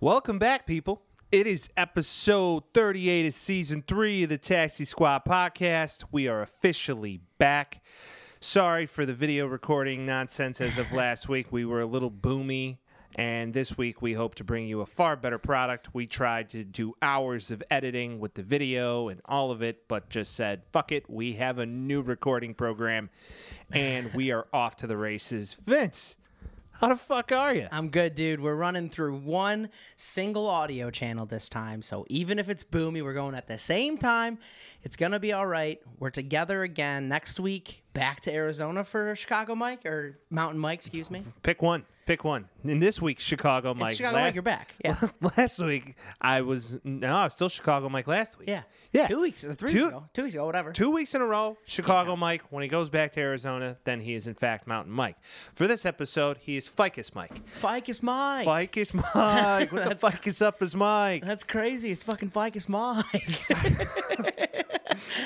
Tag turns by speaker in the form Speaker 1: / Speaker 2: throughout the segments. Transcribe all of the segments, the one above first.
Speaker 1: Welcome back, people. It is episode 38 of season three of the Taxi Squad podcast. We are officially back. Sorry for the video recording nonsense as of last week. We were a little boomy, and this week we hope to bring you a far better product. We tried to do hours of editing with the video and all of it, but just said, fuck it. We have a new recording program, and we are off to the races. Vince, how the fuck are you?
Speaker 2: I'm good, dude. We're running through one single audio channel this time. So even if it's boomy, we're going at the same time. It's going to be all right. We're together again next week. Back to Arizona for Chicago Mike or Mountain Mike, excuse me.
Speaker 1: Pick one. Pick one. In this week, Chicago Mike.
Speaker 2: Chicago Mike, you're back. Yeah.
Speaker 1: last week, I was no, I was still Chicago Mike last week.
Speaker 2: Yeah.
Speaker 1: yeah.
Speaker 2: Two weeks, three
Speaker 1: Two-
Speaker 2: weeks ago, two weeks ago, whatever.
Speaker 1: Two weeks in a row, Chicago Mike. When he goes back to Arizona, then he is in fact Mountain Mike. For this episode, he is Ficus Mike.
Speaker 2: Ficus Mike.
Speaker 1: Ficus Mike. What the fuck is up, is Mike?
Speaker 2: That's crazy. It's fucking Ficus Mike.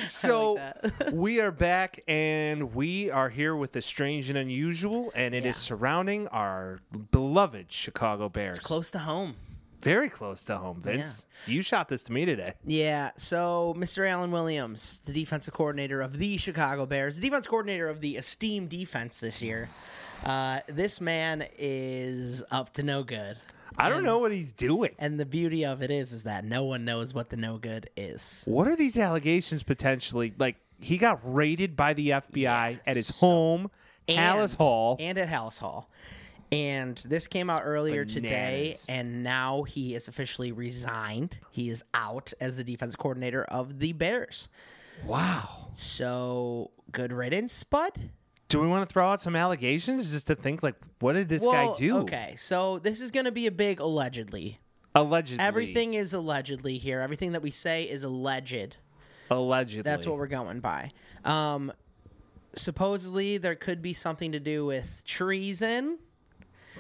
Speaker 1: So we are back and we are here with the strange and unusual, and it is
Speaker 2: Yeah.
Speaker 1: surrounding our beloved Chicago Bears.
Speaker 2: Close to home.
Speaker 1: Very close to home, Vince. You shot this to me today.
Speaker 2: Yeah, so Mr. Alan Williams, the defensive coordinator of the Chicago Bears, the defense coordinator of the esteemed defense this year. Uh, this man is up to no good,
Speaker 1: I don't know what he's doing.
Speaker 2: and the beauty of it is, is that no one knows what the no good is.
Speaker 1: What are these allegations potentially? Like he got raided by the FBI at his home, Alice
Speaker 2: And-
Speaker 1: Hall.
Speaker 2: and at Hallis Hall. And this came out earlier today,
Speaker 1: bananas.
Speaker 2: and now he is officially resigned. He is out as the defense coordinator of the Bears.
Speaker 1: wow.
Speaker 2: So good riddance, bud.
Speaker 1: Do we want to throw out some allegations just to think like what did this guy do?
Speaker 2: Okay, so this is going to be a big allegedly.
Speaker 1: Allegedly.
Speaker 2: Everything is allegedly here. Everything that we say is alleged.
Speaker 1: Allegedly.
Speaker 2: That's what we're going by. Um, supposedly, there could be something to do with treason.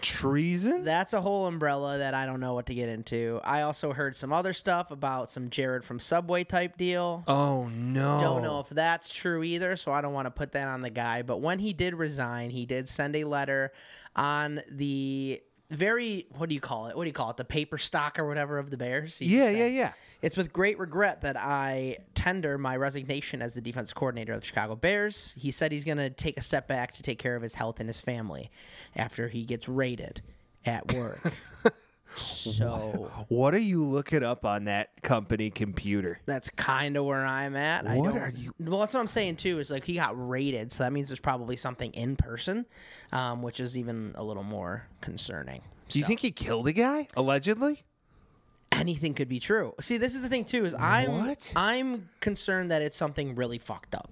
Speaker 1: treason.
Speaker 2: That's a whole umbrella that I don't know what to get into. I also heard some other stuff about some Jared from Subway type deal.
Speaker 1: oh no.
Speaker 2: Don't know if that's true either, so I don't want to put that on the guy. But when he did resign, he did send a letter on the very what do you call it? What do you call it? The paper stock or whatever of the Bears. He just
Speaker 1: Yeah,
Speaker 2: said,
Speaker 1: yeah, yeah.
Speaker 2: It's with great regret that I tender my resignation as the defense coordinator of the Chicago Bears. He said he's going to take a step back to take care of his health and his family after he gets raided at work. so
Speaker 1: What are you looking up on that company computer?
Speaker 2: that's kind of where I'm at. I
Speaker 1: What
Speaker 2: don't,
Speaker 1: are you-
Speaker 2: Well, that's what I'm saying too. Is like he got raided, so that means there's probably something in person, um, which is even a little more concerning.
Speaker 1: Do you think he killed a guy? Allegedly?
Speaker 2: Anything could be true. See, this is the thing too. Is I'm
Speaker 1: What?
Speaker 2: I'm concerned that it's something really fucked up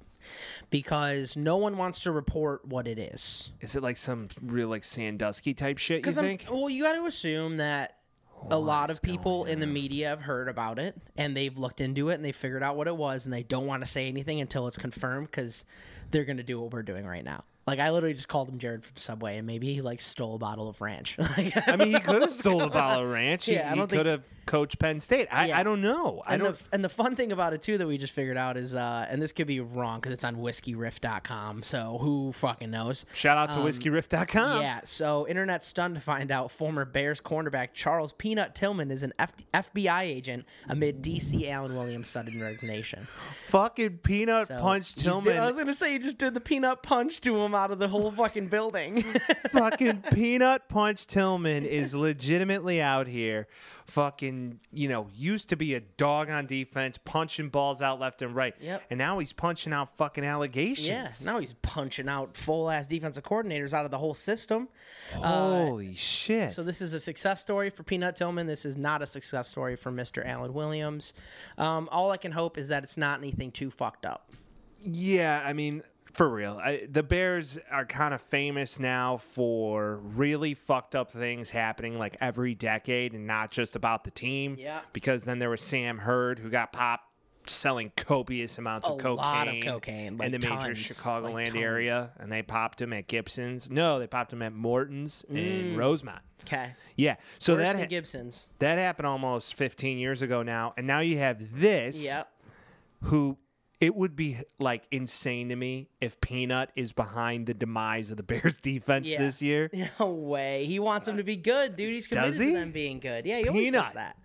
Speaker 2: because no one wants to report what it is.
Speaker 1: Is it like some real like Sandusky type shit, you
Speaker 2: Because I'm
Speaker 1: think?
Speaker 2: well, you got to assume that.
Speaker 1: Oh,
Speaker 2: A lot of people in the media have heard about it and they've looked into it and they figured out what it was and they don't want to say anything until it's confirmed because they're going to do what we're doing right now. Like I literally just called him Jared from Subway and maybe he like stole a bottle of ranch. Like,
Speaker 1: I mean, he could have stole a bottle of ranch.
Speaker 2: Yeah, I
Speaker 1: Yeah, he
Speaker 2: don't think-
Speaker 1: could have coached Penn State. I,
Speaker 2: Yeah.
Speaker 1: I don't know. I
Speaker 2: and
Speaker 1: don't.
Speaker 2: the, and the fun thing about it too that we just figured out is uh and this could be wrong because it's on whiskeyriff.com so who fucking knows
Speaker 1: Shout out to whiskeyriff.com.
Speaker 2: um, Yeah, so internet stunned to find out former Bears cornerback Charles Peanut Tillman is an F- FBI agent amid DC Allen Williams sudden resignation.
Speaker 1: Fucking peanut
Speaker 2: So
Speaker 1: punch
Speaker 2: he's
Speaker 1: Tillman.
Speaker 2: did- I was gonna say he just did the peanut punch to him out of the whole fucking building.
Speaker 1: fucking peanut punch Tillman is legitimately out here. Fucking, you know, used to be a dog on defense, punching balls out left and right.
Speaker 2: Yep.
Speaker 1: And now he's punching out fucking allegations.
Speaker 2: yeah, now he's punching out full ass defensive coordinators out of the whole system.
Speaker 1: Holy shit.
Speaker 2: Uh, So this is a success story for Peanut Tillman. This is not a success story for Mr. Alan Williams. Um, all I can hope is that it's not anything too fucked up.
Speaker 1: Yeah, I mean, for real. I, the Bears are kind of famous now for really fucked up things happening like every decade and not just about the team.
Speaker 2: Yeah.
Speaker 1: Because then there was Sam Hurd who got popped selling copious amounts of
Speaker 2: A
Speaker 1: cocaine
Speaker 2: lot of cocaine, like
Speaker 1: in the major
Speaker 2: tons, like
Speaker 1: Chicagoland
Speaker 2: tons.
Speaker 1: area and they popped him at Gibson's. No, they popped him at Morton's in Rosemont.
Speaker 2: Okay.
Speaker 1: Yeah. So
Speaker 2: Mm. First
Speaker 1: that
Speaker 2: and
Speaker 1: ha-
Speaker 2: Gibson's.
Speaker 1: that happened almost 15 years ago now and now you have this
Speaker 2: Yep.
Speaker 1: who It would be like insane to me if Peanut is behind the demise of the Bears defense
Speaker 2: Yeah.
Speaker 1: this year.
Speaker 2: No way. He wants them to be good, dude. He's committed
Speaker 1: Does
Speaker 2: to
Speaker 1: he?
Speaker 2: them being good. Yeah, he always
Speaker 1: Peanut.
Speaker 2: says that.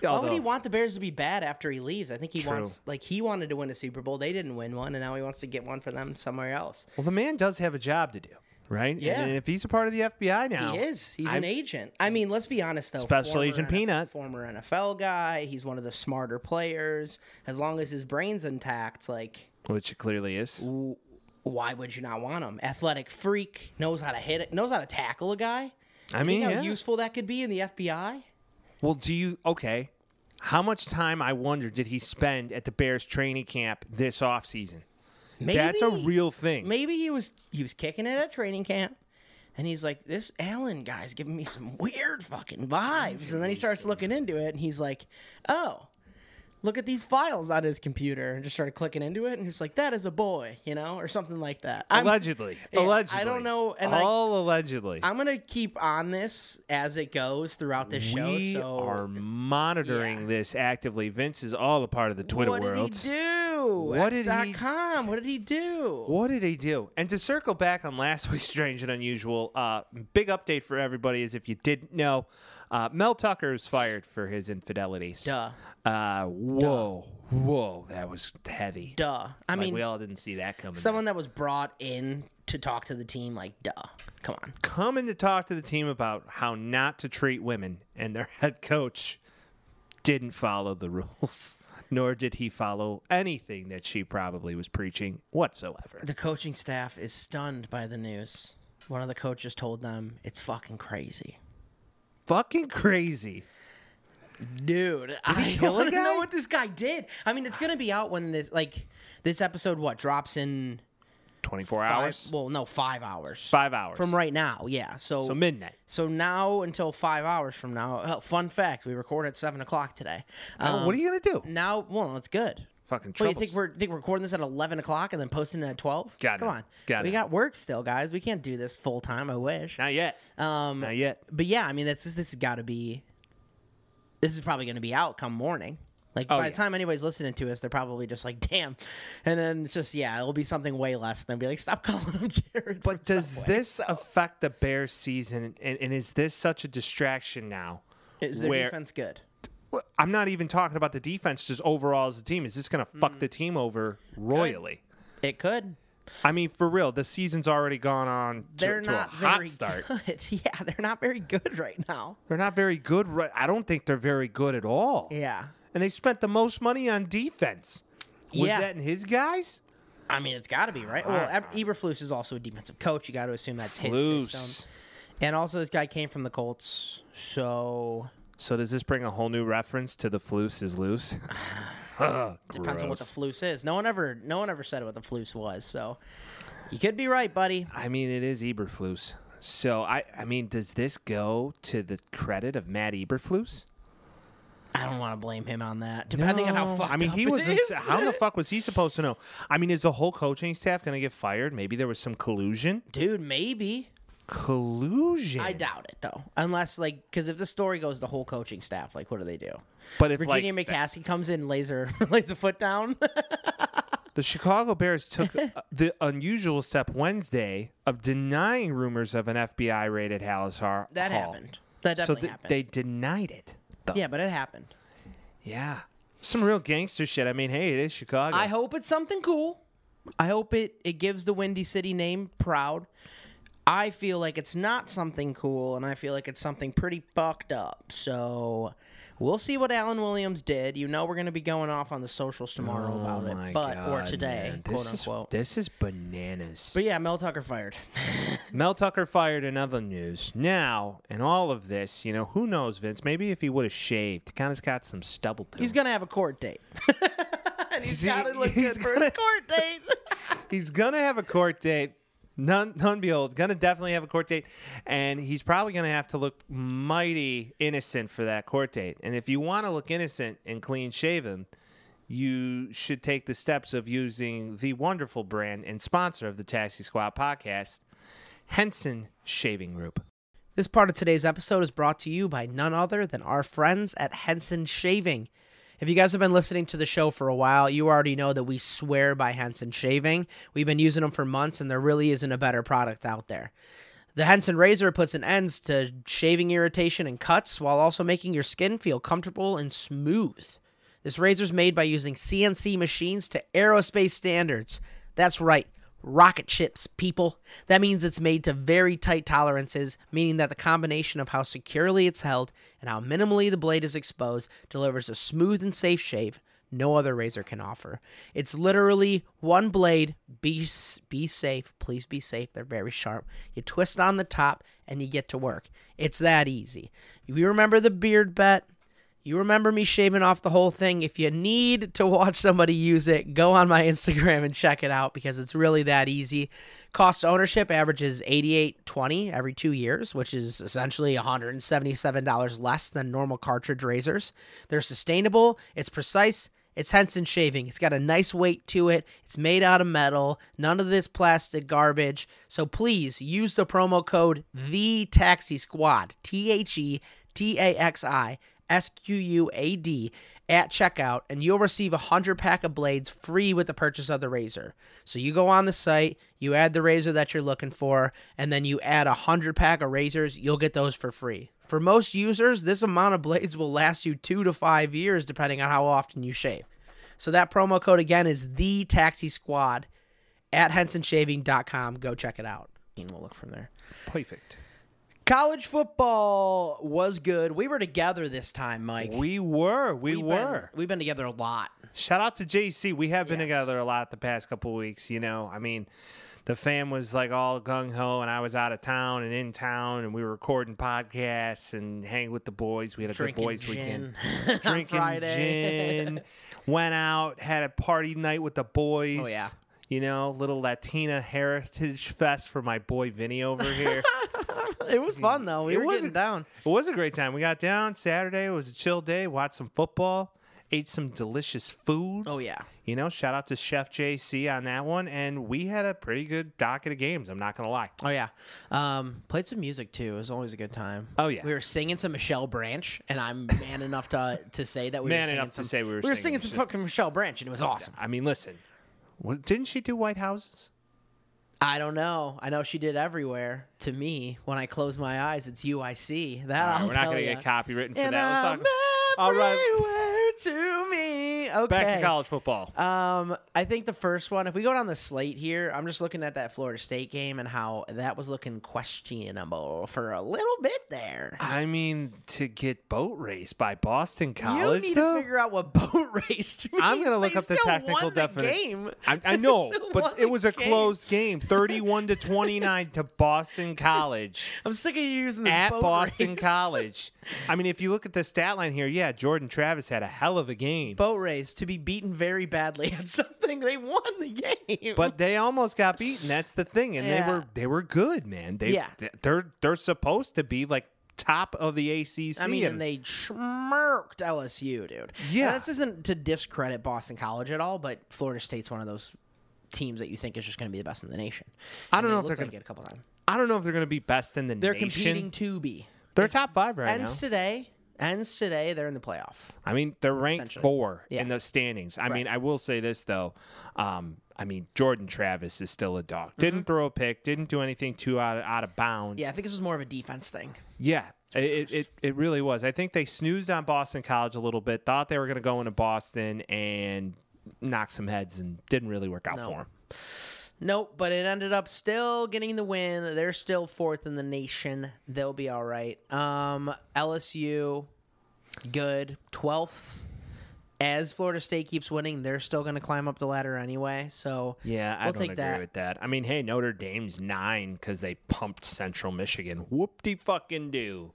Speaker 2: Why would
Speaker 1: Although-
Speaker 2: he want the Bears to be bad after he leaves? I think he
Speaker 1: True.
Speaker 2: wants like he wanted to win a Super Bowl. They didn't win one, and now he wants to get one for them somewhere else.
Speaker 1: Well, the man does have a job to do, right? And-
Speaker 2: Yeah.
Speaker 1: And, if he's a part of the FBI now,
Speaker 2: He is. He's an agent. I mean, let's be honest though.
Speaker 1: Special
Speaker 2: former
Speaker 1: Agent
Speaker 2: NF-
Speaker 1: Peanut.
Speaker 2: former NFL guy. He's one of the smarter players. As long as his brain's intact, like
Speaker 1: which it clearly is.
Speaker 2: why would you not want him? Athletic freak knows how to hit it. Knows how to tackle a guy.
Speaker 1: I
Speaker 2: You
Speaker 1: mean,
Speaker 2: think how
Speaker 1: yeah.
Speaker 2: useful that could be in the FBI.
Speaker 1: well, do you okay? How much time I wonder did he spend at the Bears training camp this offseason?
Speaker 2: Maybe
Speaker 1: That's a real thing.
Speaker 2: maybe he was he was kicking it at training camp and he's like this allen guy's giving me some weird fucking vibes and then he starts looking into it and he's like oh look at these files on his computer and just started clicking into it and he's like that is a boy you know or something like that I'm-
Speaker 1: allegedly,
Speaker 2: Yeah, I
Speaker 1: allegedly.
Speaker 2: don't know, and I-
Speaker 1: All allegedly.
Speaker 2: I'm gonna keep on this as it goes throughout this show.
Speaker 1: we
Speaker 2: so
Speaker 1: are monitoring
Speaker 2: Yeah.
Speaker 1: this actively. Vince is all a part of the Twitter
Speaker 2: what
Speaker 1: world.
Speaker 2: did he do?
Speaker 1: What did he-
Speaker 2: X.com, What did he do?
Speaker 1: What did he do? And to circle back on last week's strange and unusual, uh, big update for everybody is if you didn't know, uh, Mel Tucker was fired for his infidelities.
Speaker 2: Duh.
Speaker 1: Uh, whoa, whoa, that was heavy.
Speaker 2: Duh. I
Speaker 1: Like,
Speaker 2: mean,
Speaker 1: we all didn't see that coming.
Speaker 2: someone that was brought in to talk to the team, like, duh. Come on.
Speaker 1: coming to talk to the team about how not to treat women, and their head coach didn't follow the rules, nor did he follow anything that she probably was preaching whatsoever.
Speaker 2: The coaching staff is stunned by the news. One of the coaches told them, "It's fucking crazy,
Speaker 1: Fucking crazy.
Speaker 2: dude." I
Speaker 1: kill a
Speaker 2: don't
Speaker 1: guy?
Speaker 2: know what this guy did. I mean, it's gonna be out when this like this episode what drops in
Speaker 1: 24
Speaker 2: five,
Speaker 1: hours?
Speaker 2: Well, no, five hours
Speaker 1: Five hours.
Speaker 2: from right now. Yeah, so
Speaker 1: So
Speaker 2: so,
Speaker 1: midnight.
Speaker 2: now until five hours from now. Oh, fun fact: we record at seven o'clock today. Um,
Speaker 1: Oh, what are you gonna do?
Speaker 2: now? Well, it's good.
Speaker 1: Fucking
Speaker 2: What,
Speaker 1: trouble.
Speaker 2: you think we're think we're recording this at eleven o'clock and then posting it at twelve?
Speaker 1: God,
Speaker 2: Come
Speaker 1: no.
Speaker 2: on,
Speaker 1: God,
Speaker 2: we
Speaker 1: no.
Speaker 2: got work still, guys. We can't do this full time. I wish.
Speaker 1: Not yet.
Speaker 2: Um,
Speaker 1: Not yet.
Speaker 2: but yeah, I mean, that's just, this has got to be. This is probably going to be out come morning. Like by
Speaker 1: Oh, yeah.
Speaker 2: the time anybody's listening to us, they're probably just like, "Damn," and then it's just yeah, it'll be something way less. And they'll be like, "Stop calling him Jared." But
Speaker 1: Does this affect the Bears season? And, and is this such a distraction now?
Speaker 2: is their
Speaker 1: where-
Speaker 2: defense good?
Speaker 1: Well, I'm not even talking about the defense, just overall as a team. Is this going to
Speaker 2: Hmm.
Speaker 1: fuck the team over royally?
Speaker 2: It could.
Speaker 1: I mean, for real, the season's already gone on to,
Speaker 2: They're
Speaker 1: to
Speaker 2: not
Speaker 1: a hot
Speaker 2: very
Speaker 1: start.
Speaker 2: good. Yeah, they're not very good right now.
Speaker 1: They're not very good. Right? I don't think they're very good at all.
Speaker 2: Yeah,
Speaker 1: And they spent the most money on defense. Was
Speaker 2: Yeah.
Speaker 1: that in his guys?
Speaker 2: I mean, it's got to be right. Well, Eb- Eberflus is also a defensive coach. You got to assume that's his
Speaker 1: Loose.
Speaker 2: system. And also, this guy came from the Colts, so
Speaker 1: So does this bring a whole new reference to the floose is loose?
Speaker 2: depends on what the flus is. No one ever, no one ever said what the flus was. So you could be right, buddy.
Speaker 1: I mean, it is Eberflus. So I, I mean, does this go to the credit of Matt Eberflus?
Speaker 2: I don't want to blame him on that. Depending on how
Speaker 1: No.
Speaker 2: fucked
Speaker 1: I mean,
Speaker 2: up
Speaker 1: he
Speaker 2: it
Speaker 1: was.
Speaker 2: is.
Speaker 1: ins- how the fuck was he supposed to know? I mean, is the whole coaching staff going to get fired? Maybe there was some collusion.
Speaker 2: dude. Maybe
Speaker 1: Collusion.
Speaker 2: I doubt it though, unless like because if the story goes, the whole coaching staff, like, what do they do?
Speaker 1: But if
Speaker 2: Virginia
Speaker 1: like
Speaker 2: McCaskey comes in, and lays her lays a foot down.
Speaker 1: the Chicago Bears took uh, the unusual step Wednesday of denying rumors of an FBI raid at Hallis Har-
Speaker 2: that
Speaker 1: Hall.
Speaker 2: happened. That
Speaker 1: So
Speaker 2: definitely
Speaker 1: th-
Speaker 2: happened.
Speaker 1: they denied it. though.
Speaker 2: yeah, but it happened.
Speaker 1: Yeah. Some real gangster shit. I mean, hey, it is Chicago.
Speaker 2: I hope it's something cool. I hope it it gives the Windy City name proud. I feel like it's not something cool, and I feel like it's something pretty fucked up. So we'll see what Alan Williams did. You know, we're gonna be going off on the socials tomorrow about
Speaker 1: Oh My
Speaker 2: it, but or
Speaker 1: God,
Speaker 2: today,
Speaker 1: man.
Speaker 2: quote
Speaker 1: This is-
Speaker 2: unquote.
Speaker 1: this is bananas.
Speaker 2: but yeah, Mel Tucker fired.
Speaker 1: Mel Tucker fired in other news. Now, in all of this, you know, who knows, Vince? Maybe if he would have shaved, kind of got some stubble to
Speaker 2: He's
Speaker 1: him.
Speaker 2: gonna have a court date. and he's
Speaker 1: See,
Speaker 2: gotta look
Speaker 1: he's
Speaker 2: good for his court date.
Speaker 1: He's gonna have a court date. None, none behold, gonna definitely have a court date, and he's probably gonna have to look mighty innocent for that court date. And if you want to look innocent and clean shaven, you should take the steps of using the wonderful brand and sponsor of the Taxi Squad podcast, Henson Shaving Group.
Speaker 2: This part of today's episode is brought to you by none other than our friends at Henson Shaving. If you guys have been listening to the show for a while, you already know that we swear by Henson shaving. We've been using them for months, and there really isn't a better product out there. The Henson razor puts an end to shaving irritation and cuts while also making your skin feel comfortable and smooth. This razor's made by using CNC machines to aerospace standards. That's right, rocket ships, people. That means it's made to very tight tolerances, meaning that the combination of how securely it's held and how minimally the blade is exposed delivers a smooth and safe shave no other razor can offer. It's literally one blade. Be s- be safe, please be safe. They're very sharp. You twist on the top and you get to work. It's that easy. You remember the beard bet? You remember me shaving off the whole thing. If you need to watch somebody use it, go on my Instagram and check it out because it's really that easy. Cost of ownership averages 88.20 every 2 years, which is essentially $177 less than normal cartridge razors. They're sustainable, it's precise, it's Henson shaving. It's got a nice weight to it. It's made out of metal. None of this plastic garbage. So please use the promo code the Taxi Squad T H E T A X I S Q U A D at checkout, and you'll receive a hundred pack of blades free with the purchase of the razor. So you go on the site, you add the razor that you're looking for, and then you add a hundred pack of razors. You'll get those for free. For most users, this amount of blades will last you two to five years, depending on how often you shave. So that promo code again is the Taxi Squad at hensonshaving.com. Go check it out. And we'll look from there.
Speaker 1: Perfect.
Speaker 2: College football was good. We were together this time, Mike.
Speaker 1: We were. We
Speaker 2: We've been-
Speaker 1: were.
Speaker 2: we've been together a lot.
Speaker 1: Shout out to JC. We have been
Speaker 2: Yes.
Speaker 1: together a lot the past couple weeks. You know, I mean, the fam was like all gung ho, and I was out of town and in town, and we were recording podcasts and hanging with the boys. We had a
Speaker 2: Drinking
Speaker 1: good boys
Speaker 2: gin
Speaker 1: weekend.
Speaker 2: on
Speaker 1: Drinking
Speaker 2: Friday.
Speaker 1: gin. Went out, had a party night with the boys.
Speaker 2: Oh, yeah.
Speaker 1: You know, little Latina Heritage Fest for my boy Vinny over here.
Speaker 2: Mm. it was fun though. We
Speaker 1: It
Speaker 2: were
Speaker 1: was
Speaker 2: getting
Speaker 1: a-
Speaker 2: down.
Speaker 1: It was a great time. We got down Saturday. It was a chill day. Watched some football. Ate some delicious food.
Speaker 2: Oh yeah.
Speaker 1: You know, shout out to Chef JC on that one. And we had a pretty good docket of games. I'm not going to lie.
Speaker 2: Oh yeah. Um, played some music too. It was always a good time.
Speaker 1: Oh, yeah.
Speaker 2: We were singing some Michelle Branch, and I'm man enough to to say that we
Speaker 1: Man
Speaker 2: were singing
Speaker 1: enough to
Speaker 2: some,
Speaker 1: say we were
Speaker 2: we were
Speaker 1: singing
Speaker 2: singing some fucking Michelle Branch, and it was awesome.
Speaker 1: I mean, listen, what, didn't she do White Houses?
Speaker 2: I don't know. I know she did everywhere. To me, when I close my eyes, it's you I see. That
Speaker 1: All right,
Speaker 2: I'll
Speaker 1: we're not
Speaker 2: tell
Speaker 1: going to
Speaker 2: ya.
Speaker 1: get copywritten for
Speaker 2: And
Speaker 1: that.
Speaker 2: I'm
Speaker 1: Let's talk All right.
Speaker 2: everywhere to me. Okay.
Speaker 1: back to college football.
Speaker 2: Um, I think the first one, if we go down the slate here, I'm just looking at that Florida State game and how that was looking questionable for a little bit there.
Speaker 1: I mean, to get boat raced by Boston
Speaker 2: You
Speaker 1: College,
Speaker 2: need
Speaker 1: though?
Speaker 2: to figure out what boat race. means.
Speaker 1: I'm gonna look
Speaker 2: They
Speaker 1: up the
Speaker 2: still
Speaker 1: technical
Speaker 2: won the
Speaker 1: definition.
Speaker 2: Game.
Speaker 1: I, I
Speaker 2: They
Speaker 1: know,
Speaker 2: still won
Speaker 1: but
Speaker 2: the
Speaker 1: it was a
Speaker 2: game.
Speaker 1: closed game, 31 to 29 to Boston College.
Speaker 2: I'm sick of you using this
Speaker 1: at
Speaker 2: boat
Speaker 1: Boston
Speaker 2: race.
Speaker 1: College. I mean, if you look at the stat line here, yeah, Jordan Travis had a hell of a game. But,
Speaker 2: Boat race to be beaten very badly at something. They won the game.
Speaker 1: they almost got beaten. That's the thing. And
Speaker 2: Yeah.
Speaker 1: they were they were good, man. They
Speaker 2: Yeah.
Speaker 1: th- they're they're supposed to be like top of the ACC.
Speaker 2: I mean, and
Speaker 1: and-
Speaker 2: they smirked LSU, dude.
Speaker 1: Yeah.
Speaker 2: And this isn't to discredit Boston College at all, but Florida State's one of those teams that you think is just going to be the best in the nation.
Speaker 1: I don't know if
Speaker 2: looked
Speaker 1: they're
Speaker 2: like
Speaker 1: gonna-
Speaker 2: it a couple times.
Speaker 1: I don't know if they're going to be best in the
Speaker 2: They're
Speaker 1: nation.
Speaker 2: competing to be
Speaker 1: They're top five right
Speaker 2: ends
Speaker 1: now.
Speaker 2: today. Ends today. They're in the playoff.
Speaker 1: I mean, they're ranked
Speaker 2: Essentially.
Speaker 1: four
Speaker 2: Yeah.
Speaker 1: in the standings. I mean, I will say this though. Um, I mean, Jordan Travis is still a dog. Didn't throw a pick. Didn't do anything too out of, out of bounds.
Speaker 2: Mm-hmm. Yeah, I think this was more of a defense thing.
Speaker 1: Yeah, it, it it really was. I think they snoozed on Boston College a little bit, thought they were going to go into Boston and knock some heads, and didn't really work out for 'em. for them.
Speaker 2: Nope, but it ended up still getting the win. They're still fourth in the nation. They'll be all right. Um, LSU, good. 12th. As Florida State keeps winning, they're still going to climb up the ladder anyway. So
Speaker 1: Yeah, I
Speaker 2: We'll
Speaker 1: don't
Speaker 2: take
Speaker 1: agree
Speaker 2: that.
Speaker 1: with that. I mean, hey, Notre Dame's nine because they pumped Central Michigan. Whoop de fucking do.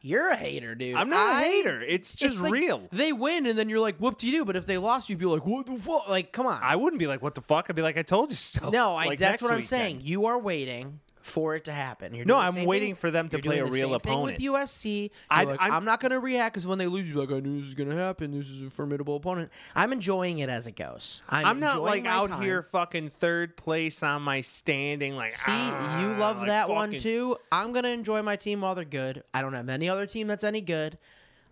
Speaker 2: you're a hater, dude.
Speaker 1: I'm not a
Speaker 2: I-
Speaker 1: hater. It's
Speaker 2: it's
Speaker 1: just
Speaker 2: like
Speaker 1: real.
Speaker 2: They win, and then you're like, whoop de doo. But if they lost, you'd be like, what the fuck? Like, come on.
Speaker 1: I wouldn't be like, what the fuck? I'd be like, I told you so.
Speaker 2: no, I,
Speaker 1: Oh, Like,
Speaker 2: that's
Speaker 1: next
Speaker 2: what I'm
Speaker 1: weekend.
Speaker 2: saying. You are waiting for it to happen. You're
Speaker 1: No,
Speaker 2: doing the
Speaker 1: I'm
Speaker 2: same
Speaker 1: waiting
Speaker 2: thing-
Speaker 1: for them to
Speaker 2: you're
Speaker 1: play
Speaker 2: doing
Speaker 1: a
Speaker 2: the
Speaker 1: real
Speaker 2: same
Speaker 1: opponent.
Speaker 2: Thing with USC,
Speaker 1: I-
Speaker 2: You're like, I'm,
Speaker 1: I'm-
Speaker 2: not going to react because when they lose, you're like, I knew this was going to happen. This is a formidable opponent. I'm enjoying it as it goes. I'm,
Speaker 1: I'm not
Speaker 2: enjoying
Speaker 1: like
Speaker 2: my
Speaker 1: out
Speaker 2: time.
Speaker 1: here fucking third place on my standing. Like, ah,
Speaker 2: See, you love that one too. I'm gonna enjoy my team while they're good. I don't have any other team that's any good.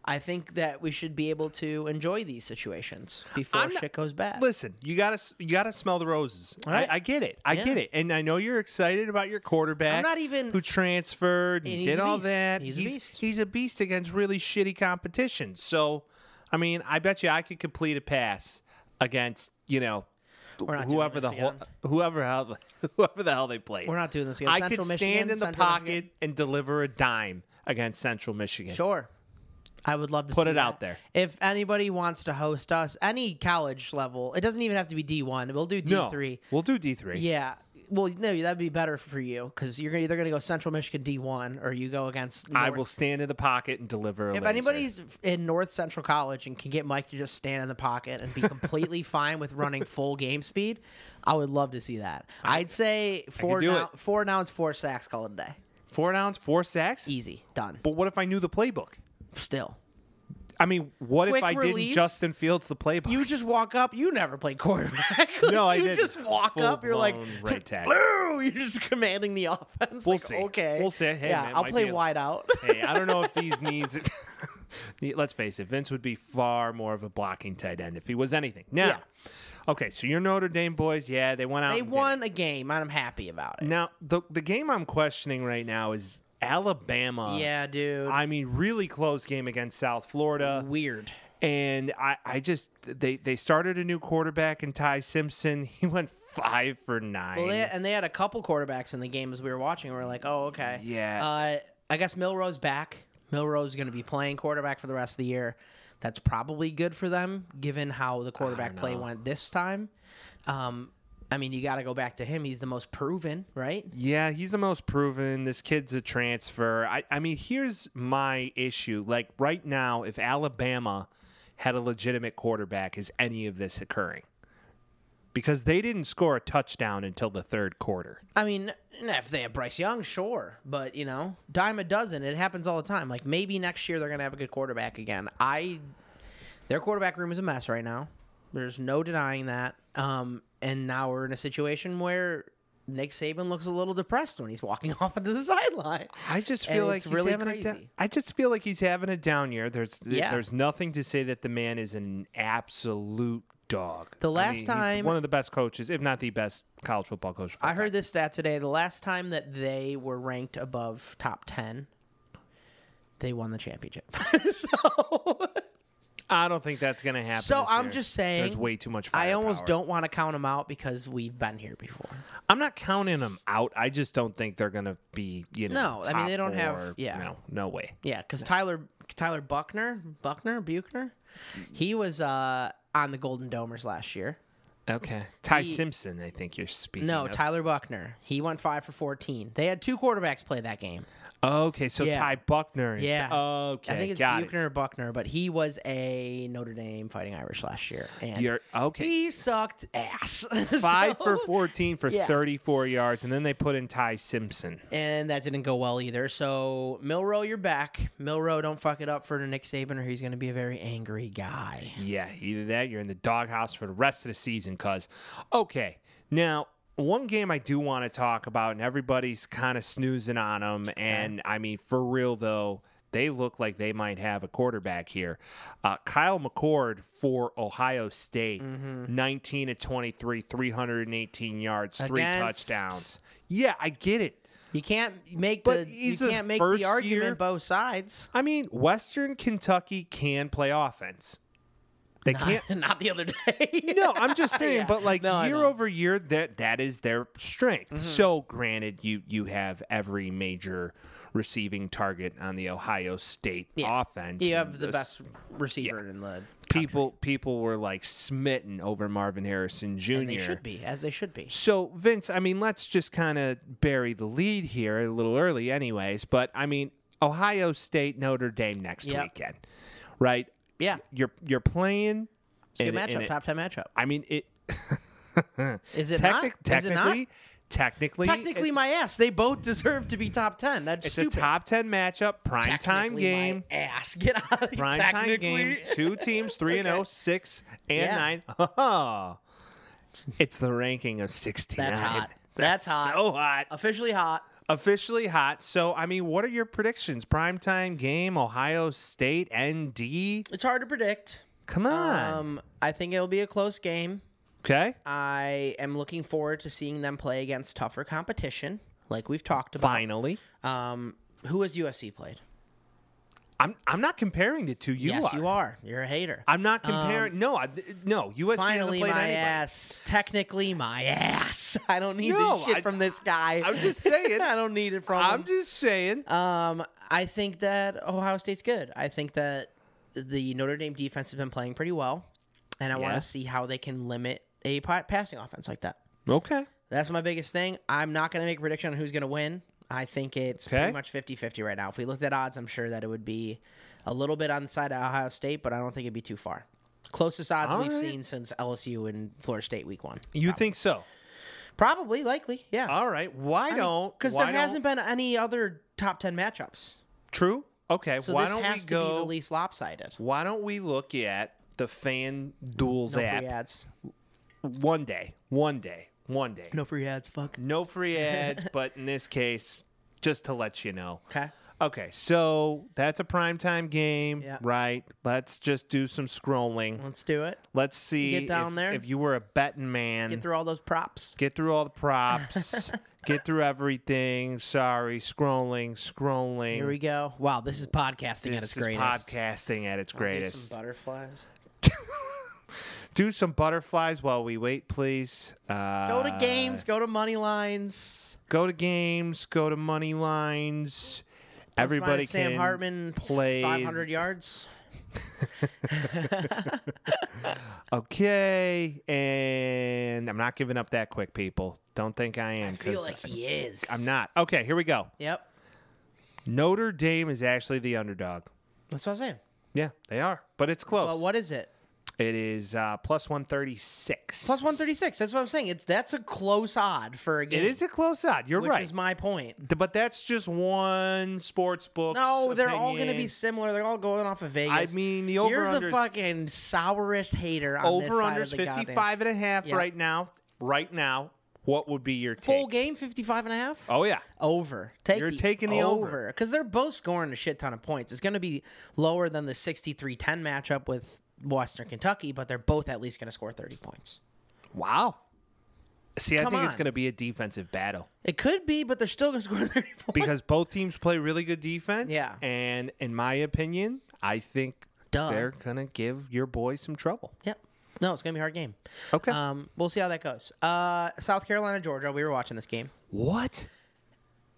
Speaker 2: I think that we should be able to enjoy these situations before
Speaker 1: I'm not-
Speaker 2: shit goes bad.
Speaker 1: Listen, you gotta s- you gotta smell the roses.
Speaker 2: All right.
Speaker 1: I, I get it. I
Speaker 2: Yeah.
Speaker 1: get it. And I know you're excited about your quarterback.
Speaker 2: I'm not even-
Speaker 1: who transferred and,
Speaker 2: And he's
Speaker 1: did
Speaker 2: a
Speaker 1: all
Speaker 2: beast.
Speaker 1: that.
Speaker 2: He's a beast.
Speaker 1: He's a beast against really shitty competition. So, I mean, I bet you I could complete a pass against you know
Speaker 2: We're not doing
Speaker 1: whoever
Speaker 2: this
Speaker 1: the hell,
Speaker 2: again.
Speaker 1: whoever hell, whoever the hell they play.
Speaker 2: We're not doing this again.
Speaker 1: I
Speaker 2: Central
Speaker 1: could stand
Speaker 2: Michigan,
Speaker 1: in the
Speaker 2: Central
Speaker 1: pocket
Speaker 2: Michigan.
Speaker 1: and deliver a dime against Central Michigan.
Speaker 2: Sure. I would love to
Speaker 1: Put
Speaker 2: see
Speaker 1: it out
Speaker 2: that.
Speaker 1: there.
Speaker 2: If anybody wants to host us, any college level, it doesn't even have to be D one. We'll do D
Speaker 1: No,
Speaker 2: three.
Speaker 1: we'll do D three.
Speaker 2: Yeah. Well, no, that'd be better for you because you're gonna- either going to go Central Michigan D one or you go against. North.
Speaker 1: I will stand in the pocket and deliver. A
Speaker 2: If anybody's in North Central College and can get Mike to just stand in the pocket and be completely fine with running full game speed, I would love to see that. I'd say four
Speaker 1: do
Speaker 2: down,
Speaker 1: it.
Speaker 2: four downs, four sacks, call it a day.
Speaker 1: four downs, four sacks.
Speaker 2: Easy, done.
Speaker 1: But what if I knew the playbook?
Speaker 2: Still,
Speaker 1: I mean, what if
Speaker 2: Quick
Speaker 1: I didn't
Speaker 2: release.
Speaker 1: Justin Fields the playbook?
Speaker 2: you just walk up. You never played quarterback. Like,
Speaker 1: no, I
Speaker 2: you
Speaker 1: didn't.
Speaker 2: just walk up. You're like,
Speaker 1: Full-blown right tackle.
Speaker 2: "Blue," you're just commanding the offense.
Speaker 1: We'll
Speaker 2: like,
Speaker 1: see.
Speaker 2: Okay,
Speaker 1: We'll see. Hey,
Speaker 2: yeah,
Speaker 1: man,
Speaker 2: I'll
Speaker 1: might
Speaker 2: play
Speaker 1: be a-
Speaker 2: wide out.
Speaker 1: hey, I don't know if these needs. Let's face it, Vince would be far more of a blocking tight end if he was anything. Now,
Speaker 2: Yeah.
Speaker 1: okay, so your Notre Dame boys, yeah, they went out.
Speaker 2: They
Speaker 1: and did it.
Speaker 2: won a game, and I'm happy about it.
Speaker 1: Now, the the game I'm questioning right now is Alabama.
Speaker 2: yeah, dude.
Speaker 1: Uh, I uh, mean, really close game against South Florida.
Speaker 2: Weird.
Speaker 1: and I, I just they they started a new quarterback in Ty Simpson. He went five for nine.
Speaker 2: Well, they, and they had a couple quarterbacks in the game as we were watching. We were like, oh, okay.
Speaker 1: Yeah.
Speaker 2: Uh, I guess Milrose back. Milrose is going to be playing quarterback for the rest of the year. That's probably good for them, given how the quarterback play went this time. Um, I mean, you got to go back to him. He's the most proven, right?
Speaker 1: yeah, he's the most proven. This kid's a transfer. I, I mean, here's my issue. Like right now, if Alabama had a legitimate quarterback, is any of this occurring? Because they didn't score a touchdown until the third quarter.
Speaker 2: I mean, if they have Bryce Young, sure, but you know, dime a dozen. It happens all the time. Like maybe next year they're going to have a good quarterback again. I, their quarterback room is a mess right now. There's no denying that. Um, and now we're in a situation where Nick Saban looks a little depressed when he's walking off into the sideline.
Speaker 1: I just
Speaker 2: And
Speaker 1: feel like
Speaker 2: it's
Speaker 1: he's
Speaker 2: really
Speaker 1: having a da-
Speaker 2: crazy.
Speaker 1: I just feel like he's having a down year. There's th-
Speaker 2: Yeah.
Speaker 1: there's nothing to say that the man is an absolute dog.
Speaker 2: The
Speaker 1: I mean,
Speaker 2: last
Speaker 1: he's
Speaker 2: time-
Speaker 1: one of the best coaches, if not the best college football coach. of all
Speaker 2: I
Speaker 1: time.
Speaker 2: heard this stat today. The last time that they were ranked above top ten, they won the championship. so.
Speaker 1: I don't think that's going to happen.
Speaker 2: So
Speaker 1: this
Speaker 2: I'm
Speaker 1: year.
Speaker 2: just saying,
Speaker 1: there's way too much.
Speaker 2: I almost
Speaker 1: firepower.
Speaker 2: don't want to count them out because we've been here before.
Speaker 1: I'm not counting them out. I just don't think they're going to be. You know,
Speaker 2: No, I mean, they
Speaker 1: top
Speaker 2: don't have-
Speaker 1: four.
Speaker 2: yeah.
Speaker 1: no, no way.
Speaker 2: Yeah, because Tyler Tyler Buckner Buckner Buchner, he was uh, on the Golden Domers last year.
Speaker 1: Okay, Ty Simpson. I think you're speaking.
Speaker 2: No,
Speaker 1: of.
Speaker 2: Tyler Buckner. He went five for fourteen. They had two quarterbacks play that game.
Speaker 1: Okay, so
Speaker 2: Yeah.
Speaker 1: Ty Buckner. Is the-
Speaker 2: Yeah,
Speaker 1: okay,
Speaker 2: I think it's
Speaker 1: got it.
Speaker 2: Buchner or Buckner, but he was a Notre Dame Fighting Irish last year, and
Speaker 1: You're okay.
Speaker 2: he sucked ass. So-
Speaker 1: five for 14 for
Speaker 2: Yeah.
Speaker 1: 34 yards, and then they put in Ty Simpson.
Speaker 2: and that didn't go well either. So Milrow, you're back. Milrow, don't fuck it up for Nick Saban, or he's going to be a very angry guy.
Speaker 1: Yeah, either that, you're in the doghouse for the rest of the season. Cause, okay, now one game I do want to talk about, and everybody's kind of snoozing on them. And I mean, for real though, they look like they might have a quarterback here. Uh, Kyle McCord for Ohio State, 19 to 23, 318 yards, three
Speaker 2: Against-
Speaker 1: touchdowns. Yeah, I get it.
Speaker 2: You can't make
Speaker 1: But
Speaker 2: the you
Speaker 1: he's a
Speaker 2: can't make
Speaker 1: first
Speaker 2: the
Speaker 1: year-
Speaker 2: argument both sides.
Speaker 1: I mean, Western Kentucky can play offense. They can't.
Speaker 2: Not the other day.
Speaker 1: No, I'm just saying,
Speaker 2: Yeah.
Speaker 1: but like
Speaker 2: No, I
Speaker 1: year
Speaker 2: know. Mm-hmm.
Speaker 1: over year, that that is their strength. So, granted, you you have every major receiving target on the Ohio State
Speaker 2: Yeah.
Speaker 1: offense.
Speaker 2: you
Speaker 1: and
Speaker 2: have the
Speaker 1: this-
Speaker 2: best receiver in the
Speaker 1: people. People were like smitten over Marvin Harrison Jr.
Speaker 2: and they should be as they should be.
Speaker 1: So, Vince, I mean, let's just kind of bury the lead here a little early, anyways. But I mean, Ohio State, Notre Dame next
Speaker 2: Yep.
Speaker 1: weekend, right?
Speaker 2: Yeah,
Speaker 1: You're you're playing.
Speaker 2: it's a good
Speaker 1: in- in
Speaker 2: matchup,
Speaker 1: it-
Speaker 2: top ten matchup.
Speaker 1: I mean, it.
Speaker 2: Is it
Speaker 1: technic-
Speaker 2: not? Is it not?
Speaker 1: technically, technically,
Speaker 2: Technically, my ass. They both deserve to be top ten. That's
Speaker 1: it's
Speaker 2: stupid.
Speaker 1: a top ten matchup, prime time
Speaker 2: Technically, my
Speaker 1: game.
Speaker 2: ass, get out. Of here.
Speaker 1: Prime time game.
Speaker 2: Technically.
Speaker 1: Two teams, three and
Speaker 2: Okay.
Speaker 1: oh, six and
Speaker 2: Yeah.
Speaker 1: nine. Oh, it's the ranking of sixty-nine.
Speaker 2: That's hot. That's hot.
Speaker 1: So hot.
Speaker 2: Officially hot.
Speaker 1: officially hot. So, I mean, what are your predictions? Primetime game, Ohio State, ND?
Speaker 2: It's hard to predict.
Speaker 1: Come on.
Speaker 2: Um, I think it'll be a close game.
Speaker 1: okay.
Speaker 2: I am looking forward to seeing them play against tougher competition, like we've talked about.
Speaker 1: Finally.
Speaker 2: Um, who has USC played?
Speaker 1: I'm, I'm not comparing the two. You
Speaker 2: yes,
Speaker 1: are.
Speaker 2: you are. You're a hater.
Speaker 1: I'm not comparing. no, I, no. USC hasn't
Speaker 2: Finally,
Speaker 1: played
Speaker 2: my
Speaker 1: anybody.
Speaker 2: ass. Technically, my ass. I don't need
Speaker 1: No,
Speaker 2: this shit
Speaker 1: I-
Speaker 2: from this guy.
Speaker 1: I'm just saying.
Speaker 2: I don't need it from him.
Speaker 1: I'm just saying.
Speaker 2: Um, I think that Ohio State's good. I think that the Notre Dame defense has been playing pretty well, and I want
Speaker 1: Yeah.
Speaker 2: to see how they can limit a pa- passing offense like that.
Speaker 1: okay.
Speaker 2: That's my biggest thing. I'm not going to make a prediction on who's going to win. I think it's pretty
Speaker 1: Okay.
Speaker 2: much 50-50 right now. If we looked at odds, I'm sure that it would be a little bit on the side of Ohio State, but I don't think it'd be too far. Closest odds
Speaker 1: All
Speaker 2: we've
Speaker 1: right.
Speaker 2: seen since LSU and Florida State week one.
Speaker 1: You think so?
Speaker 2: Probably, likely, yeah.
Speaker 1: All right. Why don't?
Speaker 2: Because
Speaker 1: why
Speaker 2: there
Speaker 1: don't-
Speaker 2: hasn't been any other top 10 matchups.
Speaker 1: True. Okay.
Speaker 2: So
Speaker 1: why
Speaker 2: this
Speaker 1: don't
Speaker 2: has
Speaker 1: we
Speaker 2: to be the
Speaker 1: go?
Speaker 2: least lopsided.
Speaker 1: why don't we look at the fan duels
Speaker 2: No
Speaker 1: app
Speaker 2: free ads.
Speaker 1: one day, one day, one day.
Speaker 2: No free ads. Fuck.
Speaker 1: No free ads, but in this case, just to let you know.
Speaker 2: Okay.
Speaker 1: Okay, so that's a primetime game,
Speaker 2: Yeah.
Speaker 1: right? Let's just do some scrolling.
Speaker 2: Let's do it.
Speaker 1: Let's see
Speaker 2: Get down
Speaker 1: if,
Speaker 2: there.
Speaker 1: if you were a betting man.
Speaker 2: Get through all those props.
Speaker 1: get through all the props. get through everything. Sorry, scrolling, scrolling.
Speaker 2: Here we go. Wow, this is podcasting at its
Speaker 1: this is
Speaker 2: greatest.
Speaker 1: podcasting at its
Speaker 2: Do
Speaker 1: greatest.
Speaker 2: some butterflies.
Speaker 1: do some butterflies while we wait, please. Uh,
Speaker 2: Go to games. Go to money lines.
Speaker 1: Go to games. Go to money lines.
Speaker 2: Let's
Speaker 1: Everybody
Speaker 2: minus Sam
Speaker 1: can
Speaker 2: Hartman
Speaker 1: play-
Speaker 2: 500 yards.
Speaker 1: Okay, and I'm not giving up that quick, people. Don't think I am.
Speaker 2: I feel
Speaker 1: 'cause
Speaker 2: like he is.
Speaker 1: I'm not. Okay, here we go.
Speaker 2: Yep.
Speaker 1: Notre Dame is actually the underdog.
Speaker 2: That's what I'm saying.
Speaker 1: Yeah, they are, but it's close.
Speaker 2: Well, what is it?
Speaker 1: It is uh, plus one thirty six.
Speaker 2: Plus 136. That's what I'm saying. It's that's a close odd for a game.
Speaker 1: It is a close odd. You're
Speaker 2: which
Speaker 1: right,
Speaker 2: is my point.
Speaker 1: but that's just one sports book.
Speaker 2: No, they're all going to be similar. They're all going off of Vegas.
Speaker 1: I mean, the
Speaker 2: You're the
Speaker 1: over-unders-
Speaker 2: fucking sourest hater on this
Speaker 1: over
Speaker 2: side
Speaker 1: under
Speaker 2: of the goddamn-
Speaker 1: 55 and a half
Speaker 2: Yeah.
Speaker 1: right now. Right now, what would be your
Speaker 2: Full
Speaker 1: take?
Speaker 2: game, 55 and a half?
Speaker 1: Oh yeah,
Speaker 2: Over. Take
Speaker 1: You're
Speaker 2: the
Speaker 1: taking the over.
Speaker 2: Because they're both scoring a shit ton of points. It's going to be lower than the 63 10 matchup with Western Kentucky, but they're both at least going to score 30 points.
Speaker 1: wow. See, I
Speaker 2: Come
Speaker 1: think it's
Speaker 2: on.
Speaker 1: going to be a defensive battle.
Speaker 2: It could be, but they're still going to score 30 points.
Speaker 1: because both teams play really good defense.
Speaker 2: Yeah.
Speaker 1: And in my opinion, I think
Speaker 2: Duh.
Speaker 1: they're gonna give your boy some trouble.
Speaker 2: yep. No, it's going to be a hard game.
Speaker 1: Okay.
Speaker 2: Um, we'll see how that goes. Uh, South Carolina, Georgia, we were watching this game.
Speaker 1: what?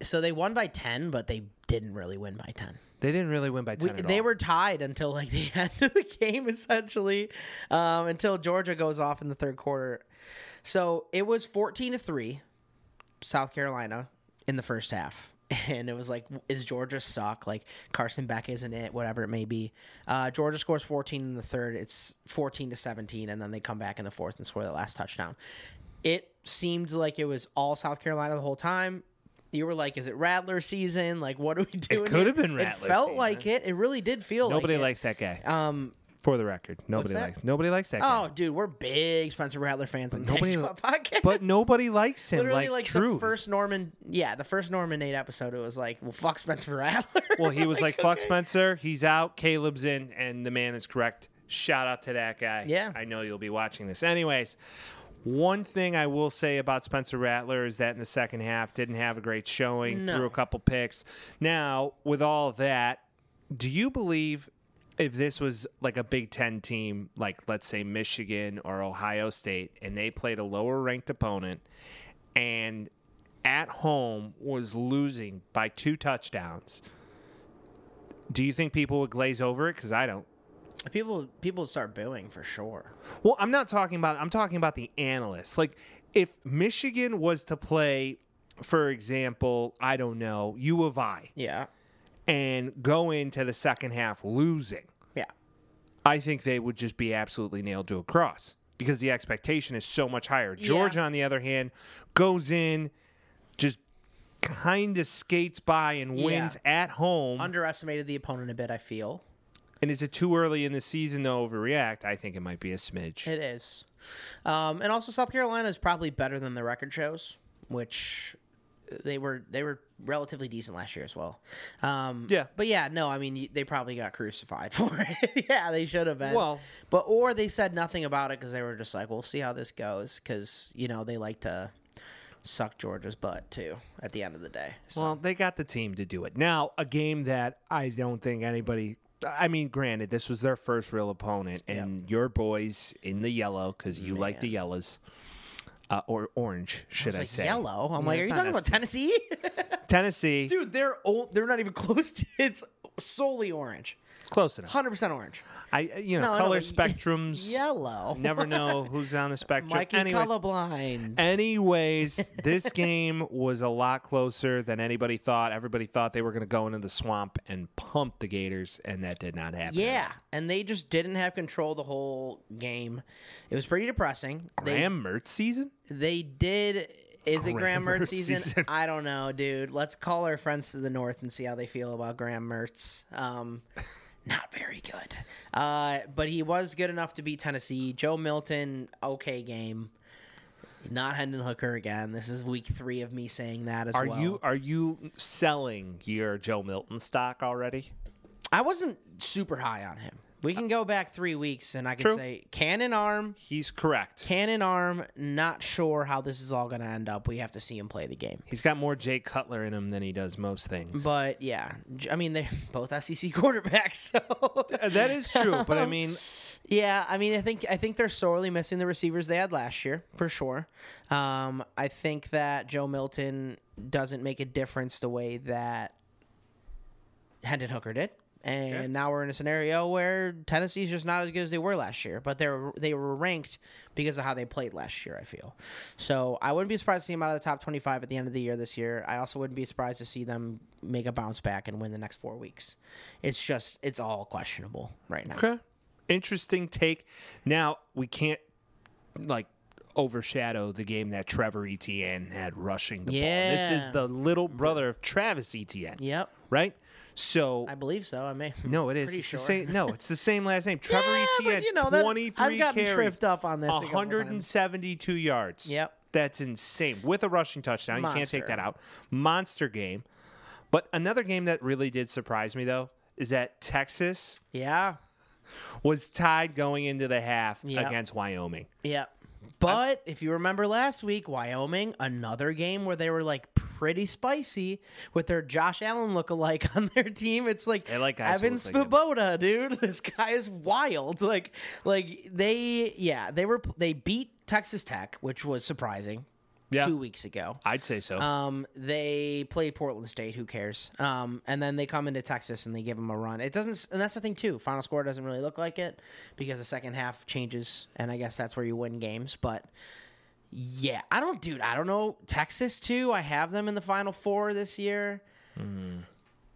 Speaker 2: So they won by 10, but they didn't really win by 10.
Speaker 1: They didn't really win by ten.
Speaker 2: We-
Speaker 1: at
Speaker 2: they
Speaker 1: all.
Speaker 2: were tied until like the end of the game essentially um, until georgia goes off in the third quarter so it was 14 to 3 south carolina in the first half and it was like is georgia suck like carson beck isn't it whatever it may be uh, georgia scores 14 in the third it's 14 to 17 and then they come back in the fourth and score the last touchdown it seemed like it was all south carolina the whole time you were like, is it Rattler season? Like, what are we doing?
Speaker 1: could have
Speaker 2: here?
Speaker 1: been
Speaker 2: It
Speaker 1: Rattler
Speaker 2: felt
Speaker 1: season.
Speaker 2: like it. It really did feel
Speaker 1: Nobody
Speaker 2: like
Speaker 1: likes that guy.
Speaker 2: it. Um,
Speaker 1: For the record, nobody
Speaker 2: that?
Speaker 1: likes nobody likes that guy.
Speaker 2: oh, dude, we're big Spencer Rattler fans on
Speaker 1: Nobody
Speaker 2: Nobody
Speaker 1: li-
Speaker 2: podcast.
Speaker 1: But nobody likes him.
Speaker 2: literally,
Speaker 1: like,
Speaker 2: like
Speaker 1: true.
Speaker 2: the first Norman, yeah, the first Norman Nate episode, it was like, well, fuck Spencer Rattler.
Speaker 1: well, he was like, "Fuck Spencer, he's out. Caleb's in, and the man is correct." Shout out to that guy.
Speaker 2: Yeah.
Speaker 1: I know you'll be watching this. Anyways, one thing I will say about Spencer Rattler is that in the second half didn't have a great showing,
Speaker 2: No.
Speaker 1: threw a couple picks. Now, with all that, do you believe if this was like a Big Ten team, like let's say Michigan or Ohio State, and they played a lower ranked opponent and at home was losing by two touchdowns, do you think people would glaze over it? Because I don't.
Speaker 2: people, people start booing for sure.
Speaker 1: Well, I'm not talking about. I'm talking about the analysts. Like, if Michigan was to play, for example, I don't know, U of I,
Speaker 2: Yeah,
Speaker 1: and go into the second half losing,
Speaker 2: yeah,
Speaker 1: I think they would just be absolutely nailed to a cross because the expectation is so much higher. Georgia, on the other hand, goes in, just kind of skates by and wins at home.
Speaker 2: underestimated the opponent a bit. I feel
Speaker 1: and is it too early in the season to overreact? I think it might be a smidge.
Speaker 2: it is, um, and also South Carolina is probably better than the record shows, which they were they were relatively decent last year as well. Um,
Speaker 1: Yeah.
Speaker 2: but yeah, no, I mean you- they probably got crucified for it. yeah, they should have been.
Speaker 1: Well-
Speaker 2: but or they said nothing about it because they were just like, we'll see how this goes because you know they like to suck Georgia's butt too at the end of the day. So
Speaker 1: Well, they got the team to do it. Now, a game that I don't think anybody. I mean, granted, this was their first real opponent, and your boys in the yellow because you like the yellows, uh, or orange, should I,
Speaker 2: it's like
Speaker 1: say?
Speaker 2: yellow. I'm like,
Speaker 1: it's
Speaker 2: are you
Speaker 1: not
Speaker 2: talking about
Speaker 1: necessary.
Speaker 2: Tennessee?
Speaker 1: Tennessee,
Speaker 2: Dude, they're old, they're not even close to it's solely orange.
Speaker 1: close enough.
Speaker 2: 100% orange.
Speaker 1: I, uh, you know,
Speaker 2: No, I know,
Speaker 1: color
Speaker 2: but y-
Speaker 1: spectrums.
Speaker 2: Yellow.
Speaker 1: Never know who's on the spectrum.
Speaker 2: Mikey
Speaker 1: Anyways,
Speaker 2: colorblind.
Speaker 1: Anyways, this game was a lot closer than anybody thought. Everybody thought they were going to go into the swamp and pump the Gators, and that did not happen.
Speaker 2: Yeah, and they just didn't have control the whole game. It was pretty depressing. They
Speaker 1: Graham Mertz season?
Speaker 2: they did. Is it Graham
Speaker 1: Graham
Speaker 2: Mertz
Speaker 1: Mertz
Speaker 2: season?
Speaker 1: season.
Speaker 2: I don't know, dude. Let's call our friends to the north and see how they feel about Graham Mertz. Um, not very good. Uh, but he was good enough to beat Tennessee. Joe Milton, okay game. Not Hendon Hooker again. This is week three of me saying that as
Speaker 1: Are
Speaker 2: well.
Speaker 1: you are you selling your Joe Milton stock already?
Speaker 2: I wasn't super high on him. We can go back three weeks and I can
Speaker 1: True.
Speaker 2: say cannon arm,
Speaker 1: He's correct.
Speaker 2: cannon arm. Not sure how this is all going to end up. We have to see him play the game.
Speaker 1: He's got more Jay Cutler in him than he does most things.
Speaker 2: But yeah, J- I mean they're both SEC quarterbacks. So
Speaker 1: Uh, that is true, but I mean,
Speaker 2: yeah, I mean I think I think they're sorely missing the receivers they had last year for sure. Um, I think that Joe Milton doesn't make a difference the way that Hendon Hooker did. And now we're in a scenario where Tennessee's just not as good as they were last year, but they were they were ranked because of how they played last year. I feel so. I wouldn't be surprised to see them out of the top twenty five at the end of the year this year. I also wouldn't be surprised to see them make a bounce back and win the next four weeks. It's just it's all questionable right now.
Speaker 1: okay, interesting take. Now we can't like overshadow the game that Trevor Etienne had rushing the ball. This
Speaker 2: Yeah.
Speaker 1: is the little brother of Travis Etienne.
Speaker 2: Yep,
Speaker 1: right? So
Speaker 2: I believe so. I may.
Speaker 1: no, it is
Speaker 2: pretty
Speaker 1: it's
Speaker 2: sure.
Speaker 1: the same. No, it's the same last name. Trevor
Speaker 2: Yeah, but
Speaker 1: Etienne,
Speaker 2: you know, that- I've
Speaker 1: twenty-three
Speaker 2: gotten
Speaker 1: carries,
Speaker 2: tripped up on this a couple times.
Speaker 1: 172 yards.
Speaker 2: Yep.
Speaker 1: that's insane with a rushing touchdown. You can't
Speaker 2: Monster.
Speaker 1: take that out. Monster game. But another game that really did surprise me though is that Texas
Speaker 2: Yeah,
Speaker 1: was tied going into the half
Speaker 2: Yep.
Speaker 1: against Wyoming.
Speaker 2: Yeah. But if you remember last week, Wyoming, another game where they were like pretty spicy with their Josh Allen lookalike on their team. It's like,
Speaker 1: They like guys who
Speaker 2: Evan
Speaker 1: look like him.
Speaker 2: Svoboda, dude. This guy is wild. Like, like they, yeah, they were they beat Texas Tech, which was surprising
Speaker 1: Yeah,
Speaker 2: two weeks ago.
Speaker 1: I'd say so.
Speaker 2: Um, they play Portland State. Who cares? Um, and then they come into Texas and they give them a run. It doesn't, and that's the thing too. Final score doesn't really look like it because the second half changes, and I guess that's where you win games. But yeah, I don't, dude. I don't know Texas too. I have them in the Final Four this year.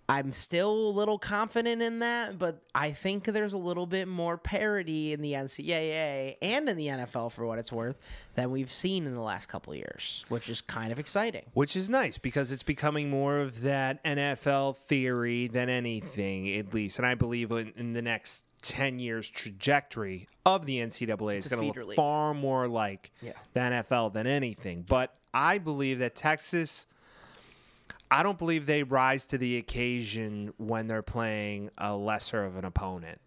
Speaker 2: I'm still a little confident in that, but I think there's a little bit more parity in the NCAA and in the NFL for what it's worth than we've seen in the last couple of years, which is kind of exciting.
Speaker 1: which is nice because it's becoming more of that NFL theory than anything, at least. And I believe in, in the next 10 years trajectory of the NCAA is
Speaker 2: a
Speaker 1: going to
Speaker 2: feeder
Speaker 1: look
Speaker 2: league.
Speaker 1: far more like
Speaker 2: Yeah.
Speaker 1: the NFL than anything. But I believe that Texas, I don't believe they rise to the occasion when they're playing a lesser of an opponent.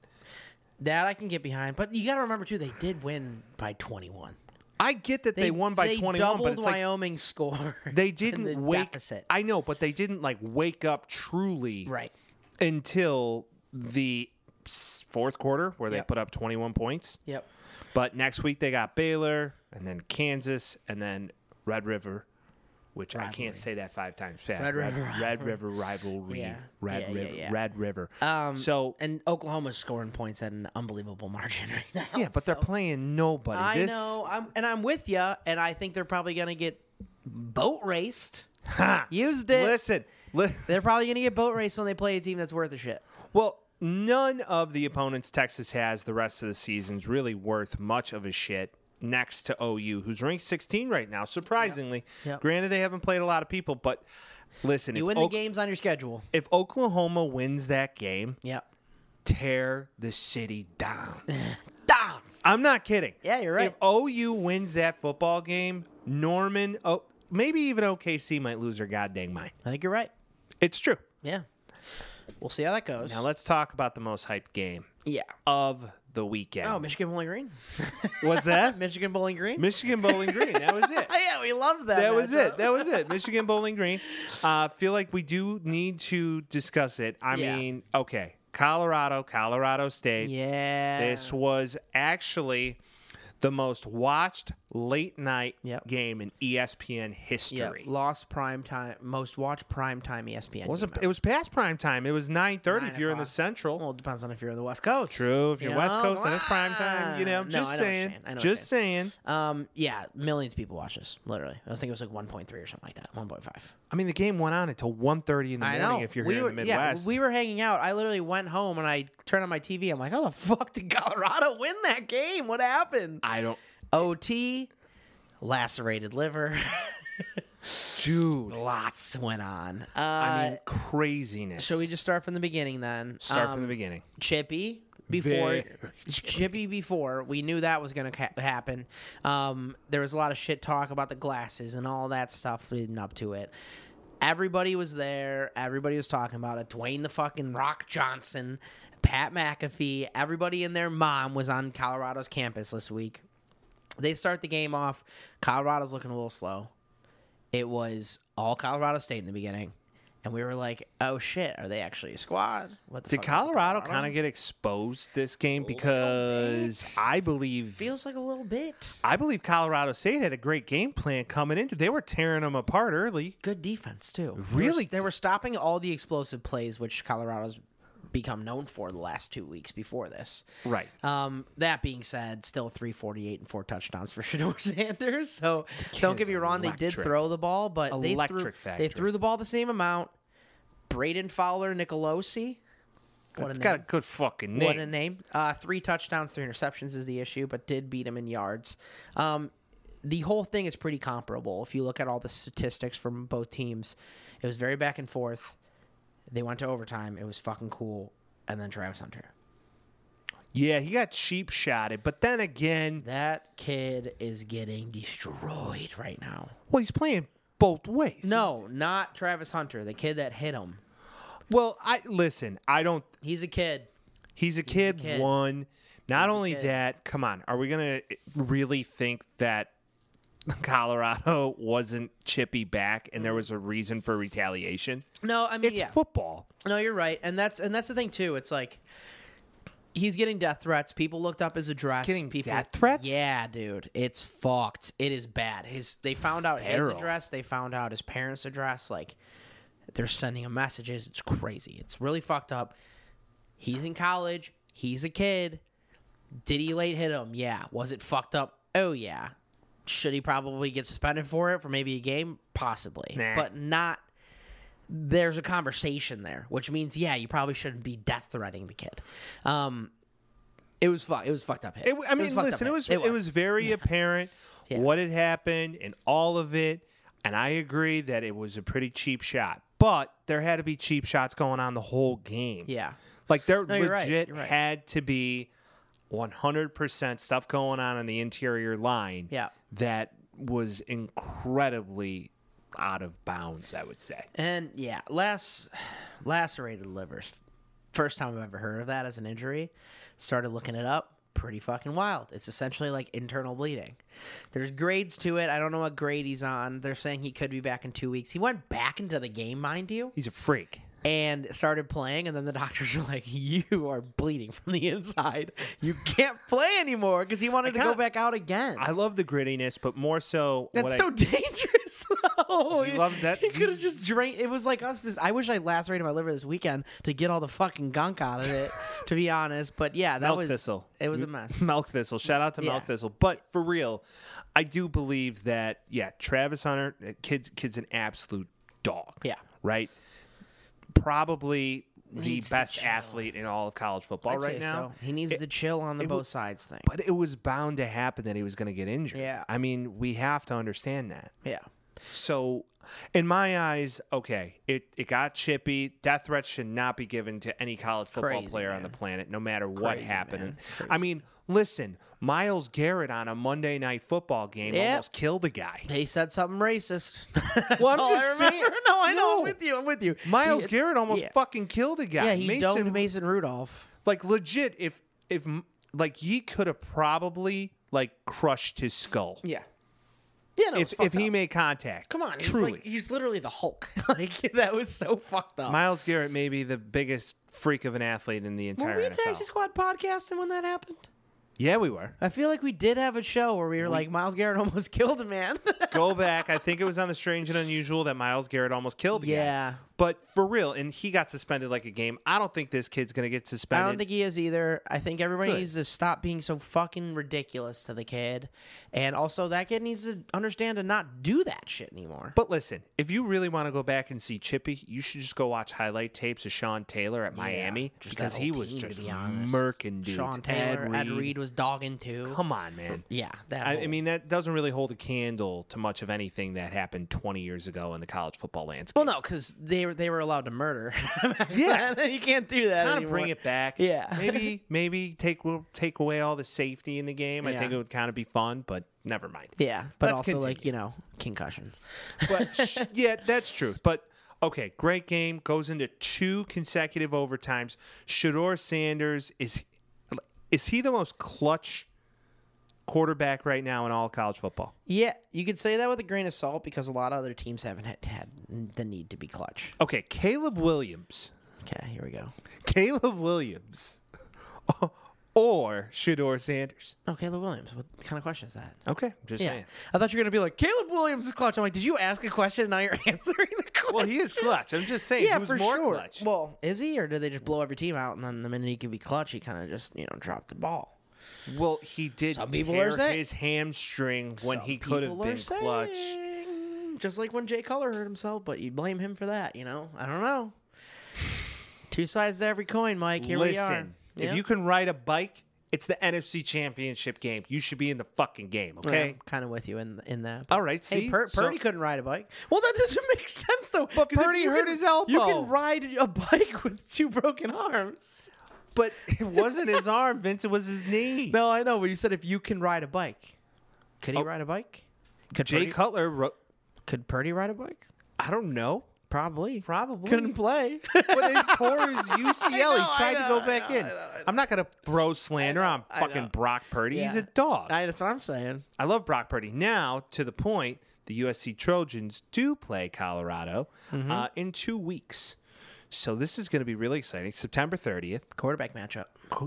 Speaker 2: That I can get behind, but you got to remember too, they did win by 21.
Speaker 1: I get that they, won by
Speaker 2: they
Speaker 1: 21,
Speaker 2: doubled
Speaker 1: but it's like
Speaker 2: Wyoming's score.
Speaker 1: they
Speaker 2: in
Speaker 1: didn't
Speaker 2: the
Speaker 1: wake
Speaker 2: deficit.
Speaker 1: I know, but they didn't like wake up truly
Speaker 2: right.
Speaker 1: until the s- fourth quarter where they
Speaker 2: Yep.
Speaker 1: put up 21 points.
Speaker 2: Yep.
Speaker 1: But next week they got Baylor and then Kansas and then Red River, which I can't say that five times fast.
Speaker 2: Red River
Speaker 1: Red, Red River rivalry.
Speaker 2: Yeah.
Speaker 1: Red
Speaker 2: Yeah, yeah,
Speaker 1: River.
Speaker 2: yeah.
Speaker 1: Red River.
Speaker 2: Um,
Speaker 1: so
Speaker 2: And Oklahoma's scoring points at an unbelievable margin right now.
Speaker 1: yeah, but they're
Speaker 2: so-
Speaker 1: playing nobody.
Speaker 2: I
Speaker 1: this,
Speaker 2: know, I'm, and I'm with you, and I think they're probably gonna get boat raced.
Speaker 1: Ha!
Speaker 2: Used it.
Speaker 1: listen, li-
Speaker 2: They're probably gonna get boat raced when they play a team that's worth a shit.
Speaker 1: Well, none of the opponents Texas has the rest of the season's really worth much of a shit next to OU, who's ranked 16 right now, surprisingly.
Speaker 2: Yep.
Speaker 1: Granted, they haven't played a lot of people, but listen,
Speaker 2: You
Speaker 1: if,
Speaker 2: win
Speaker 1: O-
Speaker 2: the games on your schedule.
Speaker 1: if Oklahoma wins that game,
Speaker 2: Yep.
Speaker 1: tear the city down.
Speaker 2: Down.
Speaker 1: I'm not kidding.
Speaker 2: Yeah, you're
Speaker 1: If
Speaker 2: right.
Speaker 1: OU wins that football game, Norman, oh, maybe even OKC might lose their goddamn mind.
Speaker 2: I think you're right.
Speaker 1: It's true.
Speaker 2: Yeah. We'll see how that goes.
Speaker 1: Now let's talk about the most hyped game
Speaker 2: yeah.
Speaker 1: of the weekend.
Speaker 2: Oh, Michigan Bowling Green.
Speaker 1: What's that?
Speaker 2: Michigan Bowling Green.
Speaker 1: Michigan Bowling Green. That was it.
Speaker 2: Oh, yeah, we loved that.
Speaker 1: That was
Speaker 2: matchup.
Speaker 1: it. That was it. Michigan Bowling Green. I uh, feel like we do need to discuss it. I
Speaker 2: Yeah.
Speaker 1: mean, okay, Colorado, Colorado State.
Speaker 2: yeah.
Speaker 1: This was actually the most watched late night
Speaker 2: Yep.
Speaker 1: game in E ESPN history.
Speaker 2: Yeah, lost prime time, most watched prime time E ESPN.
Speaker 1: was
Speaker 2: game
Speaker 1: it, it was past prime time. It was 9:30 if
Speaker 2: Nine
Speaker 1: you're in the
Speaker 2: o'clock. Oh,
Speaker 1: Central.
Speaker 2: Well, it depends on if you're on the West Coast.
Speaker 1: True. If
Speaker 2: You
Speaker 1: you're West
Speaker 2: know?
Speaker 1: Coast, then it's prime
Speaker 2: Ah.
Speaker 1: time. You know,
Speaker 2: No,
Speaker 1: just
Speaker 2: I know what you're
Speaker 1: saying.
Speaker 2: I know what you're
Speaker 1: just saying.
Speaker 2: Um, yeah, millions of people watch this. Literally, I think it was like 1.3 or something like that. 1.5.
Speaker 1: I mean, the game went on until 1.30 in the
Speaker 2: I
Speaker 1: morning
Speaker 2: know.
Speaker 1: if you're
Speaker 2: we
Speaker 1: here
Speaker 2: were,
Speaker 1: in the Midwest.
Speaker 2: Yeah, we were hanging out. I literally went home and I turned on my TV. I'm like, how the fuck did Colorado win that game? What happened?
Speaker 1: I don't,
Speaker 2: OT, lacerated liver.
Speaker 1: dude.
Speaker 2: Lots went on. Uh,
Speaker 1: I mean, craziness.
Speaker 2: shall we just start from the beginning then?
Speaker 1: start
Speaker 2: Um,
Speaker 1: from the beginning?
Speaker 2: Chippy before
Speaker 1: Very
Speaker 2: Chippy before we knew that was going to ca- happen. Um, there was a lot of shit talk about the glasses and all that stuff leading up to it. Everybody was there. Everybody was talking about it. Dwayne the fucking Rock Johnson, Pat McAfee. Everybody and their mom was on Colorado's campus this week. They start the game off. Colorado's looking a little slow. It was all Colorado State in the beginning. And we were like, "Oh shit, are they actually a squad?" What the
Speaker 1: Did
Speaker 2: fuck's up with
Speaker 1: Colorado kind of get exposed this game because I believe
Speaker 2: feels like a little bit.
Speaker 1: I believe Colorado State had a great game plan coming into. They were tearing them apart early.
Speaker 2: Good defense too. They were-
Speaker 1: Really?
Speaker 2: they were stopping all the explosive plays, which Colorado's become known for the last two weeks before this.
Speaker 1: Right.
Speaker 2: Um, that being said, still 348 and four touchdowns for Shador Sanders. So don't get
Speaker 1: is
Speaker 2: me wrong, they did
Speaker 1: electric.
Speaker 2: throw the ball, but they threw,
Speaker 1: Electric
Speaker 2: they
Speaker 1: factory.
Speaker 2: threw the ball the same amount. Braden Fowler, Nicolosi. What
Speaker 1: It's
Speaker 2: a
Speaker 1: got a
Speaker 2: name.
Speaker 1: good fucking
Speaker 2: What a
Speaker 1: name.
Speaker 2: name. Uh, three touchdowns, three interceptions is the issue, but did beat him in yards. Um, the whole thing is pretty comparable. If you look at all the statistics from both teams, it was very back and forth. They went to overtime. It was fucking cool. And then Travis Hunter.
Speaker 1: Yeah, he got cheap shotted, but then again,
Speaker 2: That kid is getting destroyed right now.
Speaker 1: well, he's playing both ways.
Speaker 2: No, not Travis Hunter, the kid that hit him.
Speaker 1: Well, I listen. I don't.
Speaker 2: He's a kid.
Speaker 1: He's a kid.
Speaker 2: kid.
Speaker 1: One. Not only
Speaker 2: kid.
Speaker 1: that. Come on. Are we gonna really think that Colorado wasn't chippy back and there was a reason for retaliation?
Speaker 2: No, I mean
Speaker 1: It's
Speaker 2: yeah.
Speaker 1: football.
Speaker 2: No, you're right, and that's and that's the thing too. It's like he's getting death threats. People looked up his address.
Speaker 1: getting
Speaker 2: People,
Speaker 1: death threats?
Speaker 2: Yeah, dude, it's fucked. It is bad. His they found out his
Speaker 1: Feral.
Speaker 2: address. They found out his parents' address. Like they're sending him messages. It's crazy. It's really fucked up. He's in college. He's a kid. Did he late hit him? Yeah. Was it fucked up? Oh yeah. Should he probably get suspended for it for maybe a game? Possibly,
Speaker 1: Nah.
Speaker 2: but not there's a conversation there, which means yeah, you probably shouldn't be death threatening the kid. Um, it was fuck. It was fucked up. Hit.
Speaker 1: It, I mean,
Speaker 2: fucked up
Speaker 1: listen, it
Speaker 2: hit.
Speaker 1: was, it was very apparent what had happened and all of it, and I agree that it was a pretty cheap shot. But there had to be cheap shots going on the whole game.
Speaker 2: yeah.
Speaker 1: like there
Speaker 2: you're right,
Speaker 1: legit
Speaker 2: you're right.
Speaker 1: had to be 100 percent stuff going on in the interior line.
Speaker 2: Yeah.
Speaker 1: that was incredibly out of bounds. I would say.
Speaker 2: And yeah, las- lacerated livers. First time I've ever heard of that as an injury. Started looking it up. Pretty fucking wild. It's essentially like internal bleeding. There's grades to it. I don't know what grade he's on. They're saying he could be back in two weeks. He went back into the game, mind you.
Speaker 1: He's a freak.
Speaker 2: and started playing and then the doctors were like you are bleeding from the inside you can't play anymore because he wanted to go
Speaker 1: kinda-
Speaker 2: back out again
Speaker 1: I love the grittiness, but more so.
Speaker 2: that's
Speaker 1: what
Speaker 2: so
Speaker 1: I,
Speaker 2: dangerous though
Speaker 1: He loves that.
Speaker 2: he could have just drained it was like us this i wish i lacerated my liver this weekend to get all the fucking gunk out of it to be honest but yeah that
Speaker 1: Milk
Speaker 2: was
Speaker 1: thistle.
Speaker 2: it was a mess
Speaker 1: Milk Thistle. Shout out to
Speaker 2: Yeah.
Speaker 1: Milk Thistle. But for real, I do believe that yeah, Travis Hunter, uh, kid's kid's an absolute dog.
Speaker 2: Yeah.
Speaker 1: Right. Probably
Speaker 2: Needs to
Speaker 1: the best
Speaker 2: chill.
Speaker 1: athlete in all of college football
Speaker 2: I'd say
Speaker 1: right now.
Speaker 2: so. he needs to chill on the both sides thing
Speaker 1: But it was bound to happen that he was going to get injured.
Speaker 2: Yeah.
Speaker 1: I mean, we have to understand that.
Speaker 2: yeah
Speaker 1: So, in my eyes, okay, it, it got chippy. Death threats should not be given to any college football
Speaker 2: Crazy,
Speaker 1: player on the planet, no matter what
Speaker 2: Crazy,
Speaker 1: happened.
Speaker 2: man.
Speaker 1: I mean, listen, Miles Garrett on a Monday night football game
Speaker 2: Yep.
Speaker 1: almost killed a guy.
Speaker 2: They said something racist. That's
Speaker 1: Well, I'm
Speaker 2: all I
Speaker 1: just
Speaker 2: remember.
Speaker 1: saying-
Speaker 2: No, I know.
Speaker 1: No.
Speaker 2: I'm with you. I'm with you.
Speaker 1: Miles
Speaker 2: He-
Speaker 1: Garrett almost
Speaker 2: yeah.
Speaker 1: fucking killed a guy.
Speaker 2: Yeah, he
Speaker 1: Mason,
Speaker 2: domed Mason Rudolph.
Speaker 1: like legit. If if like he could have probably like crushed his skull
Speaker 2: Yeah. Yeah, no,
Speaker 1: if if he made contact.
Speaker 2: Come on, he's
Speaker 1: truly.
Speaker 2: like he's literally the Hulk. like that was so fucked up.
Speaker 1: Miles Garrett may be the biggest freak of an athlete in the
Speaker 2: were
Speaker 1: entire
Speaker 2: we a
Speaker 1: NFL.
Speaker 2: Taxi Squad podcasting when that happened?
Speaker 1: Yeah, we were.
Speaker 2: I feel like we did have a show where we were like, Miles Garrett almost killed a man.
Speaker 1: Go back. I think it was on the Strange and Unusual that Miles Garrett almost killed. a guy.
Speaker 2: Yeah.
Speaker 1: but for real, and he got suspended like a game. I don't think this kid's gonna get
Speaker 2: I
Speaker 1: suspended.
Speaker 2: don't think he is either. I think everybody
Speaker 1: Good.
Speaker 2: needs to stop being so fucking ridiculous to the kid. And also, that kid needs to understand to not do that shit anymore.
Speaker 1: But listen, if you really want to go back and see Chippy, you should just go watch highlight tapes of Sean Taylor at Miami
Speaker 2: just that
Speaker 1: because
Speaker 2: whole
Speaker 1: he was
Speaker 2: team, to
Speaker 1: just
Speaker 2: be honest.
Speaker 1: murking dudes.
Speaker 2: Sean Taylor, Ed Reed.
Speaker 1: Reed.
Speaker 2: was dogging too.
Speaker 1: Come on, man.
Speaker 2: Yeah, that.
Speaker 1: I,
Speaker 2: whole-
Speaker 1: I mean, that doesn't really hold a candle to much of anything that happened 20 years ago in the college football landscape.
Speaker 2: well, no, because they were they were allowed to murder. back
Speaker 1: Yeah.
Speaker 2: then. you can't do that.
Speaker 1: kind of
Speaker 2: anymore.
Speaker 1: bring it back.
Speaker 2: Yeah.
Speaker 1: maybe maybe take take away all the safety in the game. I
Speaker 2: Yeah.
Speaker 1: think it would kind of be fun, but never mind.
Speaker 2: Yeah, but
Speaker 1: Let's
Speaker 2: also
Speaker 1: continue.
Speaker 2: like you know concussions.
Speaker 1: But sh- yeah, that's true. But okay, great game goes into two consecutive overtimes. Shador Sanders is is he the most clutch quarterback right now in all college football?
Speaker 2: Yeah, you could say that with a grain of salt because a lot of other teams haven't had, had the need to be clutch.
Speaker 1: Okay, Caleb Williams.
Speaker 2: Okay, here we go.
Speaker 1: Caleb Williams or Shador Sanders.
Speaker 2: Oh, Caleb Williams. What kind of question is that?
Speaker 1: Okay, I'm just
Speaker 2: Yeah,
Speaker 1: saying.
Speaker 2: I thought you were gonna be like Caleb Williams is clutch. I'm like, did you ask a question and now you're answering the question?
Speaker 1: Well, he is clutch. I'm just saying.
Speaker 2: yeah,
Speaker 1: who's
Speaker 2: for
Speaker 1: more
Speaker 2: sure.
Speaker 1: clutch?
Speaker 2: Well, is he, or do they just blow every team out and then the minute he can be clutch, he kind of just you know drop the ball?
Speaker 1: Well, he did
Speaker 2: Some people
Speaker 1: tear
Speaker 2: are saying-
Speaker 1: his hamstring when
Speaker 2: Some
Speaker 1: he could have
Speaker 2: people are
Speaker 1: been clutch.
Speaker 2: saying, Just like when Jay Cutler hurt himself, but you blame him for that, you know? I don't know. Two sides to every coin, Mike. Here we are.
Speaker 1: Listen,
Speaker 2: Yeah.
Speaker 1: if you can ride a bike, it's the NFC Championship game. You should be in the fucking game,
Speaker 2: Yeah,
Speaker 1: okay?
Speaker 2: I'm kind of with you in in that.
Speaker 1: All right, see?
Speaker 2: Hey, Pur-
Speaker 1: So-
Speaker 2: Purdy couldn't ride a bike. Well, that doesn't make sense though. But
Speaker 1: Purdy hurt his elbow.
Speaker 2: You can ride a bike with two broken arms.
Speaker 1: But it wasn't his arm, Vince. It was his knee.
Speaker 2: No, I know, but you said if you can ride a bike, could
Speaker 1: Oh.
Speaker 2: he ride a bike? Could
Speaker 1: Jay
Speaker 2: Purdy,
Speaker 1: Cutler, ro-
Speaker 2: could Purdy ride a bike?
Speaker 1: I don't know.
Speaker 2: Probably.
Speaker 1: Probably.
Speaker 2: Couldn't play.
Speaker 1: but he tore his UCL.
Speaker 2: know,
Speaker 1: he tried
Speaker 2: I
Speaker 1: to go
Speaker 2: know, I
Speaker 1: back
Speaker 2: know,
Speaker 1: in.
Speaker 2: I know, I know.
Speaker 1: I'm not going to throw slander on
Speaker 2: I
Speaker 1: fucking
Speaker 2: know.
Speaker 1: Brock Purdy. He's a
Speaker 2: Yeah.
Speaker 1: dog.
Speaker 2: I, that's what I'm saying.
Speaker 1: I love Brock Purdy. Now, to the point, the USC Trojans do play Colorado
Speaker 2: Mm-hmm.
Speaker 1: uh, in two weeks. So this is going to be really exciting. September 30th,
Speaker 2: Quarterback matchup.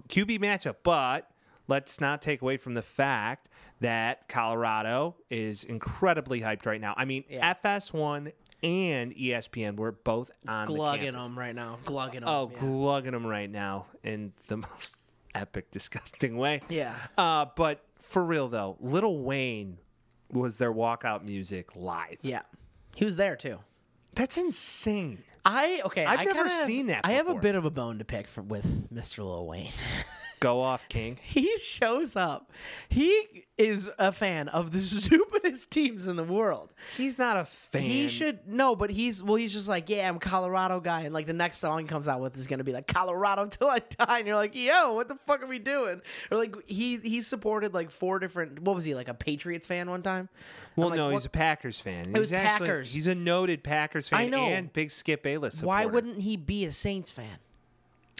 Speaker 1: Q- QB matchup. But let's not take away from the fact that Colorado is incredibly hyped right now. I mean,
Speaker 2: Yeah.
Speaker 1: FS1 and E ESPN were both on the
Speaker 2: Glugging
Speaker 1: campus.
Speaker 2: them right now. Glugging them.
Speaker 1: Oh,
Speaker 2: yeah.
Speaker 1: glugging them right now in the most epic, disgusting way.
Speaker 2: Yeah.
Speaker 1: Uh, but for real though, Little Wayne was their walkout music live.
Speaker 2: yeah. He was there too.
Speaker 1: That's insane.
Speaker 2: I okay.
Speaker 1: I've
Speaker 2: I
Speaker 1: never
Speaker 2: kinda-
Speaker 1: seen that
Speaker 2: I have a
Speaker 1: before.
Speaker 2: bit of a bone to pick for, with Mr. Lil Wayne.
Speaker 1: Go off, King.
Speaker 2: he shows up. He is a fan of the stupidest teams in the world.
Speaker 1: He's not a fan.
Speaker 2: He should no, but he's well. He's just like, yeah, I'm a Colorado guy, and like the next song he comes out with is gonna be like Colorado till I die, and you're like, yo, what the fuck are we doing? Or like he he supported like four different. What was he like a Patriots fan one time?
Speaker 1: Well,
Speaker 2: I'm like,
Speaker 1: no,
Speaker 2: what-
Speaker 1: he's a Packers fan. It
Speaker 2: was Packers.
Speaker 1: He's a noted Packers fan.
Speaker 2: I know.
Speaker 1: And big Skip Bayless. Supporter.
Speaker 2: Why wouldn't he be a Saints fan?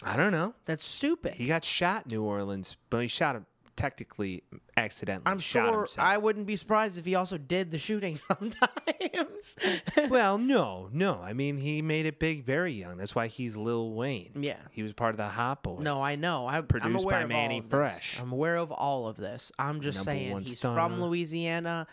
Speaker 1: I don't know?
Speaker 2: That's stupid.
Speaker 1: He got shot in New Orleans, but he shot him technically accidentally.
Speaker 2: I'm
Speaker 1: shot
Speaker 2: sure
Speaker 1: himself.
Speaker 2: I wouldn't be surprised if he also did the shooting sometimes.
Speaker 1: Well, no, no. I mean, he made it big very young. That's why he's Lil Wayne.
Speaker 2: Yeah.
Speaker 1: He was part of the Hot Boys.
Speaker 2: no, I know. I, I'm
Speaker 1: Produced
Speaker 2: aware
Speaker 1: by
Speaker 2: of
Speaker 1: Manny
Speaker 2: all of this.
Speaker 1: Fresh.
Speaker 2: I'm aware of all of this. I'm just
Speaker 1: Number
Speaker 2: saying
Speaker 1: one
Speaker 2: he's
Speaker 1: star.
Speaker 2: from Louisiana.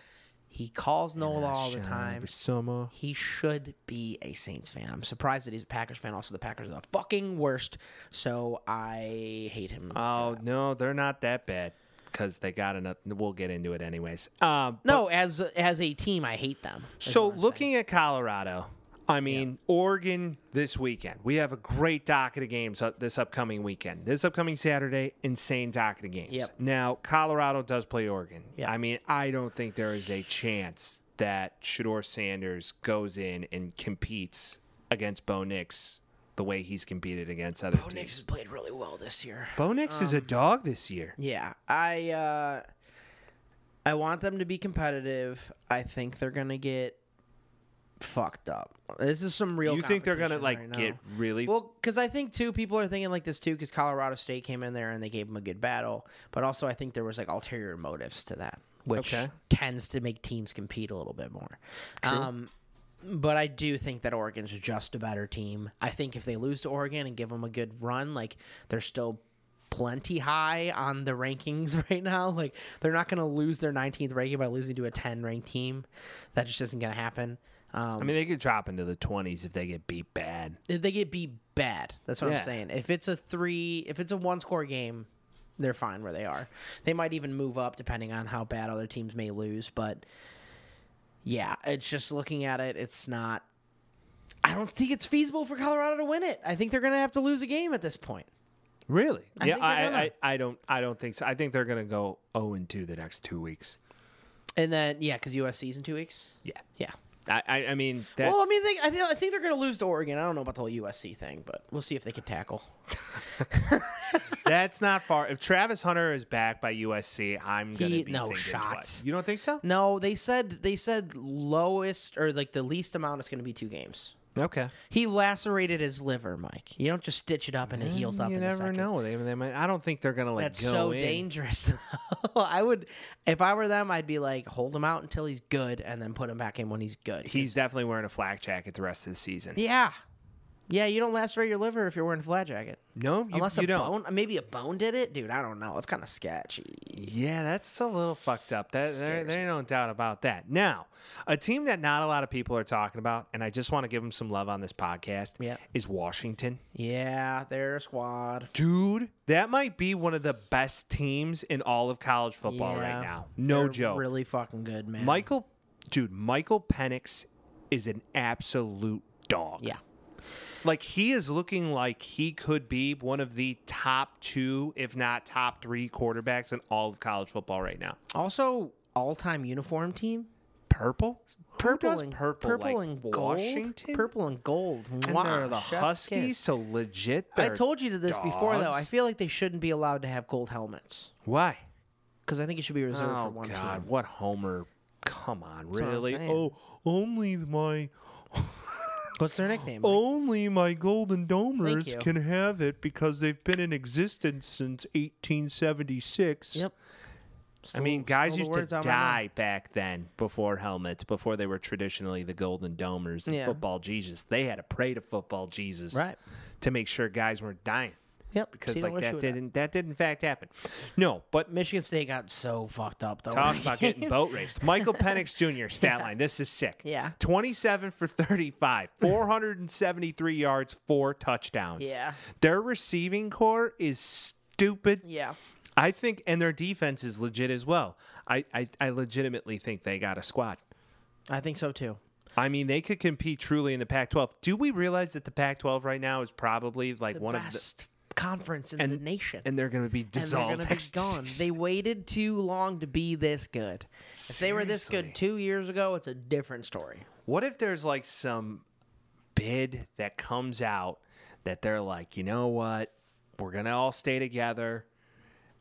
Speaker 2: He calls Noel all the
Speaker 1: Shine
Speaker 2: time.
Speaker 1: For summer.
Speaker 2: He should be a Saints fan. I'm surprised that he's a Packers fan. Also, the Packers are the fucking worst. So I hate him.
Speaker 1: Oh no, they're not that bad because they got enough. We'll get into it anyways. Um,
Speaker 2: no, as as a team, I hate them. That's
Speaker 1: so
Speaker 2: what I'm
Speaker 1: looking at Colorado, I mean Oregon this weekend. We have a great docket of games uh, this upcoming weekend. This upcoming Saturday, insane docket of games.
Speaker 2: Yep.
Speaker 1: Now Colorado does play Oregon.
Speaker 2: Yep.
Speaker 1: I mean, I don't think there is a chance that Shador Sanders goes in and competes against Bo Nix the way he's competed against other
Speaker 2: Bo
Speaker 1: teams.
Speaker 2: Nix Um, has played really well this year.
Speaker 1: Bo Nix is a dog this year.
Speaker 2: Yeah, I uh, I want them to be competitive. I think they're gonna get fucked up. This is some real.
Speaker 1: You think they're gonna
Speaker 2: competition
Speaker 1: like
Speaker 2: right now.
Speaker 1: get really?
Speaker 2: Well, because I think too, people are thinking like this too, because Colorado State came in there and they gave them a good battle, but also I think there was like ulterior motives to that, which
Speaker 1: Okay.
Speaker 2: tends to make teams compete a little bit more. Um, but I do think that Oregon's just a better team. I think if they lose to Oregon and give them a good run, like they're still plenty high on the rankings right now. Like they're not going to lose their 19th ranking by losing to a 10 ranked team. That just isn't going to happen. Um,
Speaker 1: I mean, they could drop into the twenties if they get beat bad.
Speaker 2: if they get beat bad. That's what
Speaker 1: Yeah.
Speaker 2: I'm saying. If it's a three, if it's a one score game, they're fine where they are. They might even move up depending on how bad other teams may lose. But yeah, it's just looking at it, it's not. I don't think it's feasible for Colorado to win it. I think they're going to have to lose a game at this point.
Speaker 1: Really? yeah,
Speaker 2: think they're
Speaker 1: I,
Speaker 2: gonna.
Speaker 1: I, I don't, I don't think so. I think they're gonna go zero and two the next two weeks.
Speaker 2: And then yeah, because USC's in two weeks.
Speaker 1: Yeah.
Speaker 2: Yeah.
Speaker 1: I, I, I mean, that's,
Speaker 2: Well, I mean, they, I think I think they're going to lose to Oregon. I don't know about the whole USC thing, but we'll see if they can tackle.
Speaker 1: that's not far. If Travis Hunter is back by USC, I'm gonna
Speaker 2: He-
Speaker 1: be
Speaker 2: no
Speaker 1: thinking
Speaker 2: shot.
Speaker 1: twice. You don't think so?
Speaker 2: No, they said they said lowest or like the least amount is going to be two games.
Speaker 1: Okay.
Speaker 2: He lacerated his liver, Mike. You don't just stitch it up and it heals up
Speaker 1: Mm, You
Speaker 2: in a
Speaker 1: never
Speaker 2: second.
Speaker 1: know. They, they might. I don't think they're gonna like
Speaker 2: That's
Speaker 1: go
Speaker 2: so
Speaker 1: in.
Speaker 2: dangerous. though. I would, if I were them, I'd be like, hold him out until he's good, and then put him back in when he's good.
Speaker 1: He's definitely wearing a flak jacket the rest of the season.
Speaker 2: yeah, yeah. You don't lacerate your liver if you're wearing a flat jacket,
Speaker 1: No, you,
Speaker 2: unless
Speaker 1: you
Speaker 2: a
Speaker 1: don't.
Speaker 2: bone, maybe a bone did it, dude. I don't know. It's kind of sketchy.
Speaker 1: Yeah, that's a little fucked up. That there, there ain't no doubt about that. Now, a team that not a lot of people are talking about, and I just want to give them some love on this podcast.
Speaker 2: Yeah.
Speaker 1: is Washington,
Speaker 2: Yeah, their squad.
Speaker 1: dude. That might be one of the best teams in all of college football
Speaker 2: Yeah.
Speaker 1: right now. No
Speaker 2: They're
Speaker 1: joke.
Speaker 2: Really fucking good, man.
Speaker 1: Michael, dude, Michael Penix is an absolute dog.
Speaker 2: Yeah.
Speaker 1: Like he is looking like he could be one of the top two, if not top three quarterbacks in all of college football right now.
Speaker 2: Also, all-time uniform team.
Speaker 1: Purple?
Speaker 2: purple
Speaker 1: Who does
Speaker 2: and
Speaker 1: purple,
Speaker 2: purple
Speaker 1: like
Speaker 2: and
Speaker 1: Washington?
Speaker 2: gold. Purple and gold.
Speaker 1: And
Speaker 2: Mwah,
Speaker 1: they're the
Speaker 2: chef's
Speaker 1: Huskies,
Speaker 2: kiss.
Speaker 1: so legit.
Speaker 2: I
Speaker 1: they're-
Speaker 2: told you to this before, though. I
Speaker 1: dogs.
Speaker 2: feel like they shouldn't be allowed to have gold helmets
Speaker 1: why?
Speaker 2: because I think it should be reserved for
Speaker 1: Oh
Speaker 2: one
Speaker 1: God,
Speaker 2: team.
Speaker 1: what Homer? Come on,
Speaker 2: what I'm
Speaker 1: really?
Speaker 2: saying.
Speaker 1: Oh, only my
Speaker 2: What's their nickname? Mike?
Speaker 1: only my Golden
Speaker 2: you.
Speaker 1: Domers can have it because they've been in existence since 1876.
Speaker 2: Yep.
Speaker 1: I mean, guys
Speaker 2: stole the
Speaker 1: used to
Speaker 2: words out of my mouth.
Speaker 1: die back then before helmets, before they were traditionally the Golden Domers and
Speaker 2: Yeah.
Speaker 1: football Jesus. They had to pray to football Jesus
Speaker 2: Right.
Speaker 1: to make sure guys weren't dying.
Speaker 2: Yep.
Speaker 1: because
Speaker 2: See, no
Speaker 1: like
Speaker 2: issue
Speaker 1: that
Speaker 2: with that.
Speaker 1: didn't that. did in fact happen. No, but
Speaker 2: Michigan State got so fucked up though.
Speaker 1: talk about getting boat raced. Michael Penix Jr. stat line. This is sick.
Speaker 2: Yeah.
Speaker 1: 27 for 35, 473 yards, four touchdowns.
Speaker 2: Yeah.
Speaker 1: Their receiving core is stupid.
Speaker 2: yeah.
Speaker 1: I think and their defense is legit as well. I I, I legitimately think they got a squad.
Speaker 2: I think so too.
Speaker 1: I mean, they could compete truly in the Pac-12. Do we realize that the Pac-12 right now is probably like one of the
Speaker 2: Best conference in the nation.
Speaker 1: and they're going to be
Speaker 2: and they're
Speaker 1: dissolved.
Speaker 2: gonna be
Speaker 1: next
Speaker 2: gone.
Speaker 1: season.
Speaker 2: They waited too long to be this good. If they were this
Speaker 1: Seriously.
Speaker 2: good two years ago, it's a different story.
Speaker 1: What if there's like some bid that comes out that they're like, you know what? We're going to all stay together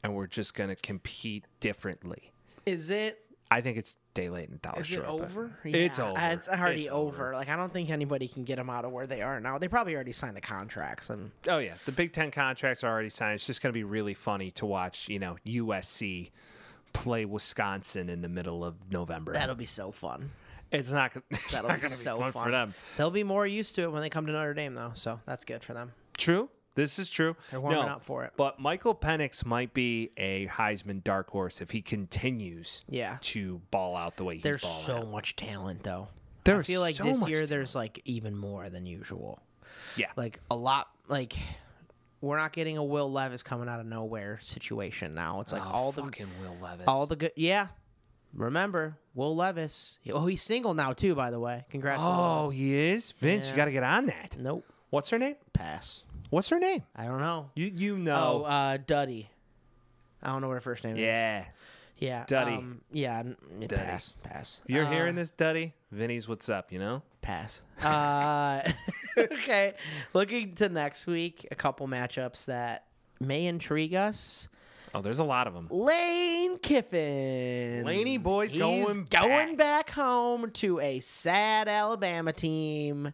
Speaker 1: and we're just going to compete differently.
Speaker 2: Is it?
Speaker 1: I think it's day late and dollar
Speaker 2: Is
Speaker 1: short.
Speaker 2: it
Speaker 1: but
Speaker 2: over?
Speaker 1: It's
Speaker 2: Yeah,
Speaker 1: over.
Speaker 2: It's already
Speaker 1: It's
Speaker 2: over. Like I don't think anybody can get them out of where they are now. They probably already signed the contracts and
Speaker 1: Oh, yeah. The Big Ten contracts are already signed. It's just going to be really funny to watch, you know, USC play Wisconsin in the middle of November.
Speaker 2: that'll be so fun.
Speaker 1: it's not, gonna- it's not
Speaker 2: That'll
Speaker 1: going
Speaker 2: be
Speaker 1: to be
Speaker 2: so
Speaker 1: fun, for them.
Speaker 2: They'll be more used to it when they come to Notre Dame though, so that's good for them.
Speaker 1: True. This is true.
Speaker 2: They're warming up for it.
Speaker 1: But Michael Penix might be a Heisman dark horse if he continues
Speaker 2: Yeah.
Speaker 1: to ball out the way he's
Speaker 2: There's
Speaker 1: balling
Speaker 2: so
Speaker 1: out.
Speaker 2: much talent though. I
Speaker 1: There's
Speaker 2: feel like
Speaker 1: so
Speaker 2: this
Speaker 1: much
Speaker 2: year
Speaker 1: talent.
Speaker 2: there's like even more than usual.
Speaker 1: Yeah.
Speaker 2: Like a lot like we're not getting a Will Levis coming out of nowhere situation now. It's like all the
Speaker 1: Oh, fucking Will Levis.
Speaker 2: all the good yeah. Remember, Will Levis. Oh, he's single now too, by the way. Congrats. Will Levis.
Speaker 1: oh, he is? Vince, you
Speaker 2: Yeah.
Speaker 1: got to get on that.
Speaker 2: Nope.
Speaker 1: What's her name?
Speaker 2: Pass.
Speaker 1: What's her name?
Speaker 2: I don't know.
Speaker 1: You you
Speaker 2: Oh,
Speaker 1: know.
Speaker 2: uh, Duddy. I don't know what her first name is.
Speaker 1: yeah.
Speaker 2: Yeah.
Speaker 1: Duddy.
Speaker 2: Um, yeah. n- Pass. Pass.
Speaker 1: You're hearing this, Duddy? Vinny's what's up, you know?
Speaker 2: Pass. Uh, okay. Looking to next week, a couple matchups that may intrigue us.
Speaker 1: Oh, there's a lot of them.
Speaker 2: Lane Kiffin.
Speaker 1: Laney boy's
Speaker 2: He's
Speaker 1: going
Speaker 2: going back home to a sad Alabama team.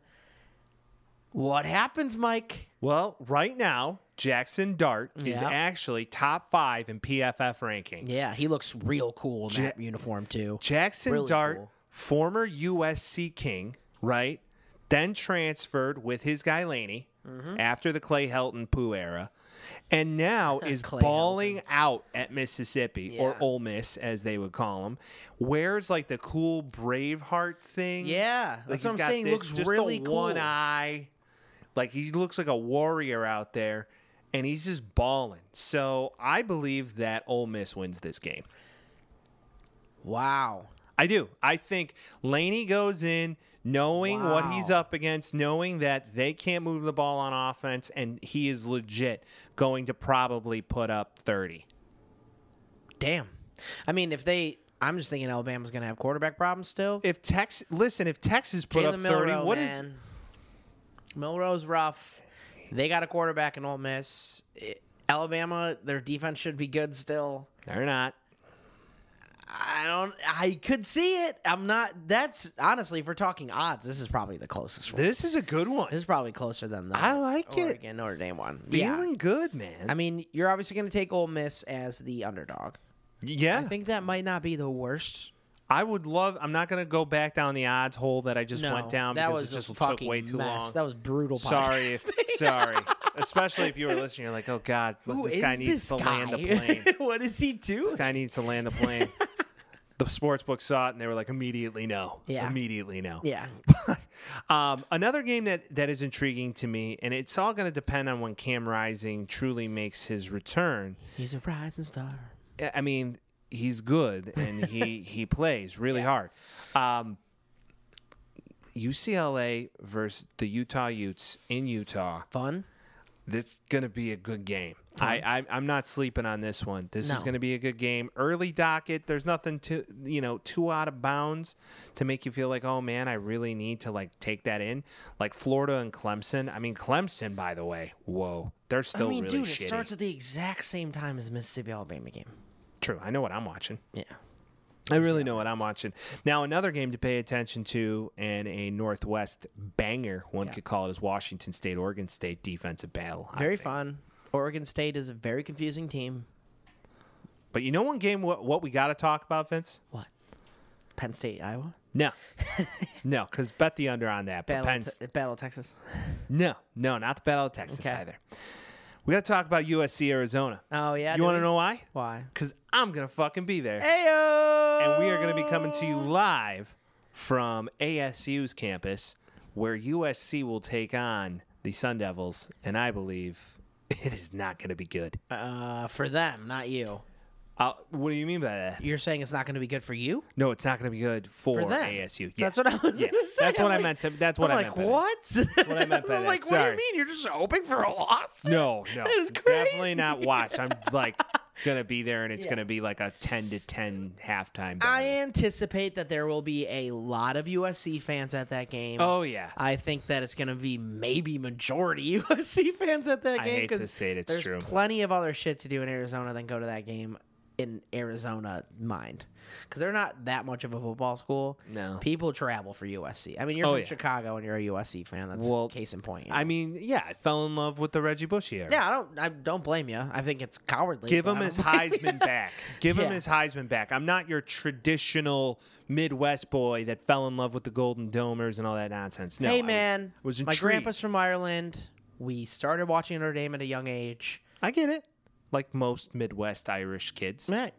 Speaker 2: What happens, Mike?
Speaker 1: Well, right now, Jackson Dart is
Speaker 2: Yeah.
Speaker 1: actually top five in PFF rankings.
Speaker 2: Yeah, he looks real cool in that uniform too.
Speaker 1: Jackson
Speaker 2: Really
Speaker 1: Dart,
Speaker 2: cool.
Speaker 1: former USC King, right? Then transferred with his guy Laney
Speaker 2: Mm-hmm.
Speaker 1: after the Clay Helton poo era. And now is
Speaker 2: Clay
Speaker 1: balling out at Mississippi or
Speaker 2: Yeah.
Speaker 1: Ole Miss, as they would call him. Wears like the cool Braveheart thing.
Speaker 2: Yeah,
Speaker 1: Like
Speaker 2: that's
Speaker 1: he's
Speaker 2: what I'm
Speaker 1: got
Speaker 2: saying.
Speaker 1: this-
Speaker 2: Looks
Speaker 1: just
Speaker 2: really
Speaker 1: the
Speaker 2: cool.
Speaker 1: One eye, like he looks like a warrior out there, and he's just balling. So I believe that Ole Miss wins this game.
Speaker 2: Wow.
Speaker 1: I do. I think Laney goes in knowing what he's
Speaker 2: Wow.
Speaker 1: up against, knowing that they can't move the ball on offense, and he is legit going to probably put up thirty.
Speaker 2: Damn. I mean, if they, I'm just thinking Alabama's gonna have quarterback problems still.
Speaker 1: If Tex, listen, if Texas put up
Speaker 2: Jalen
Speaker 1: thirty,
Speaker 2: Milrow,
Speaker 1: what is?
Speaker 2: man. Milrow's rough. They got a quarterback in Ole Miss. It- Alabama, their defense should be good still.
Speaker 1: They're not.
Speaker 2: I don't. I could see it. I'm not. That's honestly, if we're talking odds, this is probably the closest one.
Speaker 1: This is a good one.
Speaker 2: This is probably closer than the
Speaker 1: I like it.
Speaker 2: Oregon, Notre Dame one. Yeah.
Speaker 1: Feeling good, man.
Speaker 2: I mean, you're obviously going to take Ole Miss as the underdog.
Speaker 1: yeah.
Speaker 2: I think that might not be the worst.
Speaker 1: I would love. I'm not gonna go back down the odds hole that I just
Speaker 2: No,
Speaker 1: went down
Speaker 2: that
Speaker 1: because
Speaker 2: was
Speaker 1: it
Speaker 2: a
Speaker 1: just took
Speaker 2: fucking
Speaker 1: way too
Speaker 2: mess.
Speaker 1: long.
Speaker 2: That was brutal.
Speaker 1: sorry,
Speaker 2: podcast.
Speaker 1: if, sorry. Especially if you were listening, you're like, oh god,
Speaker 2: Who
Speaker 1: this guy
Speaker 2: is
Speaker 1: needs
Speaker 2: this
Speaker 1: to land the
Speaker 2: guy?
Speaker 1: plane.
Speaker 2: what does he do?
Speaker 1: This guy needs to land the plane. the sports book saw it and they were like, immediately no,
Speaker 2: Yeah.
Speaker 1: immediately no.
Speaker 2: Yeah,
Speaker 1: Um, another game that that is intriguing to me, and it's all gonna depend on when Cam Rising truly makes his return.
Speaker 2: he's a rising star.
Speaker 1: I- I mean, he's good and he he plays really hard. Um, UCLA versus the Utah Utes in Utah.
Speaker 2: Fun.
Speaker 1: That's gonna be a good game. I, I I'm not sleeping on this one. This is
Speaker 2: No.
Speaker 1: gonna be a good game. Early docket. There's nothing to you know too out of bounds to make you feel like oh man I really need to like take that in. Like Florida and Clemson. I mean Clemson by the way. Whoa, they're still
Speaker 2: I mean,
Speaker 1: really
Speaker 2: dude,
Speaker 1: shitty.
Speaker 2: it starts at the exact same time as Mississippi Alabama game.
Speaker 1: True. I know what I'm watching.
Speaker 2: Yeah.
Speaker 1: I really know what I'm watching. Now, another game to pay attention to and a Northwest banger, one could call it, is Washington State, Oregon State defensive battle. I
Speaker 2: Very
Speaker 1: think.
Speaker 2: fun. Oregon State is a very confusing team.
Speaker 1: But you know, one game, what, what we got to talk about, Vince?
Speaker 2: What? Penn State, Iowa.
Speaker 1: No. no, because bet the under on that. But
Speaker 2: Battle,
Speaker 1: Penn,
Speaker 2: of Te- Battle of Texas.
Speaker 1: no, no, not the Battle of Texas
Speaker 2: Okay.
Speaker 1: either. We got to talk about USC, Arizona.
Speaker 2: Oh yeah.
Speaker 1: you want to know why?
Speaker 2: why?
Speaker 1: Because I'm going to fucking be there.
Speaker 2: Ayo.
Speaker 1: And we are going to be coming to you live from ASU's campus, where USC will take on the Sun Devils. And I believe it is not going to be good.
Speaker 2: Uh, for them, not you.
Speaker 1: Uh, what do you mean by that?
Speaker 2: You're saying it's not going to be good for you?
Speaker 1: No, it's not going to be good for,
Speaker 2: For them.
Speaker 1: ASU. Yeah.
Speaker 2: That's what I was
Speaker 1: Yeah.
Speaker 2: going to say.
Speaker 1: That's
Speaker 2: I'm
Speaker 1: what I
Speaker 2: like-
Speaker 1: meant. To, that's
Speaker 2: I'm
Speaker 1: what I
Speaker 2: like,
Speaker 1: meant. by that.
Speaker 2: what? That's
Speaker 1: what I meant by
Speaker 2: I'm
Speaker 1: that.
Speaker 2: like,
Speaker 1: Sorry.
Speaker 2: what do you mean? You're just hoping for a loss?
Speaker 1: No, no,
Speaker 2: That is
Speaker 1: definitely
Speaker 2: crazy.
Speaker 1: not. Watch, I'm like gonna be there, and it's gonna be like a ten to ten halftime.
Speaker 2: I
Speaker 1: battle.
Speaker 2: anticipate that there will be a lot of USC fans at that game.
Speaker 1: Oh yeah,
Speaker 2: I think that it's going to be maybe majority USC fans at that game.
Speaker 1: I hate to
Speaker 2: 'cause
Speaker 1: say it, it's
Speaker 2: there's
Speaker 1: true.
Speaker 2: plenty of other shit to do in Arizona than go to that game in Arizona mind. Because they're not that much of a football school.
Speaker 1: No.
Speaker 2: People travel for USC. I mean, you're
Speaker 1: Oh,
Speaker 2: from
Speaker 1: yeah.
Speaker 2: Chicago and you're a USC fan. That's
Speaker 1: Well,
Speaker 2: case in point. you know?
Speaker 1: I mean, yeah, I fell in love with the Reggie Bush era.
Speaker 2: yeah, I don't I don't blame you. I think it's cowardly.
Speaker 1: Give
Speaker 2: but
Speaker 1: him
Speaker 2: I
Speaker 1: his
Speaker 2: don't blame you.
Speaker 1: Heisman back. Give him
Speaker 2: Yeah.
Speaker 1: his Heisman back. I'm not your traditional Midwest boy that fell in love with the Golden Domers and all that nonsense. No, I
Speaker 2: hey
Speaker 1: was-
Speaker 2: man,
Speaker 1: was,
Speaker 2: my
Speaker 1: intrigued.
Speaker 2: grandpa's from Ireland. We started watching Notre Dame at a young age.
Speaker 1: I get it. Like most Midwest Irish kids,
Speaker 2: Right,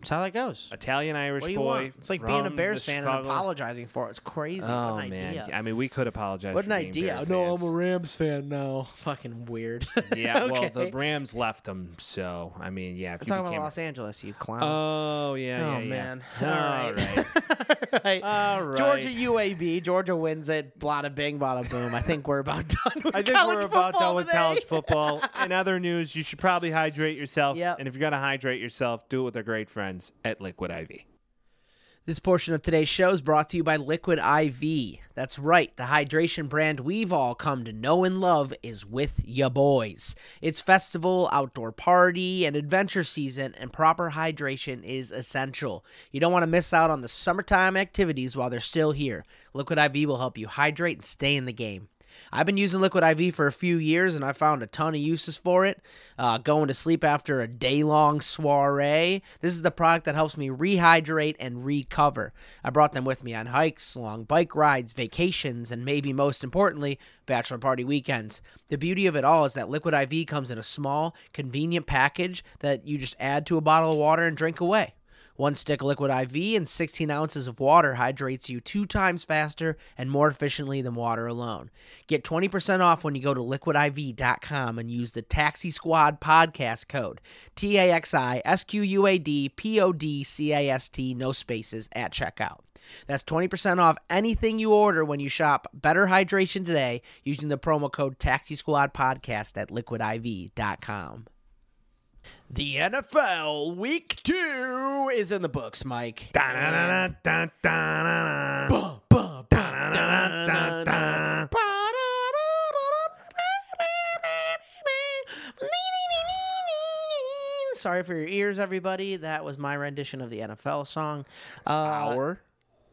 Speaker 2: that's how that goes.
Speaker 1: Italian Irish
Speaker 2: What do you
Speaker 1: boy.
Speaker 2: want? It's like being a
Speaker 1: from
Speaker 2: Bears
Speaker 1: the
Speaker 2: fan and
Speaker 1: Chicago-
Speaker 2: apologizing for it. It's crazy.
Speaker 1: Oh
Speaker 2: what an
Speaker 1: man,
Speaker 2: idea!
Speaker 1: I mean, we could apologize.
Speaker 2: what
Speaker 1: for
Speaker 2: an
Speaker 1: being
Speaker 2: idea!
Speaker 1: Bear fans.
Speaker 2: Rams fan now. Fucking weird.
Speaker 1: Yeah,
Speaker 2: Okay.
Speaker 1: well, the Rams left him, so I mean, yeah. If
Speaker 2: I'm
Speaker 1: you
Speaker 2: talking about
Speaker 1: became-
Speaker 2: Los Angeles, you clown.
Speaker 1: Oh yeah, yeah,
Speaker 2: oh
Speaker 1: yeah.
Speaker 2: man!
Speaker 1: All right.
Speaker 2: All right.
Speaker 1: All right.
Speaker 2: Georgia UAB. Georgia wins it. Blada bing, bada boom. I think we're about done. With
Speaker 1: I think
Speaker 2: college
Speaker 1: we're about
Speaker 2: football
Speaker 1: done with
Speaker 2: today.
Speaker 1: college football. In other news, you should probably hydrate yourself.
Speaker 2: Yep.
Speaker 1: And if you're going to hydrate yourself, do it with a great friend. friends at Liquid IV.
Speaker 2: This portion of today's show is brought to you by Liquid IV. That's right, the hydration brand we've all come to know and love is with ya boys. It's festival, outdoor party, and adventure season, and proper hydration is essential. You don't want to miss out on the summertime activities while they're still here. Liquid IV will help you hydrate and stay in the game. I've been using Liquid IV for a few years and I found a ton of uses for it. Uh, going to sleep after a day long soiree. This is the product that helps me rehydrate and recover. I brought them with me on hikes, long bike rides, vacations, and maybe most importantly, bachelor party weekends. The beauty of it all is that Liquid IV comes in a small, convenient package that you just add to a bottle of water and drink away. One stick of liquid IV and 16 ounces of water hydrates you two times faster and more efficiently than water alone. Get 20% off when you go to liquidiv.com and use the Taxi Squad podcast code T A X I S Q U A D P O D C A S T, no spaces at checkout. That's 20% off anything you order when you shop Better Hydration today using the promo code Taxi Squad Podcast at liquidiv.com. The NFL Week Two is in the books, Mike. And-
Speaker 1: Da-na-na-na-da-da-na-na.
Speaker 2: Bum, bum, bum, da-na-na-na.
Speaker 1: Da-na-na-na-da.
Speaker 2: Sorry for your ears, everybody. That was my rendition of the NFL song. Uh,
Speaker 1: Our,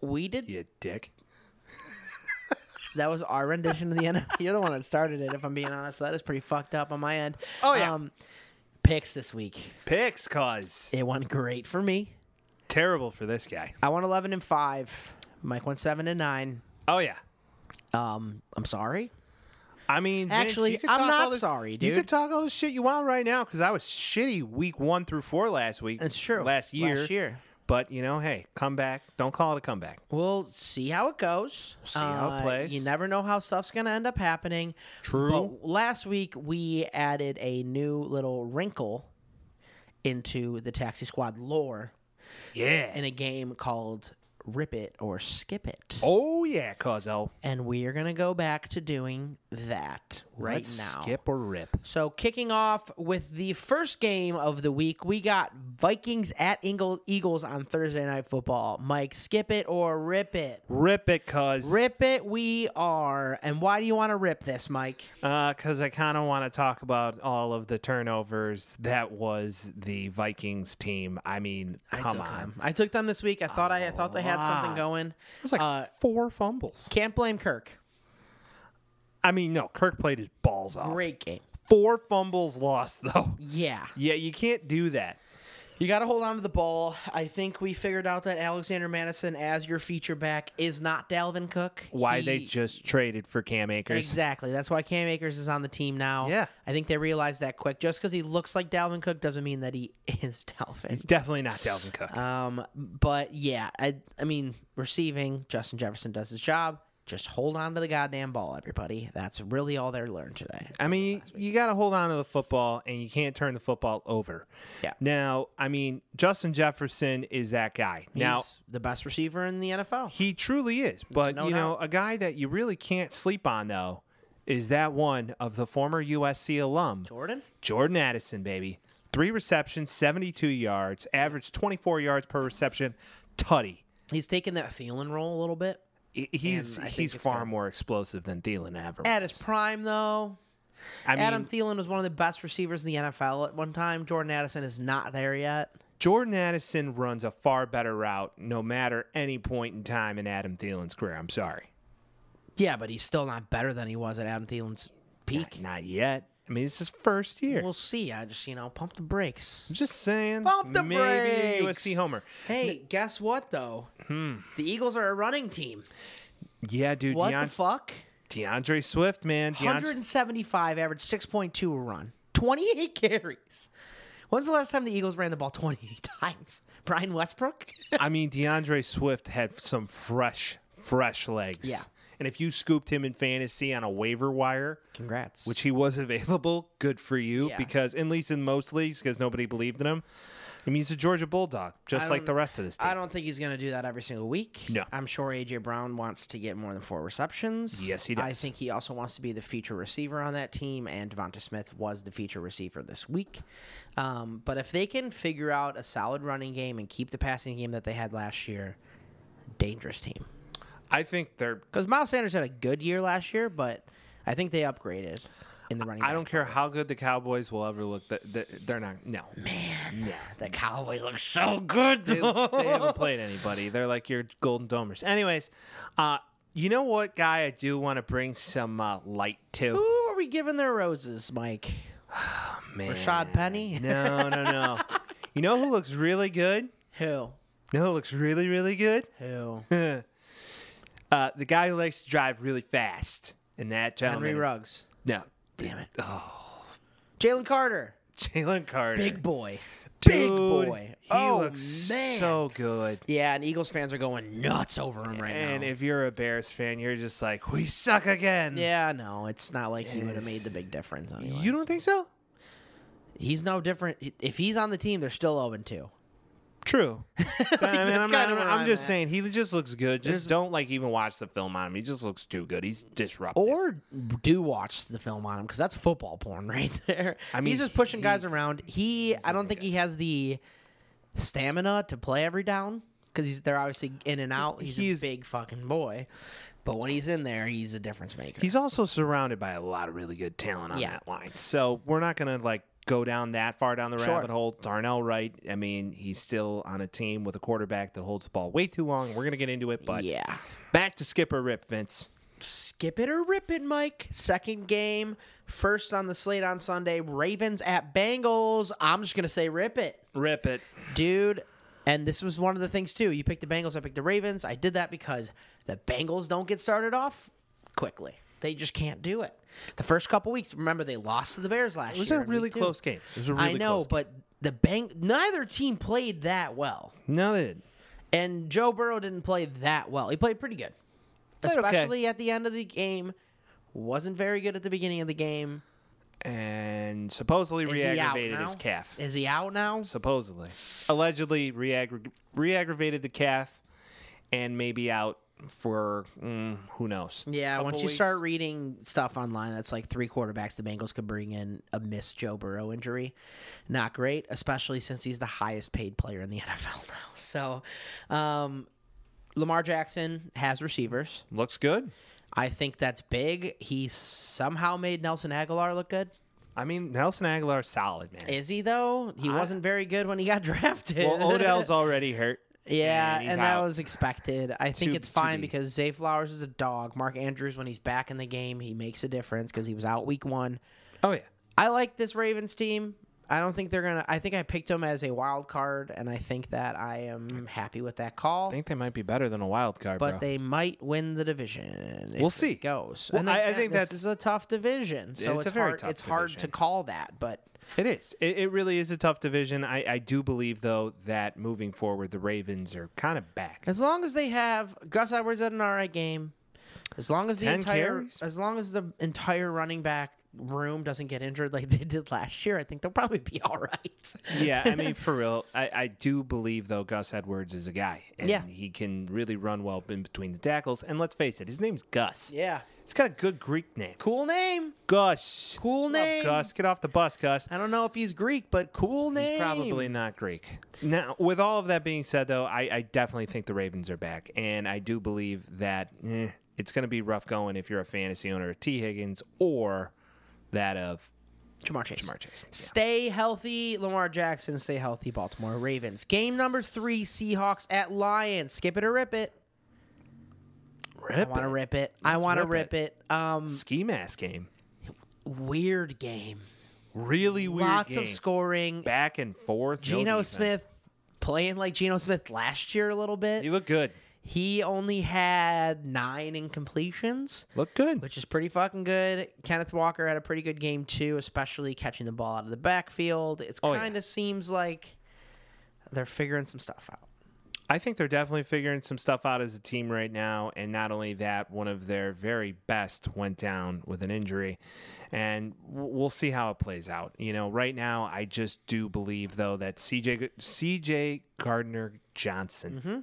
Speaker 2: We did.
Speaker 1: you dick.
Speaker 2: That was our rendition of the NFL. You're the one that started it. If I'm being honest, that is pretty fucked up on my end.
Speaker 1: Oh, yeah.
Speaker 2: Um, picks this week.
Speaker 1: Picks, cause
Speaker 2: It went great for me.
Speaker 1: terrible for this guy.
Speaker 2: I won 11 and five. Mike won seven and nine.
Speaker 1: Oh yeah.
Speaker 2: Um, I'm sorry.
Speaker 1: I mean, Vince,
Speaker 2: Actually,
Speaker 1: you could
Speaker 2: I'm
Speaker 1: talk
Speaker 2: not
Speaker 1: all this-
Speaker 2: sorry,
Speaker 1: You
Speaker 2: dude.
Speaker 1: could talk all the shit you want right now because I was shitty week one through four last week.
Speaker 2: That's true.
Speaker 1: Last year.
Speaker 2: Last year.
Speaker 1: But you know, hey, come back. Don't call it a comeback.
Speaker 2: We'll see how it goes. Uh,
Speaker 1: see how it plays.
Speaker 2: You never know how stuff's going to end up happening.
Speaker 1: True.
Speaker 2: But last week, we added a new little wrinkle into the Taxi Squad lore
Speaker 1: Yeah.
Speaker 2: in a game called Rip It or Skip It.
Speaker 1: oh yeah, Cuzzo.
Speaker 2: And we are going to go back to doing that right
Speaker 1: Let's
Speaker 2: now.
Speaker 1: Skip or rip.
Speaker 2: So, kicking off with the first game of the week, we got Vikings at Ingle- Eagles on Thursday Night Football. Mike, skip it or rip it?
Speaker 1: Rip it, cuz.
Speaker 2: Rip it, we are. And why do you want to rip this, Mike?
Speaker 1: Because uh, I kind of want to talk about all of the turnovers that was the Vikings team. I mean, come
Speaker 2: took
Speaker 1: on.
Speaker 2: them. I took them this week. I thought I, I thought they had something
Speaker 1: lot.
Speaker 2: going.
Speaker 1: It was like
Speaker 2: Uh,
Speaker 1: four fumbles.
Speaker 2: Oh, Can't blame Kirk.
Speaker 1: I mean, no, Kirk played his balls off.
Speaker 2: Great game.
Speaker 1: Four fumbles lost, though.
Speaker 2: Yeah.
Speaker 1: Yeah, you can't do that.
Speaker 2: You got to hold on to the ball. I think we figured out that Alexander Madison as your feature back is not Dalvin Cook.
Speaker 1: Why they
Speaker 2: He-
Speaker 1: just traded for Cam Akers.
Speaker 2: Exactly. That's why Cam Akers is on the team now.
Speaker 1: Yeah.
Speaker 2: I think they realized that quick. Just because he looks like Dalvin Cook doesn't mean that he is Dalvin.
Speaker 1: It's definitely not Dalvin Cook.
Speaker 2: Um, but yeah, I I mean, receiving Justin Jefferson does his job. Just hold on to the goddamn ball, everybody. That's really all they learned today.
Speaker 1: I mean,
Speaker 2: uh,
Speaker 1: you got to hold on to the football and you can't turn the football over.
Speaker 2: Yeah.
Speaker 1: Now, I mean, Justin Jefferson is that guy. now,
Speaker 2: He's the best receiver in the NFL.
Speaker 1: he truly is. But,
Speaker 2: no
Speaker 1: you know, a guy that you really can't sleep on, though, is that one of the former USC alum,
Speaker 2: Jordan.
Speaker 1: Jordan Addison, baby. Three receptions, 72 yards, average 24 yards per reception. Tutty.
Speaker 2: He's taking that feeling role a little bit.
Speaker 1: He- He's
Speaker 2: And I think
Speaker 1: he's
Speaker 2: it's
Speaker 1: far
Speaker 2: good.
Speaker 1: more explosive than Thielen ever.
Speaker 2: At
Speaker 1: was.
Speaker 2: his prime, though,
Speaker 1: I mean,
Speaker 2: Adam Thielen was one of the best receivers in the NFL at one time. Jordan Addison is not there yet.
Speaker 1: Jordan Addison runs a far better route no matter any point in time in Adam Thielen's career. I'm sorry.
Speaker 2: Yeah, but he's still not better than he was at Adam Thielen's peak.
Speaker 1: Not yet. I mean, it's his first year.
Speaker 2: We'll see. I just, you know, pump the brakes.
Speaker 1: I'm just saying.
Speaker 2: Bump the
Speaker 1: maybe a
Speaker 2: brakes.
Speaker 1: USC homer.
Speaker 2: Hey, guess what though? The Eagles are a running team.
Speaker 1: Yeah, dude.
Speaker 2: What
Speaker 1: Deon-
Speaker 2: the fuck?
Speaker 1: DeAndre Swift, man. DeAndre-
Speaker 2: 175 average 6.2 a run. 28 carries. When's the last time the Eagles ran the ball 28 times? Brian Westbrook?
Speaker 1: I mean, DeAndre Swift had some fresh, fresh legs.
Speaker 2: Yeah.
Speaker 1: And if you scooped him in fantasy on a waiver wire,
Speaker 2: Congrats.
Speaker 1: which he was available, good for you
Speaker 2: Yeah.
Speaker 1: because at least in most leagues because nobody believed in him. I mean, he's a Georgia Bulldog, just like
Speaker 2: don't-
Speaker 1: the rest of this team.
Speaker 2: I don't think he's going to do that every single week.
Speaker 1: No.
Speaker 2: I'm sure AJ Brown wants to get more than four receptions.
Speaker 1: Yes, he
Speaker 2: I
Speaker 1: does.
Speaker 2: think he also wants to be the feature receiver on that team, and Devonta Smith was the feature receiver this week. Um, but if they can figure out a solid running game and keep the passing game that they had last year, dangerous team.
Speaker 1: I think they're
Speaker 2: Because Miles Sanders had a good year last year, but I think they upgraded in the running.
Speaker 1: I don't care how good the Cowboys will ever look. th- th- They're not. No,
Speaker 2: Man, the Cowboys look so good.
Speaker 1: they, they haven't played anybody. They're like your Golden Domers. Anyways, uh, you know what guy I do want to bring some uh, light to?
Speaker 2: Who are we giving their roses, Mike?
Speaker 1: Man.
Speaker 2: Rashad Penny?
Speaker 1: No, no, no. you know who looks really good?
Speaker 2: Who?
Speaker 1: You know who looks really, really good?
Speaker 2: Who?
Speaker 1: Uh, the guy who likes to drive really fast. And that gentleman.
Speaker 2: Henry Ruggs.
Speaker 1: No,
Speaker 2: Damn it. Oh. Jalen Carter.
Speaker 1: Jalen Carter.
Speaker 2: Big boy. Big
Speaker 1: Dude,
Speaker 2: boy.
Speaker 1: He
Speaker 2: oh,
Speaker 1: looks
Speaker 2: man.
Speaker 1: so good.
Speaker 2: yeah, and Eagles fans are going nuts over him right
Speaker 1: And
Speaker 2: now.
Speaker 1: if you're a Bears fan, you're just like, we suck again.
Speaker 2: yeah, no, it's not like he would have made the big difference. Anyway.
Speaker 1: You don't think so?
Speaker 2: he's no different. If he's on the team, they're still 0 2.
Speaker 1: True. I mean, I'm, not-
Speaker 2: kind of where
Speaker 1: I'm
Speaker 2: I'm
Speaker 1: just
Speaker 2: at.
Speaker 1: saying he just looks good. Just don't like even watch the film on him. He just looks too good. He's disruptive.
Speaker 2: Or do watch the film on him because that's football porn right there. I
Speaker 1: mean,
Speaker 2: mean, he's just pushing guys around. He, I don't think he has the stamina to play every down because he's they're obviously in and out. He's,
Speaker 1: He's-
Speaker 2: a big fucking boy, but when he's in there, he's a difference maker.
Speaker 1: He's also surrounded by a lot of really good talent on
Speaker 2: Yeah.
Speaker 1: that line. So we're not gonna like go down that far down the
Speaker 2: Sure.
Speaker 1: rabbit hole. Darnell Wright. I mean, he's still on a team with a quarterback that holds the ball way too long. We're gonna get into it, but
Speaker 2: yeah,
Speaker 1: back to Skipper Rip Vince.
Speaker 2: skip it or rip it, Mike. Second game, first on the slate on Sunday. Ravens at Bengals. I'm just gonna say rip it.
Speaker 1: Rip it.
Speaker 2: dude. And this was one of the things too. You picked the Bengals, I picked the Ravens. I did that because the Bengals don't get started off quickly. They just can't do it. The first couple weeks, remember they lost to the Bears last
Speaker 1: It was
Speaker 2: year.
Speaker 1: a
Speaker 2: in
Speaker 1: really
Speaker 2: week two.
Speaker 1: close game. It was a really
Speaker 2: I know,
Speaker 1: close
Speaker 2: but the bang neither team played that well.
Speaker 1: game. No, they didn't.
Speaker 2: And Joe Burrow didn't play that well. He played pretty good.
Speaker 1: Played okay.
Speaker 2: Especially at the end of the game. Wasn't very good at the beginning of the game.
Speaker 1: And supposedly
Speaker 2: Is he out
Speaker 1: re-aggravated
Speaker 2: now?
Speaker 1: his calf.
Speaker 2: Is he out now?
Speaker 1: supposedly, allegedly reaggra- re-aggravated the calf, and maybe out for mm, who knows.
Speaker 2: Yeah,
Speaker 1: Couple
Speaker 2: once you
Speaker 1: weeks.
Speaker 2: start reading stuff online, that's like three quarterbacks the Bengals could bring in a missed Joe Burrow injury. Not great, especially since he's the highest paid player in the NFL now. So, um, Lamar Jackson has receivers.
Speaker 1: looks good.
Speaker 2: I think that's big. He somehow made Nelson Aguilar look good.
Speaker 1: I mean, Nelson Aguilar solid man.
Speaker 2: Is he though? He wasn't very good when he got drafted.
Speaker 1: well, Odell's already hurt.
Speaker 2: Yeah,
Speaker 1: and he's
Speaker 2: and, that
Speaker 1: out.
Speaker 2: was expected. I think
Speaker 1: To-
Speaker 2: it's
Speaker 1: to
Speaker 2: fine
Speaker 1: be.
Speaker 2: because Zay Flowers is a dog. Mark Andrews, when he's back in the game, he makes a difference because he was out week one.
Speaker 1: Oh yeah,
Speaker 2: I like this Ravens team. I don't think they're gonna. I think I picked them as a wild card, and I think that I am happy with that call.
Speaker 1: I think they might be better than a wild card,
Speaker 2: But
Speaker 1: bro.
Speaker 2: they might win the division. if
Speaker 1: We'll
Speaker 2: it
Speaker 1: see.
Speaker 2: goes.
Speaker 1: Well,
Speaker 2: and
Speaker 1: I- I
Speaker 2: again,
Speaker 1: think
Speaker 2: this
Speaker 1: that's-
Speaker 2: is a tough division, so
Speaker 1: It's
Speaker 2: it's,
Speaker 1: a very
Speaker 2: hard.
Speaker 1: tough
Speaker 2: it's hard to
Speaker 1: division.
Speaker 2: call that, but
Speaker 1: it is. It, it really is a tough division. I, I do believe though that moving forward, the Ravens are kind of back.
Speaker 2: As long as they have Gus Edwards at an all right game, as long as the
Speaker 1: 10
Speaker 2: entire
Speaker 1: carries?
Speaker 2: as long as the entire running back room doesn't get injured like they did last year, I think they'll probably be all right.
Speaker 1: yeah, I mean for real, I, I do believe though Gus Edwards is a guy, and
Speaker 2: Yeah.
Speaker 1: he can really run well in between the tackles. And let's face it, his name's Gus.
Speaker 2: Yeah.
Speaker 1: He's got a good Greek name.
Speaker 2: Cool name.
Speaker 1: Gus.
Speaker 2: Cool
Speaker 1: Love
Speaker 2: name.
Speaker 1: Gus. Get off the bus, Gus.
Speaker 2: I don't know if he's Greek, but cool name.
Speaker 1: He's probably not Greek. Now, with all of that being said, though, I, I definitely think the Ravens are back, and I do believe that eh, it's going to be rough going if you're a fantasy owner of T. Higgins or that of
Speaker 2: Jamar Chase.
Speaker 1: Jamar Chase.
Speaker 2: Stay healthy, Lamar Jackson. Stay healthy, Baltimore Ravens. Game number three, Seahawks at Lions. Skip it or rip it. I
Speaker 1: Rip
Speaker 2: want to
Speaker 1: it.
Speaker 2: rip it. I want to
Speaker 1: rip
Speaker 2: rip it. Um,
Speaker 1: ski mask game.
Speaker 2: weird game.
Speaker 1: Really weird.
Speaker 2: Lots
Speaker 1: game.
Speaker 2: of scoring.
Speaker 1: back and forth. no
Speaker 2: Geno
Speaker 1: defense.
Speaker 2: Smith playing like Geno Smith last year a little
Speaker 1: You
Speaker 2: bit.
Speaker 1: look good.
Speaker 2: He only had nine incompletions,
Speaker 1: Look good.
Speaker 2: which is pretty fucking good. Kenneth Walker had a pretty good game too, especially catching the ball out of the backfield. It's
Speaker 1: Oh, yeah.
Speaker 2: kind of seems like they're figuring some stuff out.
Speaker 1: I think they're definitely figuring some stuff out as a team right now. And not only that, one of their very best went down with an injury. And w- we'll see how it plays out. You know, right now, I just do believe, though, that CJ, G- CJ Gardner Johnson
Speaker 2: Mm-hmm.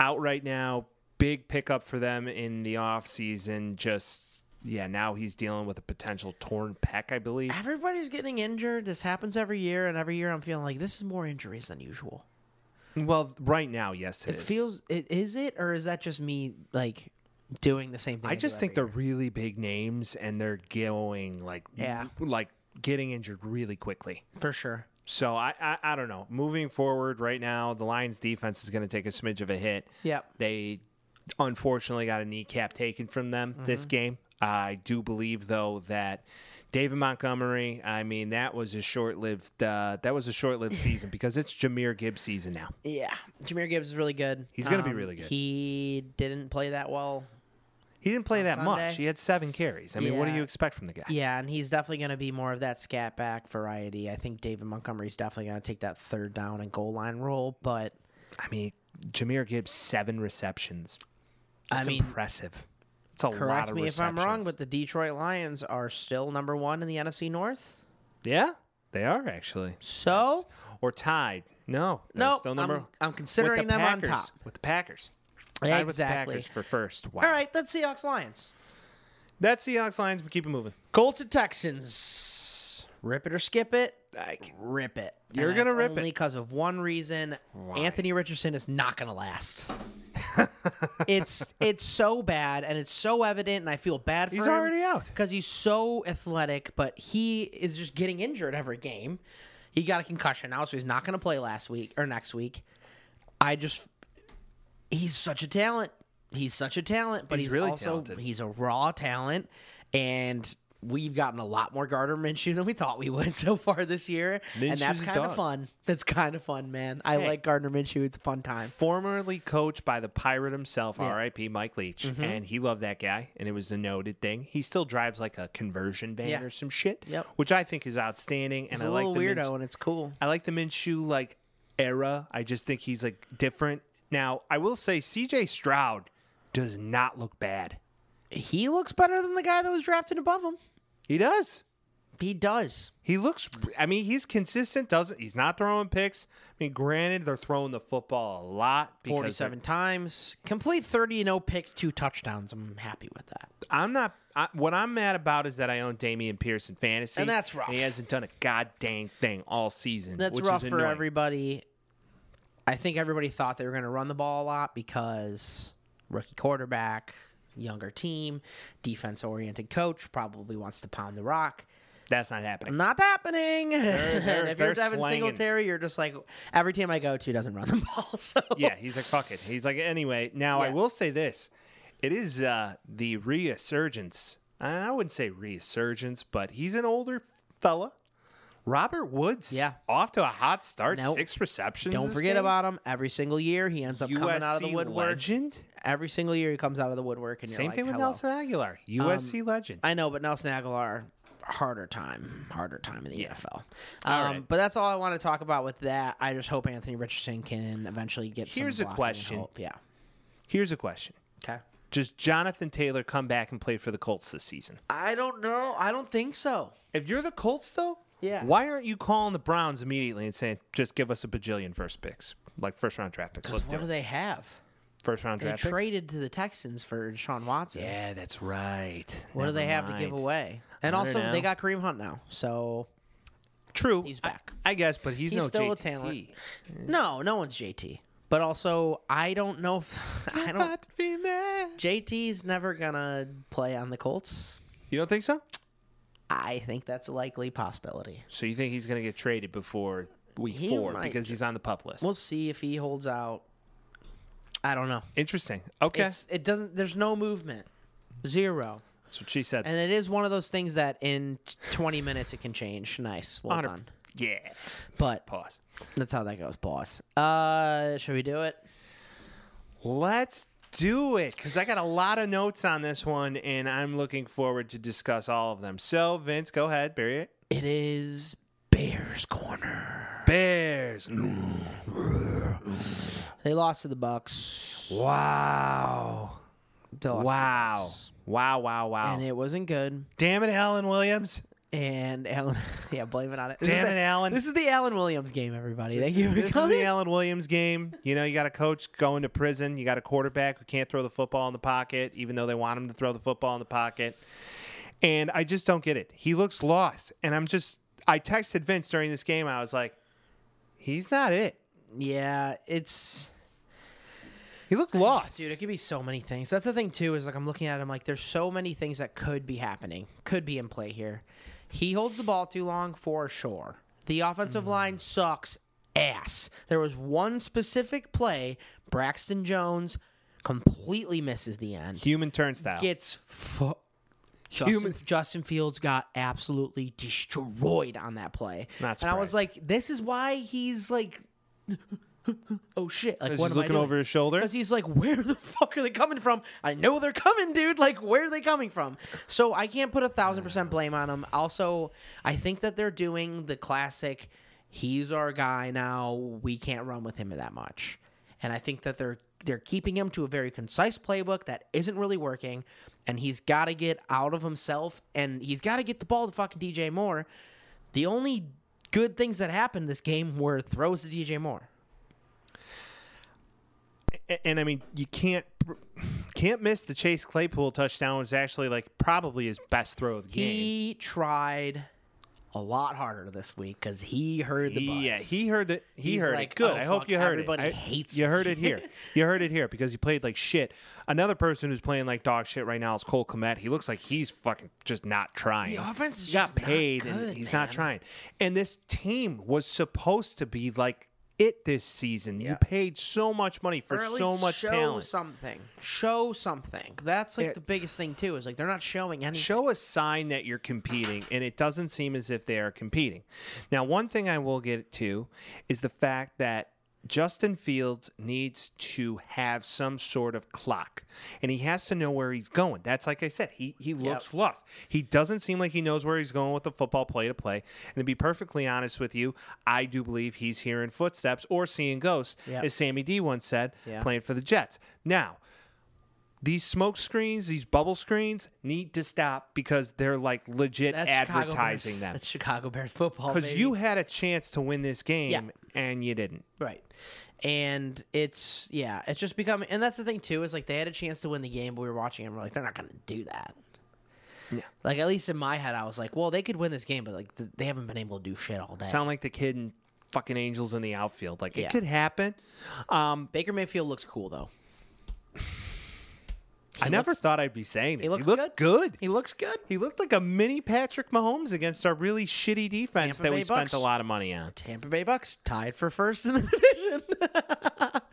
Speaker 1: out right now, big pickup for them in the offseason. Just, yeah, now he's dealing with a potential torn pec, I believe.
Speaker 2: Everybody's getting injured. This happens every year, and every year I'm feeling like this is more injuries than usual.
Speaker 1: Well, right now, yes,
Speaker 2: It
Speaker 1: is.
Speaker 2: feels it, is it or is that just me like doing the same thing?
Speaker 1: I
Speaker 2: do
Speaker 1: just think
Speaker 2: every
Speaker 1: they're really big names and they're going like
Speaker 2: Yeah.
Speaker 1: like getting injured really quickly.
Speaker 2: year. for sure.
Speaker 1: So I, I I don't know. Moving forward right now, the Lions defense is going to take a smidge of a hit.
Speaker 2: Yep.
Speaker 1: They unfortunately got a kneecap taken from them
Speaker 2: Mm-hmm.
Speaker 1: this game. I do believe though that David Montgomery, I mean that was a short-lived uh, that was a short-lived season because it's Jameer Gibbs season now.
Speaker 2: Yeah, Jameer Gibbs is really good. Um,
Speaker 1: He's gonna be really good.
Speaker 2: He didn't play that well.
Speaker 1: He didn't play that
Speaker 2: Sunday?
Speaker 1: much. He had 7 carries. I mean, what do
Speaker 2: Yeah.
Speaker 1: you expect from the guy?
Speaker 2: Yeah, and he's definitely gonna be more of that scat back variety. I think David Montgomery's definitely gonna take that third down and goal line role, but
Speaker 1: I mean, Jameer Gibbs seven receptions.
Speaker 2: I
Speaker 1: That's
Speaker 2: mean,
Speaker 1: impressive. It's a lot
Speaker 2: correct
Speaker 1: of
Speaker 2: me if I'm
Speaker 1: receptions.
Speaker 2: wrong, but the Detroit Lions are still number one in the NFC North.
Speaker 1: yeah, they are actually
Speaker 2: So
Speaker 1: or tied. No, they're
Speaker 2: no,
Speaker 1: still number
Speaker 2: I'm,
Speaker 1: with
Speaker 2: I'm
Speaker 1: the
Speaker 2: considering them
Speaker 1: Packers,
Speaker 2: on top.
Speaker 1: with the Packers. Tied with the
Speaker 2: Exactly.
Speaker 1: Packers for first. Wow.
Speaker 2: All right, let's Seahawks Lions.
Speaker 1: that's the Ox Lions. We keep it moving.
Speaker 2: Colts and Texans. Rip it or skip it.
Speaker 1: Like,
Speaker 2: Rip it.
Speaker 1: You're gonna rip it.
Speaker 2: only because of one reason. Anthony Richardson is not gonna last. it's it's so bad and it's so evident, and I feel bad for
Speaker 1: He's
Speaker 2: him
Speaker 1: already out.
Speaker 2: because he's so athletic, but he is just getting injured every game. He got a concussion now, so he's not gonna play last week or next week. I just he's such a talent. He's such a talent, but he's,
Speaker 1: He's really
Speaker 2: also
Speaker 1: talented.
Speaker 2: he's a raw talent, and we've gotten a lot more Gardner Minshew than we thought we would so far this year, and that's
Speaker 1: Minshew's a
Speaker 2: kind of
Speaker 1: dog.
Speaker 2: fun. That's kind of fun, man. I like Gardner Minshew. It's a fun time.
Speaker 1: Formerly coached by the pirate himself, R.I.P. Mike Leach,
Speaker 2: Mm-hmm.
Speaker 1: and he loved that guy, and it was a noted thing. He still drives like a conversion van
Speaker 2: Yeah.
Speaker 1: or some shit,
Speaker 2: Yep.
Speaker 1: which I think is outstanding.
Speaker 2: It's
Speaker 1: and
Speaker 2: a
Speaker 1: I
Speaker 2: little
Speaker 1: like the
Speaker 2: weirdo,
Speaker 1: Minshew-
Speaker 2: and it's cool.
Speaker 1: I like the Minshew like era. I just think he's like different. Now, I will say CJ Stroud does not look bad.
Speaker 2: He looks better than the guy that was drafted above him.
Speaker 1: He does.
Speaker 2: He does.
Speaker 1: He looks I mean, he's consistent, doesn't he's not throwing picks. I mean, granted, they're throwing the football a lot because
Speaker 2: 47 times, complete 30 no picks, two touchdowns. I'm happy with that.
Speaker 1: I'm not I, what I'm mad about is that I own Damian Pierce in fantasy.
Speaker 2: And that's rough.
Speaker 1: he hasn't done a goddamn thing all season.
Speaker 2: That's
Speaker 1: which
Speaker 2: rough
Speaker 1: is
Speaker 2: for
Speaker 1: annoying.
Speaker 2: everybody. I think everybody thought they were going to run the ball a lot because rookie quarterback, younger team, defense oriented coach probably wants to pound the rock.
Speaker 1: That's not happening.
Speaker 2: Not happening.
Speaker 1: they're-
Speaker 2: and if
Speaker 1: they're
Speaker 2: you're Devin
Speaker 1: slanging.
Speaker 2: Singletary, you're just like every team I go to doesn't run the ball. So
Speaker 1: yeah, he's like, fuck it. He's like, anyway, now I
Speaker 2: Yeah.
Speaker 1: will say this. It is uh, the resurgence. I wouldn't say resurgence, but he's an older fella. Robert Woods,
Speaker 2: Yeah.
Speaker 1: off to a hot start,
Speaker 2: Nope.
Speaker 1: six receptions.
Speaker 2: don't
Speaker 1: this
Speaker 2: forget
Speaker 1: game.
Speaker 2: about him. Every single year, he ends up coming out of the
Speaker 1: USC
Speaker 2: woodwork.
Speaker 1: legend.
Speaker 2: Every single year, he comes out of the woodwork, and you're
Speaker 1: Same
Speaker 2: like,
Speaker 1: thing with
Speaker 2: "Hello." Um,
Speaker 1: Nelson Aguilar, USC legend.
Speaker 2: I know, but Nelson Aguilar, harder time, harder time in the NFL.
Speaker 1: All
Speaker 2: Um,
Speaker 1: right.
Speaker 2: But that's all I want to talk about with that. I just hope Anthony Richardson can eventually get some.
Speaker 1: Here's a
Speaker 2: blocking
Speaker 1: question.
Speaker 2: help. Yeah.
Speaker 1: Here's a question:
Speaker 2: Okay.
Speaker 1: Does Jonathan Taylor come back and play for the Colts this season?
Speaker 2: I don't know. I don't think so.
Speaker 1: If you're the Colts, though,
Speaker 2: Yeah.
Speaker 1: why aren't you calling the Browns immediately and saying, "Just give us a bajillion first picks, like first round draft picks"? Let's do
Speaker 2: What
Speaker 1: it.
Speaker 2: do they have?
Speaker 1: First round
Speaker 2: They
Speaker 1: draft picks.
Speaker 2: traded to the Texans for Deshaun Watson.
Speaker 1: Yeah, that's right.
Speaker 2: What do they have to give away? And
Speaker 1: I
Speaker 2: also,
Speaker 1: don't know.
Speaker 2: they got Kareem Hunt now, so
Speaker 1: True,
Speaker 2: He's
Speaker 1: I-
Speaker 2: back.
Speaker 1: I, guess, but he's,
Speaker 2: he's
Speaker 1: no
Speaker 2: still a
Speaker 1: JTT.
Speaker 2: talent. No, no one's JT. But also, I don't know if I don't.
Speaker 1: Hot female.
Speaker 2: JT's never gonna play on the Colts.
Speaker 1: You don't think so?
Speaker 2: I think that's a likely possibility.
Speaker 1: So you think he's going to get traded before week
Speaker 2: He
Speaker 1: four
Speaker 2: might
Speaker 1: because
Speaker 2: ju-
Speaker 1: he's on the pup list?
Speaker 2: We'll see if he holds out. I don't know.
Speaker 1: Interesting. Okay,
Speaker 2: It's it doesn't. There's no movement, zero.
Speaker 1: that's what she said.
Speaker 2: And it is one of those things that in 20 minutes it can change. Nice, well
Speaker 1: Hundred-
Speaker 2: done.
Speaker 1: yeah.
Speaker 2: But
Speaker 1: Pause.
Speaker 2: that's how that goes, boss. Uh, should we do it?
Speaker 1: Let's do it because I got a lot of notes on this one, and I'm looking forward to discuss all of them. So Vince, go ahead, bury it.
Speaker 2: It is Bears Corner.
Speaker 1: Bears.
Speaker 2: They lost to the Bucks.
Speaker 1: Wow.
Speaker 2: They lost to the
Speaker 1: Wow.
Speaker 2: Bucks.
Speaker 1: Wow, wow, wow.
Speaker 2: And it wasn't good.
Speaker 1: Damn it, Alan Williams.
Speaker 2: And Alan, yeah, blame it on it. This
Speaker 1: Damn
Speaker 2: is the-
Speaker 1: it, Alan.
Speaker 2: This is the Alan Williams game, everybody. Thank you for
Speaker 1: This is
Speaker 2: coming.
Speaker 1: the Alan Williams game. You know, you got a coach going to prison. You got a quarterback who can't throw the football in the pocket, even though they want him to throw the football in the pocket. And I just don't get it. He looks lost. And I'm just, I texted Vince during this game. I was like, he's not it.
Speaker 2: yeah, it's
Speaker 1: He looked lost.
Speaker 2: dude. It could be so many things. That's the thing too. Is like I'm looking at him like there's so many things that could be happening, could be in play here. He holds the ball too long for sure. The offensive
Speaker 1: Mm.
Speaker 2: line sucks ass. There was one specific play Braxton Jones completely misses the end.
Speaker 1: Human turnstile.
Speaker 2: gets fu- Justin,
Speaker 1: Human-
Speaker 2: Justin Fields got absolutely destroyed on that play.
Speaker 1: Not
Speaker 2: and I was
Speaker 1: surprised.
Speaker 2: like, this is why he's like, oh shit! Like,
Speaker 1: He's
Speaker 2: what am I
Speaker 1: looking
Speaker 2: doing?
Speaker 1: over his shoulder.
Speaker 2: Because he's like, where the fuck are they coming from? I know they're coming, dude. Like, where are they coming from? So I can't put a thousand percent blame on him. Also, I think that they're doing the classic, he's our guy now. We can't run with him that much. And I think that they're they're keeping him to a very concise playbook that isn't really working. And he's gotta get out of himself and he's gotta get the ball to fucking DJ Moore. The only good things that happened this game were throws to DJ Moore.
Speaker 1: A- and I mean, you can't can't miss the Chase Claypool touchdown was actually like probably his best throw of the game.
Speaker 2: He tried a lot harder this week because he heard the buzz.
Speaker 1: Yeah, he heard it. He
Speaker 2: He's
Speaker 1: heard
Speaker 2: like,
Speaker 1: it. Good.
Speaker 2: "Oh,
Speaker 1: I hope
Speaker 2: fuck,
Speaker 1: you heard
Speaker 2: everybody
Speaker 1: it. I-
Speaker 2: hates
Speaker 1: you
Speaker 2: me."
Speaker 1: heard it here. You heard it here because he played like shit. Another person who's playing like dog shit right now is Cole Komet. He looks like he's fucking just not trying.
Speaker 2: The offense is
Speaker 1: he got
Speaker 2: just not
Speaker 1: paid and
Speaker 2: good,
Speaker 1: he's
Speaker 2: man.
Speaker 1: not trying. And this team was supposed to be like it this season. You paid so much money for
Speaker 2: Or at
Speaker 1: so
Speaker 2: least
Speaker 1: much
Speaker 2: show
Speaker 1: talent.
Speaker 2: something. Show something. That's like
Speaker 1: Yeah.
Speaker 2: the biggest thing too. Is like they're not showing anything.
Speaker 1: show a sign that you're competing and it doesn't seem as if they are competing now one thing i will get to is the fact that justin fields needs to have some sort of clock and he has to know where he's going that's like i said he, he looks lost he doesn't seem like he knows where he's going with the football play to play and to be perfectly honest with you i do believe he's hearing footsteps or seeing ghosts
Speaker 2: Yep.
Speaker 1: as sammy d once said
Speaker 2: Yeah.
Speaker 1: playing for the jets now these smoke screens, these bubble screens, need to stop because they're like legit
Speaker 2: That's Chicago
Speaker 1: advertising
Speaker 2: Bears,
Speaker 1: them.
Speaker 2: That's Chicago Bears football.
Speaker 1: Because
Speaker 2: baby.
Speaker 1: you had a chance to win this game and you didn't.
Speaker 2: Right. And it's yeah, it's just become and that's the thing too, is like they had a chance to win the game, but we were watching and we're like, they're not gonna do that.
Speaker 1: Yeah.
Speaker 2: Like at least in my head I was like, well, they could win this game, but like th- they haven't been able to do shit all day.
Speaker 1: Sound like the kid in fucking Angels in the outfield. Like
Speaker 2: Yeah.
Speaker 1: it could happen. Um,
Speaker 2: Baker Mayfield looks cool though.
Speaker 1: I never
Speaker 2: looks-
Speaker 1: thought I'd be saying this. He,
Speaker 2: looks
Speaker 1: looked good.
Speaker 2: He looks good.
Speaker 1: He looked like a mini Patrick Mahomes against our really shitty defense
Speaker 2: Tampa
Speaker 1: that
Speaker 2: Bay
Speaker 1: we spent
Speaker 2: Bucks.
Speaker 1: a lot of money on.
Speaker 2: Tampa Bay Bucks tied for first in the division.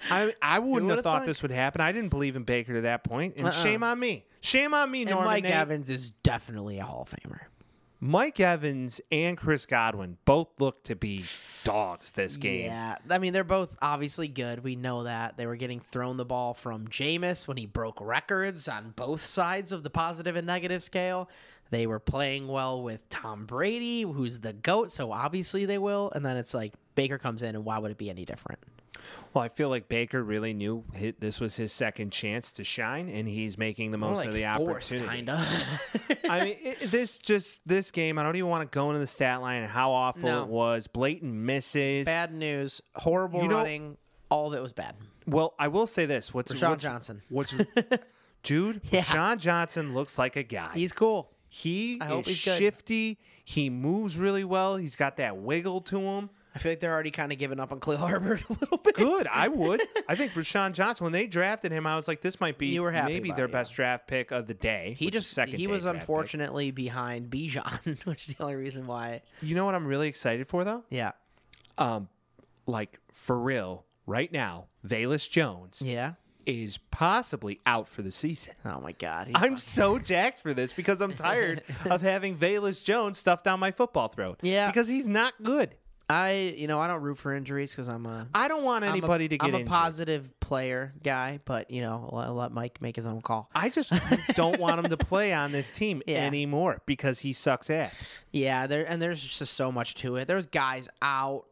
Speaker 1: I, I wouldn't have
Speaker 2: would've
Speaker 1: thought
Speaker 2: thunk?
Speaker 1: this would happen. I didn't believe in Baker to that point, and
Speaker 2: Uh-uh.
Speaker 1: shame on me. Shame on me,
Speaker 2: and
Speaker 1: Norman.
Speaker 2: Mike
Speaker 1: Nate.
Speaker 2: Evans is definitely a Hall of Famer.
Speaker 1: Mike Evans and Chris Godwin both look to be dogs this game.
Speaker 2: Yeah, I mean they're both obviously good. We know that they were getting thrown the ball from Jameis when he broke records on both sides of the positive and negative scale. They were playing well with Tom Brady, who's the goat, so obviously they will. And then it's like Baker comes in, and why would it be any different?
Speaker 1: Well, I feel like Baker really knew hi- this was his second chance to shine, and he's making the most
Speaker 2: Like
Speaker 1: of the
Speaker 2: forced,
Speaker 1: opportunity.
Speaker 2: kinda.
Speaker 1: I mean, it, this just this game. I don't even want to go into the stat line and how awful
Speaker 2: No.
Speaker 1: it was. Blatant misses.
Speaker 2: bad news, horrible
Speaker 1: You know-
Speaker 2: running. all of it was bad.
Speaker 1: Well, I will say this: what's
Speaker 2: Rashawn
Speaker 1: what's-
Speaker 2: Johnson.
Speaker 1: What's dude?
Speaker 2: Yeah.
Speaker 1: John Johnson looks like a guy.
Speaker 2: He's cool.
Speaker 1: he
Speaker 2: I hope
Speaker 1: is
Speaker 2: he's good.
Speaker 1: shifty. He moves really well. He's got that wiggle to him.
Speaker 2: I feel like they're already kind of giving up on Clay Harbert a little bit.
Speaker 1: good. I would. I think Rashawn Johnson. When they drafted him, I was like, this might be
Speaker 2: You were happy
Speaker 1: maybe
Speaker 2: about
Speaker 1: their
Speaker 2: it, yeah.
Speaker 1: best draft pick of the day.
Speaker 2: He
Speaker 1: which is
Speaker 2: just
Speaker 1: second.
Speaker 2: he
Speaker 1: day
Speaker 2: was
Speaker 1: draft pick.
Speaker 2: unfortunately behind Bijan, which is the only reason why.
Speaker 1: You know what I'm really excited for though?
Speaker 2: Yeah,
Speaker 1: Um, like for real, right now, Valus Jones
Speaker 2: yeah.
Speaker 1: is possibly out for the season.
Speaker 2: Oh my god, he-
Speaker 1: I'm so jacked for this because I'm tired of having Valus Jones stuffed down my football throat.
Speaker 2: Yeah.
Speaker 1: because he's not good.
Speaker 2: I you know I don't root for injuries because I'm a
Speaker 1: I don't want
Speaker 2: I'm a-
Speaker 1: anybody to get
Speaker 2: I'm a
Speaker 1: injured.
Speaker 2: positive player guy, but you know I'll, I'll let Mike make his own call.
Speaker 1: I just don't want him to play on this team
Speaker 2: Yeah.
Speaker 1: anymore because he sucks ass.
Speaker 2: Yeah, there and there's just so much to it. There's guys out.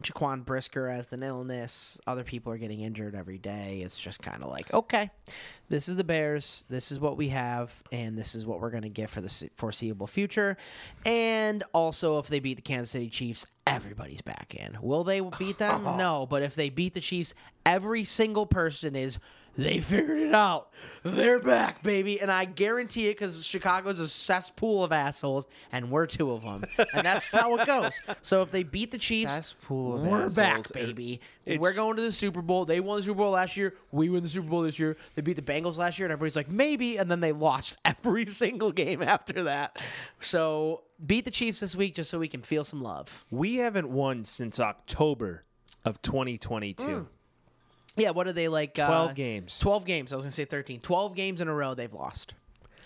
Speaker 2: Jaquan Brisker has an illness. Other people are getting injured every day. It's just kind of like, okay, this is the Bears. This is what we have, and this is what we're going to get for the se- foreseeable future. And also, if they beat the Kansas City Chiefs, everybody's back in. Will they beat them? No, but if they beat the Chiefs, every single person is. They figured it out. They're back, baby, and I guarantee it because Chicago's a cesspool of assholes, and we're two of them, and that's how it goes. So if they beat the Chiefs,
Speaker 1: Cesspool of
Speaker 2: we're
Speaker 1: assholes. Er,
Speaker 2: back, baby. We're going to the Super Bowl. They won the Super Bowl last year. We win the Super Bowl this year. They beat the Bengals last year, and everybody's like, maybe. And then they lost every single game after that. So beat the Chiefs this week just so we can feel some love.
Speaker 1: We haven't won since October of 2022.
Speaker 2: Hmm. Yeah, what are they like? Uh,
Speaker 1: 12 games.
Speaker 2: 12 games. I was going to say 13. 12 games in a row they've lost.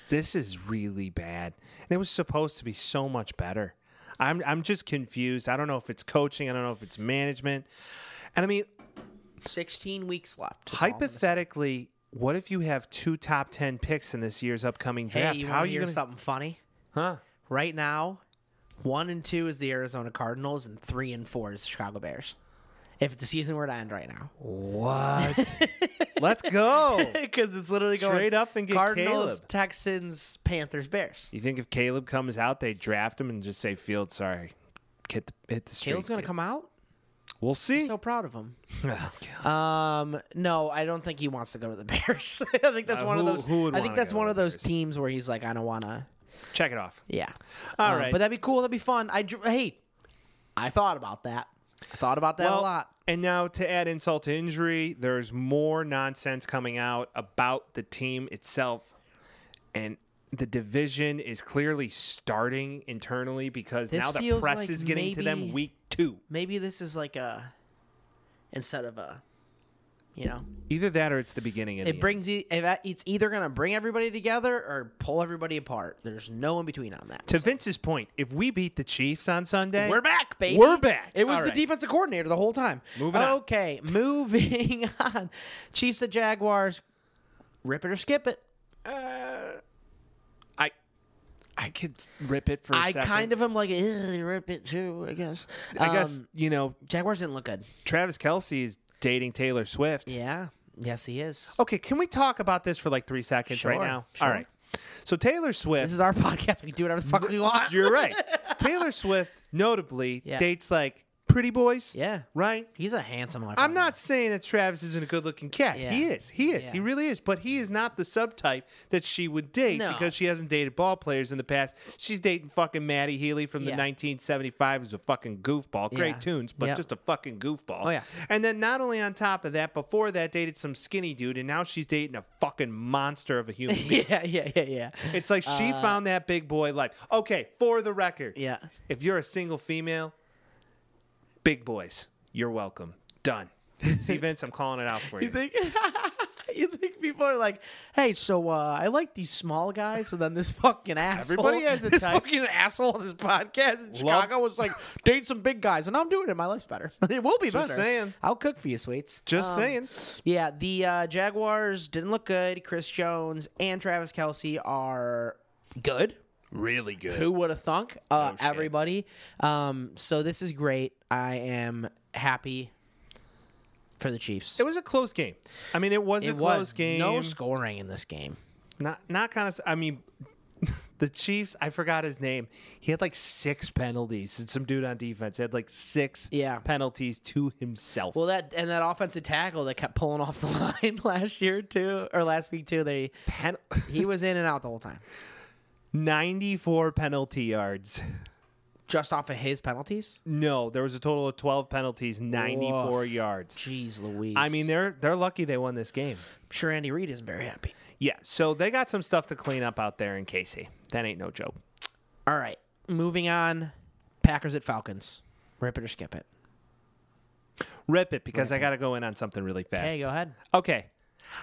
Speaker 1: This is really bad. And it was supposed to be so much better. I'm I'm just confused. I don't know if it's coaching, I don't know if it's management. And I mean,
Speaker 2: 16 weeks left. is all I'm gonna say.
Speaker 1: hypothetically, what if you have two top 10 picks in this year's upcoming draft?
Speaker 2: Hey, you
Speaker 1: How
Speaker 2: want
Speaker 1: are
Speaker 2: to
Speaker 1: you
Speaker 2: hear
Speaker 1: going to
Speaker 2: something funny?
Speaker 1: Huh?
Speaker 2: Right now, one and two is the Arizona Cardinals, and three and four is the Chicago Bears. If the season were to end right now,
Speaker 1: What? Let's go.
Speaker 2: because it's literally going
Speaker 1: Straight up and get
Speaker 2: Cardinals,
Speaker 1: Caleb.
Speaker 2: Texans, Panthers, Bears.
Speaker 1: You think if Caleb comes out, they draft him and just say, "Field, sorry, hit the hit the street."
Speaker 2: Caleb's going
Speaker 1: kid."
Speaker 2: to come out.
Speaker 1: We'll see.
Speaker 2: So proud of him.
Speaker 1: Oh, God.
Speaker 2: Um, no, I don't think he wants to go to the Bears. I think that's
Speaker 1: Uh,
Speaker 2: one
Speaker 1: who-
Speaker 2: of those.
Speaker 1: who would
Speaker 2: I think
Speaker 1: wanna
Speaker 2: that's
Speaker 1: go
Speaker 2: one
Speaker 1: to
Speaker 2: of
Speaker 1: the
Speaker 2: those
Speaker 1: Bears?
Speaker 2: teams where he's like, I don't want to.
Speaker 1: Check it off.
Speaker 2: Yeah.
Speaker 1: All
Speaker 2: All right.
Speaker 1: right.
Speaker 2: But that'd be cool. That'd be fun. I dr- hey, I thought about that. I thought about that
Speaker 1: Well,
Speaker 2: a lot.
Speaker 1: And now to add insult to injury, there's more nonsense coming out about the team itself, and the division is clearly starting internally because
Speaker 2: This
Speaker 1: now the
Speaker 2: feels
Speaker 1: press
Speaker 2: like
Speaker 1: is getting to them
Speaker 2: maybe-
Speaker 1: week two.
Speaker 2: Maybe this is like a instead of a, you know,
Speaker 1: Either that or it's the beginning of the
Speaker 2: it brings e- if that- it's either gonna bring everybody together or pull everybody apart. There's no in between on that.
Speaker 1: end. To Vince's point, if we beat the Chiefs on Sunday,
Speaker 2: We're back, baby.
Speaker 1: We're back.
Speaker 2: It was
Speaker 1: All
Speaker 2: the
Speaker 1: right.
Speaker 2: defensive coordinator the whole time.
Speaker 1: Moving on.
Speaker 2: okay, moving on. Chiefs at Jaguars. Rip it or skip it.
Speaker 1: uh, I I could rip it for a
Speaker 2: I
Speaker 1: second.
Speaker 2: kind of am like, "Ugh, rip it too, I guess.
Speaker 1: I guess
Speaker 2: Um,
Speaker 1: you know
Speaker 2: Jaguars didn't look good.
Speaker 1: Travis Kelsey is dating Taylor Swift.
Speaker 2: Yeah. Yes, he is.
Speaker 1: Okay, can we talk about this for like three seconds right
Speaker 2: Sure,
Speaker 1: now?
Speaker 2: sure.
Speaker 1: All right. So Taylor Swift,
Speaker 2: This is our podcast. We do whatever the fuck we want.
Speaker 1: you're right. Taylor Swift, notably,
Speaker 2: Yeah.
Speaker 1: dates like pretty boys.
Speaker 2: yeah.
Speaker 1: Right.
Speaker 2: He's a handsome motherfucker.
Speaker 1: I'm not saying that Travis isn't a good-looking cat.
Speaker 2: Yeah.
Speaker 1: He is. He is. He
Speaker 2: Yeah.
Speaker 1: really is. But he is not the subtype that she would date
Speaker 2: No.
Speaker 1: because she hasn't dated ball players in the past. She's dating fucking Maddie Healy from the
Speaker 2: Yeah.
Speaker 1: 1975, who's a fucking goofball. Great
Speaker 2: Yeah.
Speaker 1: tunes, but
Speaker 2: Yep.
Speaker 1: just a fucking goofball.
Speaker 2: Oh, yeah.
Speaker 1: And then not only on top of that, before that, dated some skinny dude, and now she's dating a fucking monster of a human being.
Speaker 2: Yeah, yeah, yeah, yeah.
Speaker 1: It's like she
Speaker 2: Uh,
Speaker 1: found that big boy life. Okay, for the record,
Speaker 2: Yeah.
Speaker 1: if you're a single female, big boys, you're welcome. Done. See, Vince, I'm calling it out for you.
Speaker 2: You think you think people are like, hey, so uh, I like these small guys, and then this fucking asshole,
Speaker 1: Everybody has a
Speaker 2: this
Speaker 1: type.
Speaker 2: fucking asshole on this podcast in Chicago was like, date some big guys, and I'm doing it. My life's better. It will be
Speaker 1: Just
Speaker 2: better.
Speaker 1: saying.
Speaker 2: I'll cook for you, sweets.
Speaker 1: Just
Speaker 2: Um,
Speaker 1: saying.
Speaker 2: Yeah, the uh, Jaguars didn't look good. Chris Jones and Travis Kelsey are good.
Speaker 1: Really good.
Speaker 2: Who would have thunk? Uh,
Speaker 1: shit.
Speaker 2: everybody. Um, so this is great. I am happy for the Chiefs.
Speaker 1: It was a close game. I mean, it was a
Speaker 2: It
Speaker 1: close
Speaker 2: was
Speaker 1: game.
Speaker 2: no scoring in this game.
Speaker 1: not not kind of. I mean, the Chiefs. I forgot his name. He had like six penalties. And some dude on defense had like six
Speaker 2: Yeah.
Speaker 1: penalties to himself.
Speaker 2: Well, that and that offensive tackle that kept pulling off the line last year too, or last week too. They
Speaker 1: Pen-
Speaker 2: he was in and out the whole time,
Speaker 1: Ninety-four penalty yards.
Speaker 2: just off of his penalties.
Speaker 1: No, there was a total of 12 penalties, 94
Speaker 2: Woof.
Speaker 1: yards.
Speaker 2: Jeez, Louise.
Speaker 1: I mean, they're they're lucky they won this game.
Speaker 2: I'm sure Andy Reid isn't very happy.
Speaker 1: Yeah, so they got some stuff to clean up out there in Casey. That ain't no joke.
Speaker 2: All right, moving on. Packers at Falcons. Rip it or skip it.
Speaker 1: Rip it because I got to go in on something really fast.
Speaker 2: Okay, go ahead.
Speaker 1: Okay.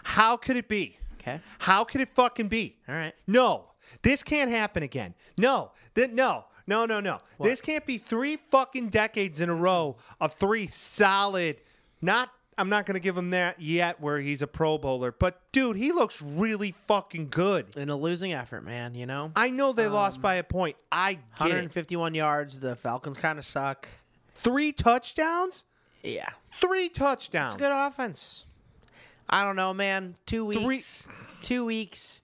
Speaker 1: How could it be?
Speaker 2: Okay.
Speaker 1: How could it fucking be?
Speaker 2: All right.
Speaker 1: No, this can't happen again. No, that no, no, no, no. This can't be three fucking decades in a row of three solid. Not, I'm not gonna give him that yet, where he's a Pro Bowler. But dude, he looks really fucking good.
Speaker 2: In a losing effort, man, you know? Um,
Speaker 1: I know they lost by a point. I get it.
Speaker 2: 151 yards. The Falcons kind of suck.
Speaker 1: Three touchdowns?
Speaker 2: Yeah.
Speaker 1: Three touchdowns.
Speaker 2: It's good offense. I don't know, man. Two
Speaker 1: Three-
Speaker 2: weeks. Two weeks.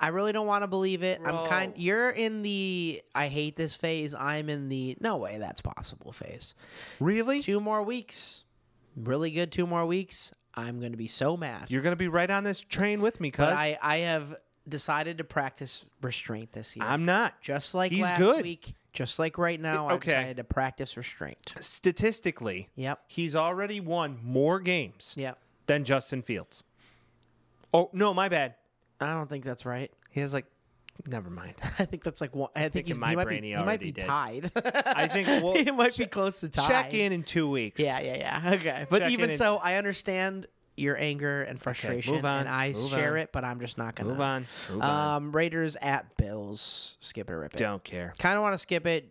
Speaker 2: I really don't want to believe it.
Speaker 1: Bro.
Speaker 2: I'm kind. You're in the. I hate this phase. I'm in the. No way, that's possible phase.
Speaker 1: Really?
Speaker 2: Two more weeks. Really good. Two more weeks. I'm gonna be so mad.
Speaker 1: You're going to be right on this train with me, cuz
Speaker 2: but I. I have decided to practice restraint this year.
Speaker 1: I'm not.
Speaker 2: just like
Speaker 1: he's
Speaker 2: last
Speaker 1: good.
Speaker 2: week. Just like right now. I
Speaker 1: Okay.
Speaker 2: decided to practice restraint.
Speaker 1: Statistically,
Speaker 2: Yep.
Speaker 1: he's already won more games
Speaker 2: Yep.
Speaker 1: than Justin Fields. Oh, no, my bad.
Speaker 2: I don't think that's right.
Speaker 1: He has like never mind.
Speaker 2: I think that's like one. I think, he's,
Speaker 1: in my
Speaker 2: he might
Speaker 1: brain
Speaker 2: be,
Speaker 1: he
Speaker 2: he might
Speaker 1: already
Speaker 2: be
Speaker 1: did.
Speaker 2: tied.
Speaker 1: I think we'll
Speaker 2: it might be close to tie.
Speaker 1: check in in 2 weeks.
Speaker 2: Yeah, yeah, yeah. Okay, but
Speaker 1: Check in
Speaker 2: even
Speaker 1: and-
Speaker 2: so, I understand your anger and frustration,
Speaker 1: on,
Speaker 2: and I
Speaker 1: move
Speaker 2: share
Speaker 1: on.
Speaker 2: it. But I'm just not gonna
Speaker 1: Move on. Move on.
Speaker 2: Um, Raiders at Bills. Skip it, or rip it.
Speaker 1: Don't care.
Speaker 2: Kind of want to skip it,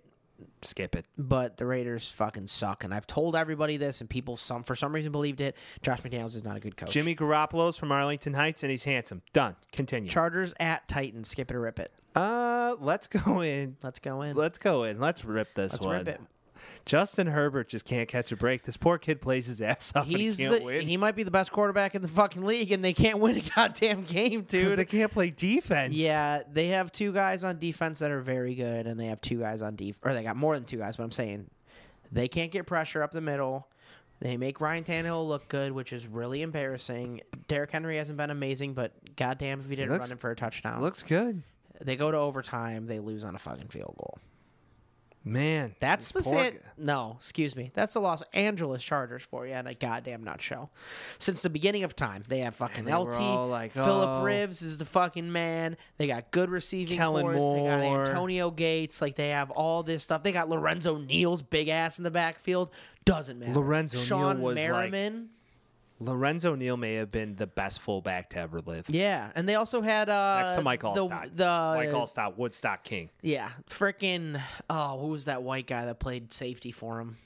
Speaker 1: Skip it.
Speaker 2: but the Raiders fucking suck, and I've told everybody this, and people some for some reason believed it. Josh McDaniels is not a good coach.
Speaker 1: Jimmy Garoppolo's from Arlington Heights and he's handsome. Done. Continue.
Speaker 2: Chargers at Titans. Skip it or rip it.
Speaker 1: uh, let's go in.
Speaker 2: Let's go in.
Speaker 1: Let's go in. Let's rip this
Speaker 2: Let's
Speaker 1: one.
Speaker 2: rip it.
Speaker 1: Justin Herbert just can't catch a break. This poor kid plays his ass off
Speaker 2: He's
Speaker 1: and he can't
Speaker 2: the,
Speaker 1: win.
Speaker 2: he might be the best quarterback in the fucking league, and they can't win a goddamn game,
Speaker 1: Because
Speaker 2: dude.
Speaker 1: they can't play defense.
Speaker 2: Yeah, they have two guys on defense that are very good, and they have two guys on def, or they got more than two guys. But I'm saying they can't get pressure up the middle. They make Ryan Tannehill look good, which is really embarrassing. Derrick Henry hasn't been amazing, but goddamn if he didn't
Speaker 1: Looks-
Speaker 2: run him for a touchdown.
Speaker 1: Looks good.
Speaker 2: they go to overtime. They lose on a fucking field goal.
Speaker 1: Man.
Speaker 2: That's
Speaker 1: this
Speaker 2: the
Speaker 1: poor
Speaker 2: San-
Speaker 1: g-
Speaker 2: no, excuse me. That's the Los Angeles Chargers for you in a goddamn nutshell. Since the beginning of time, they have fucking
Speaker 1: they were
Speaker 2: LT.
Speaker 1: all like,
Speaker 2: Philip
Speaker 1: oh.
Speaker 2: Rivers is the fucking man. They got good receiving
Speaker 1: Kellen
Speaker 2: cores. They got
Speaker 1: Moore.
Speaker 2: Antonio Gates. Like they have all this stuff. They got Lorenzo Neal's big ass in the backfield. Doesn't matter.
Speaker 1: Lorenzo Neal
Speaker 2: Sean
Speaker 1: was, like-
Speaker 2: Merriman.
Speaker 1: Lorenzo Neal may have been the best fullback to ever live.
Speaker 2: yeah, and they also had uh
Speaker 1: Next to Mike
Speaker 2: the-
Speaker 1: Allstott.
Speaker 2: The,
Speaker 1: Mike Allstott, Woodstock King.
Speaker 2: Yeah, freaking. Oh, who was that white guy that played safety for him?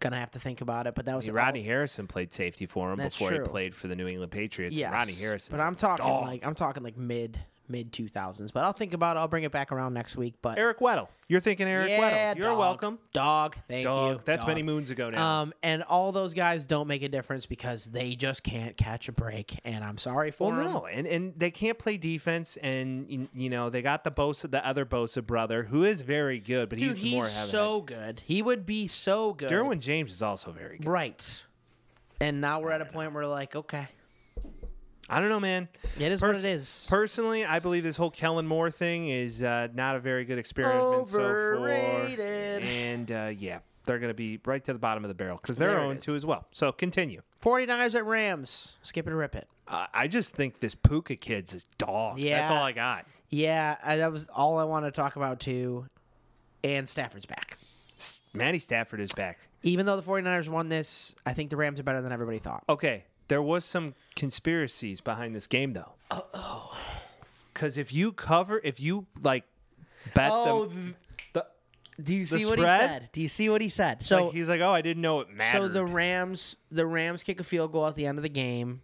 Speaker 2: Gonna have to think about it, but that was
Speaker 1: See, Rodney Harrison played safety for him
Speaker 2: That's
Speaker 1: before
Speaker 2: true.
Speaker 1: he played for the New England Patriots.
Speaker 2: Yes,
Speaker 1: Rodney Harrison.
Speaker 2: But I'm talking
Speaker 1: dog.
Speaker 2: like I'm talking like mid mid two thousands. But I'll think about it. I'll bring it back around next week. But
Speaker 1: Eric Weddle. You're thinking Eric
Speaker 2: yeah,
Speaker 1: Weddle. You're
Speaker 2: dog.
Speaker 1: welcome.
Speaker 2: dog. Thank
Speaker 1: Dog.
Speaker 2: you.
Speaker 1: That's
Speaker 2: dog.
Speaker 1: many moons ago now.
Speaker 2: Um, and all those guys don't make a difference because they just can't catch a break, and I'm sorry for
Speaker 1: Well,
Speaker 2: them.
Speaker 1: no, and and they can't play defense, and you, you know they got the Bosa, the other Bosa brother, who is very good, but
Speaker 2: Dude,
Speaker 1: he's, more
Speaker 2: he's
Speaker 1: heavy.
Speaker 2: so good. He would be so good.
Speaker 1: Derwin James is also very good.
Speaker 2: Right. And now we're at a point where like, okay,
Speaker 1: I don't know, man.
Speaker 2: it is
Speaker 1: Pers-
Speaker 2: what it is.
Speaker 1: Personally, I believe this whole Kellen Moore thing is uh, not a very good experiment so
Speaker 2: Overrated.
Speaker 1: far, and uh, yeah, they're going to be right to the bottom of the barrel because they're
Speaker 2: There it
Speaker 1: owned
Speaker 2: is.
Speaker 1: two as well. So continue.
Speaker 2: Forty 49ers at Rams. Skip it or rip it.
Speaker 1: Uh, I just think this Puka kid's a dog. that's
Speaker 2: Yeah.
Speaker 1: all I got.
Speaker 2: Yeah, I, that was all I wanted to talk about too. And Stafford's back.
Speaker 1: S- Matty Stafford is back.
Speaker 2: Even though the 49ers won this, I think the Rams are better than everybody thought.
Speaker 1: Okay, there was some conspiracies behind this game though. Uh oh. Because if you cover, if you like bet
Speaker 2: Oh,
Speaker 1: them, the,
Speaker 2: Do you see what
Speaker 1: spread?
Speaker 2: he said? Do you see what he said? So
Speaker 1: like, he's like, oh, I didn't know it mattered.
Speaker 2: So the Rams, the Rams kick a field goal at the end of the game.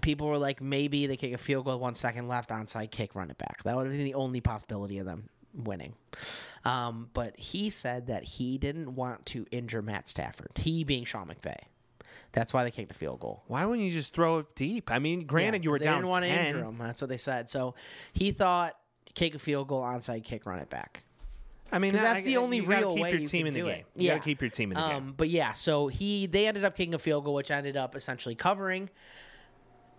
Speaker 2: People were like, maybe they kick a field goal with one second left, onside kick, run it back. That would have been the only possibility of them winning. Um, but he said that he didn't want to injure Matt Stafford. He being Sean McVay, that's why they kicked the field goal.
Speaker 1: Why wouldn't you just throw it deep? I mean, granted,
Speaker 2: Yeah,
Speaker 1: you were
Speaker 2: 'cause they
Speaker 1: down
Speaker 2: Didn't want to
Speaker 1: ten.
Speaker 2: injure him. That's what they said. So he thought kick a field goal, onside kick, run it back.
Speaker 1: I mean,
Speaker 2: 'Cause
Speaker 1: that-
Speaker 2: that's
Speaker 1: I-
Speaker 2: the only
Speaker 1: you gotta
Speaker 2: real
Speaker 1: keep
Speaker 2: way
Speaker 1: your
Speaker 2: you
Speaker 1: team
Speaker 2: can
Speaker 1: in the
Speaker 2: do
Speaker 1: game.
Speaker 2: it.
Speaker 1: You
Speaker 2: Yeah.
Speaker 1: gotta keep your team in the game.
Speaker 2: Um, but yeah, so he they ended up kicking a field goal, which I ended up essentially covering.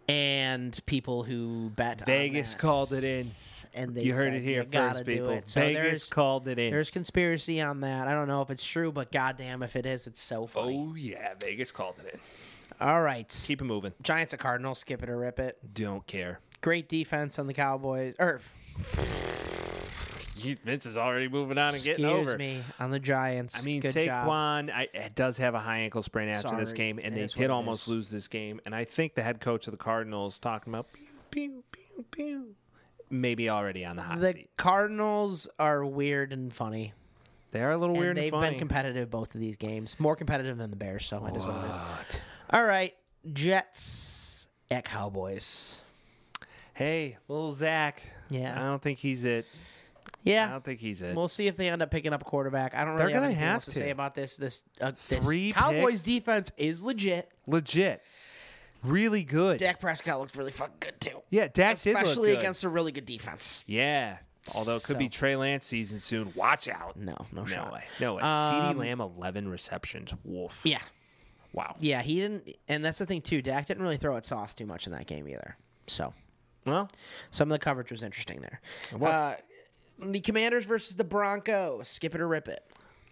Speaker 2: And people who bet on
Speaker 1: Vegas
Speaker 2: that,
Speaker 1: called it in.
Speaker 2: and they
Speaker 1: You heard
Speaker 2: said,
Speaker 1: it here
Speaker 2: "You gotta
Speaker 1: first,
Speaker 2: do
Speaker 1: people.
Speaker 2: it." So
Speaker 1: Vegas
Speaker 2: there's
Speaker 1: called it in.
Speaker 2: there's conspiracy on that. I don't know if it's true, but goddamn, if it is, it's so funny.
Speaker 1: Oh yeah, Vegas called it in.
Speaker 2: All right,
Speaker 1: Keep it moving.
Speaker 2: Giants at Cardinals, skip it or rip it.
Speaker 1: Don't care.
Speaker 2: Great defense on the Cowboys. Or
Speaker 1: He- Vince is already moving on and getting
Speaker 2: excuse
Speaker 1: over.
Speaker 2: me, on the Giants.
Speaker 1: I mean,
Speaker 2: Good job.
Speaker 1: Saquon I, it does have a high ankle sprain after this
Speaker 2: Sorry.
Speaker 1: game, and
Speaker 2: It
Speaker 1: they
Speaker 2: is what
Speaker 1: did
Speaker 2: it
Speaker 1: almost
Speaker 2: is.
Speaker 1: lose this game. And I think the head coach of the Cardinals talking about pew pew pew pew, maybe already on the hot
Speaker 2: The
Speaker 1: seat.
Speaker 2: Cardinals are weird and funny.
Speaker 1: They are a little weird
Speaker 2: and they've
Speaker 1: and funny.
Speaker 2: been competitive both of these games, more competitive than the Bears. So it is what it is.
Speaker 1: But,
Speaker 2: All right, Jets at Cowboys.
Speaker 1: hey, little Zach.
Speaker 2: Yeah.
Speaker 1: I don't think he's it. I
Speaker 2: Yeah.
Speaker 1: don't think he's it.
Speaker 2: We'll see if they end up picking up a quarterback. I don't
Speaker 1: They're
Speaker 2: really have
Speaker 1: gonna
Speaker 2: anything
Speaker 1: have
Speaker 2: else to.
Speaker 1: to.
Speaker 2: say about this. This, uh, this
Speaker 1: Three
Speaker 2: Cowboys defense is legit.
Speaker 1: Legit, really good.
Speaker 2: Dak Prescott looked really fucking good too.
Speaker 1: yeah, Dak did look
Speaker 2: especially
Speaker 1: good.
Speaker 2: against a really good defense.
Speaker 1: Yeah, although it could be
Speaker 2: So-
Speaker 1: Trey Lance season soon. Watch out.
Speaker 2: No, no,
Speaker 1: No
Speaker 2: shot.
Speaker 1: way. No way.
Speaker 2: Um,
Speaker 1: CD Lamb, 11 receptions. Wolf.
Speaker 2: Yeah,
Speaker 1: Wow.
Speaker 2: yeah. He didn't, and that's the thing too. Dak didn't really throw at Sauce too much in that game either. So
Speaker 1: Well,
Speaker 2: some of the coverage was interesting there. Uh, the Commanders versus the Broncos. Skip it or rip it.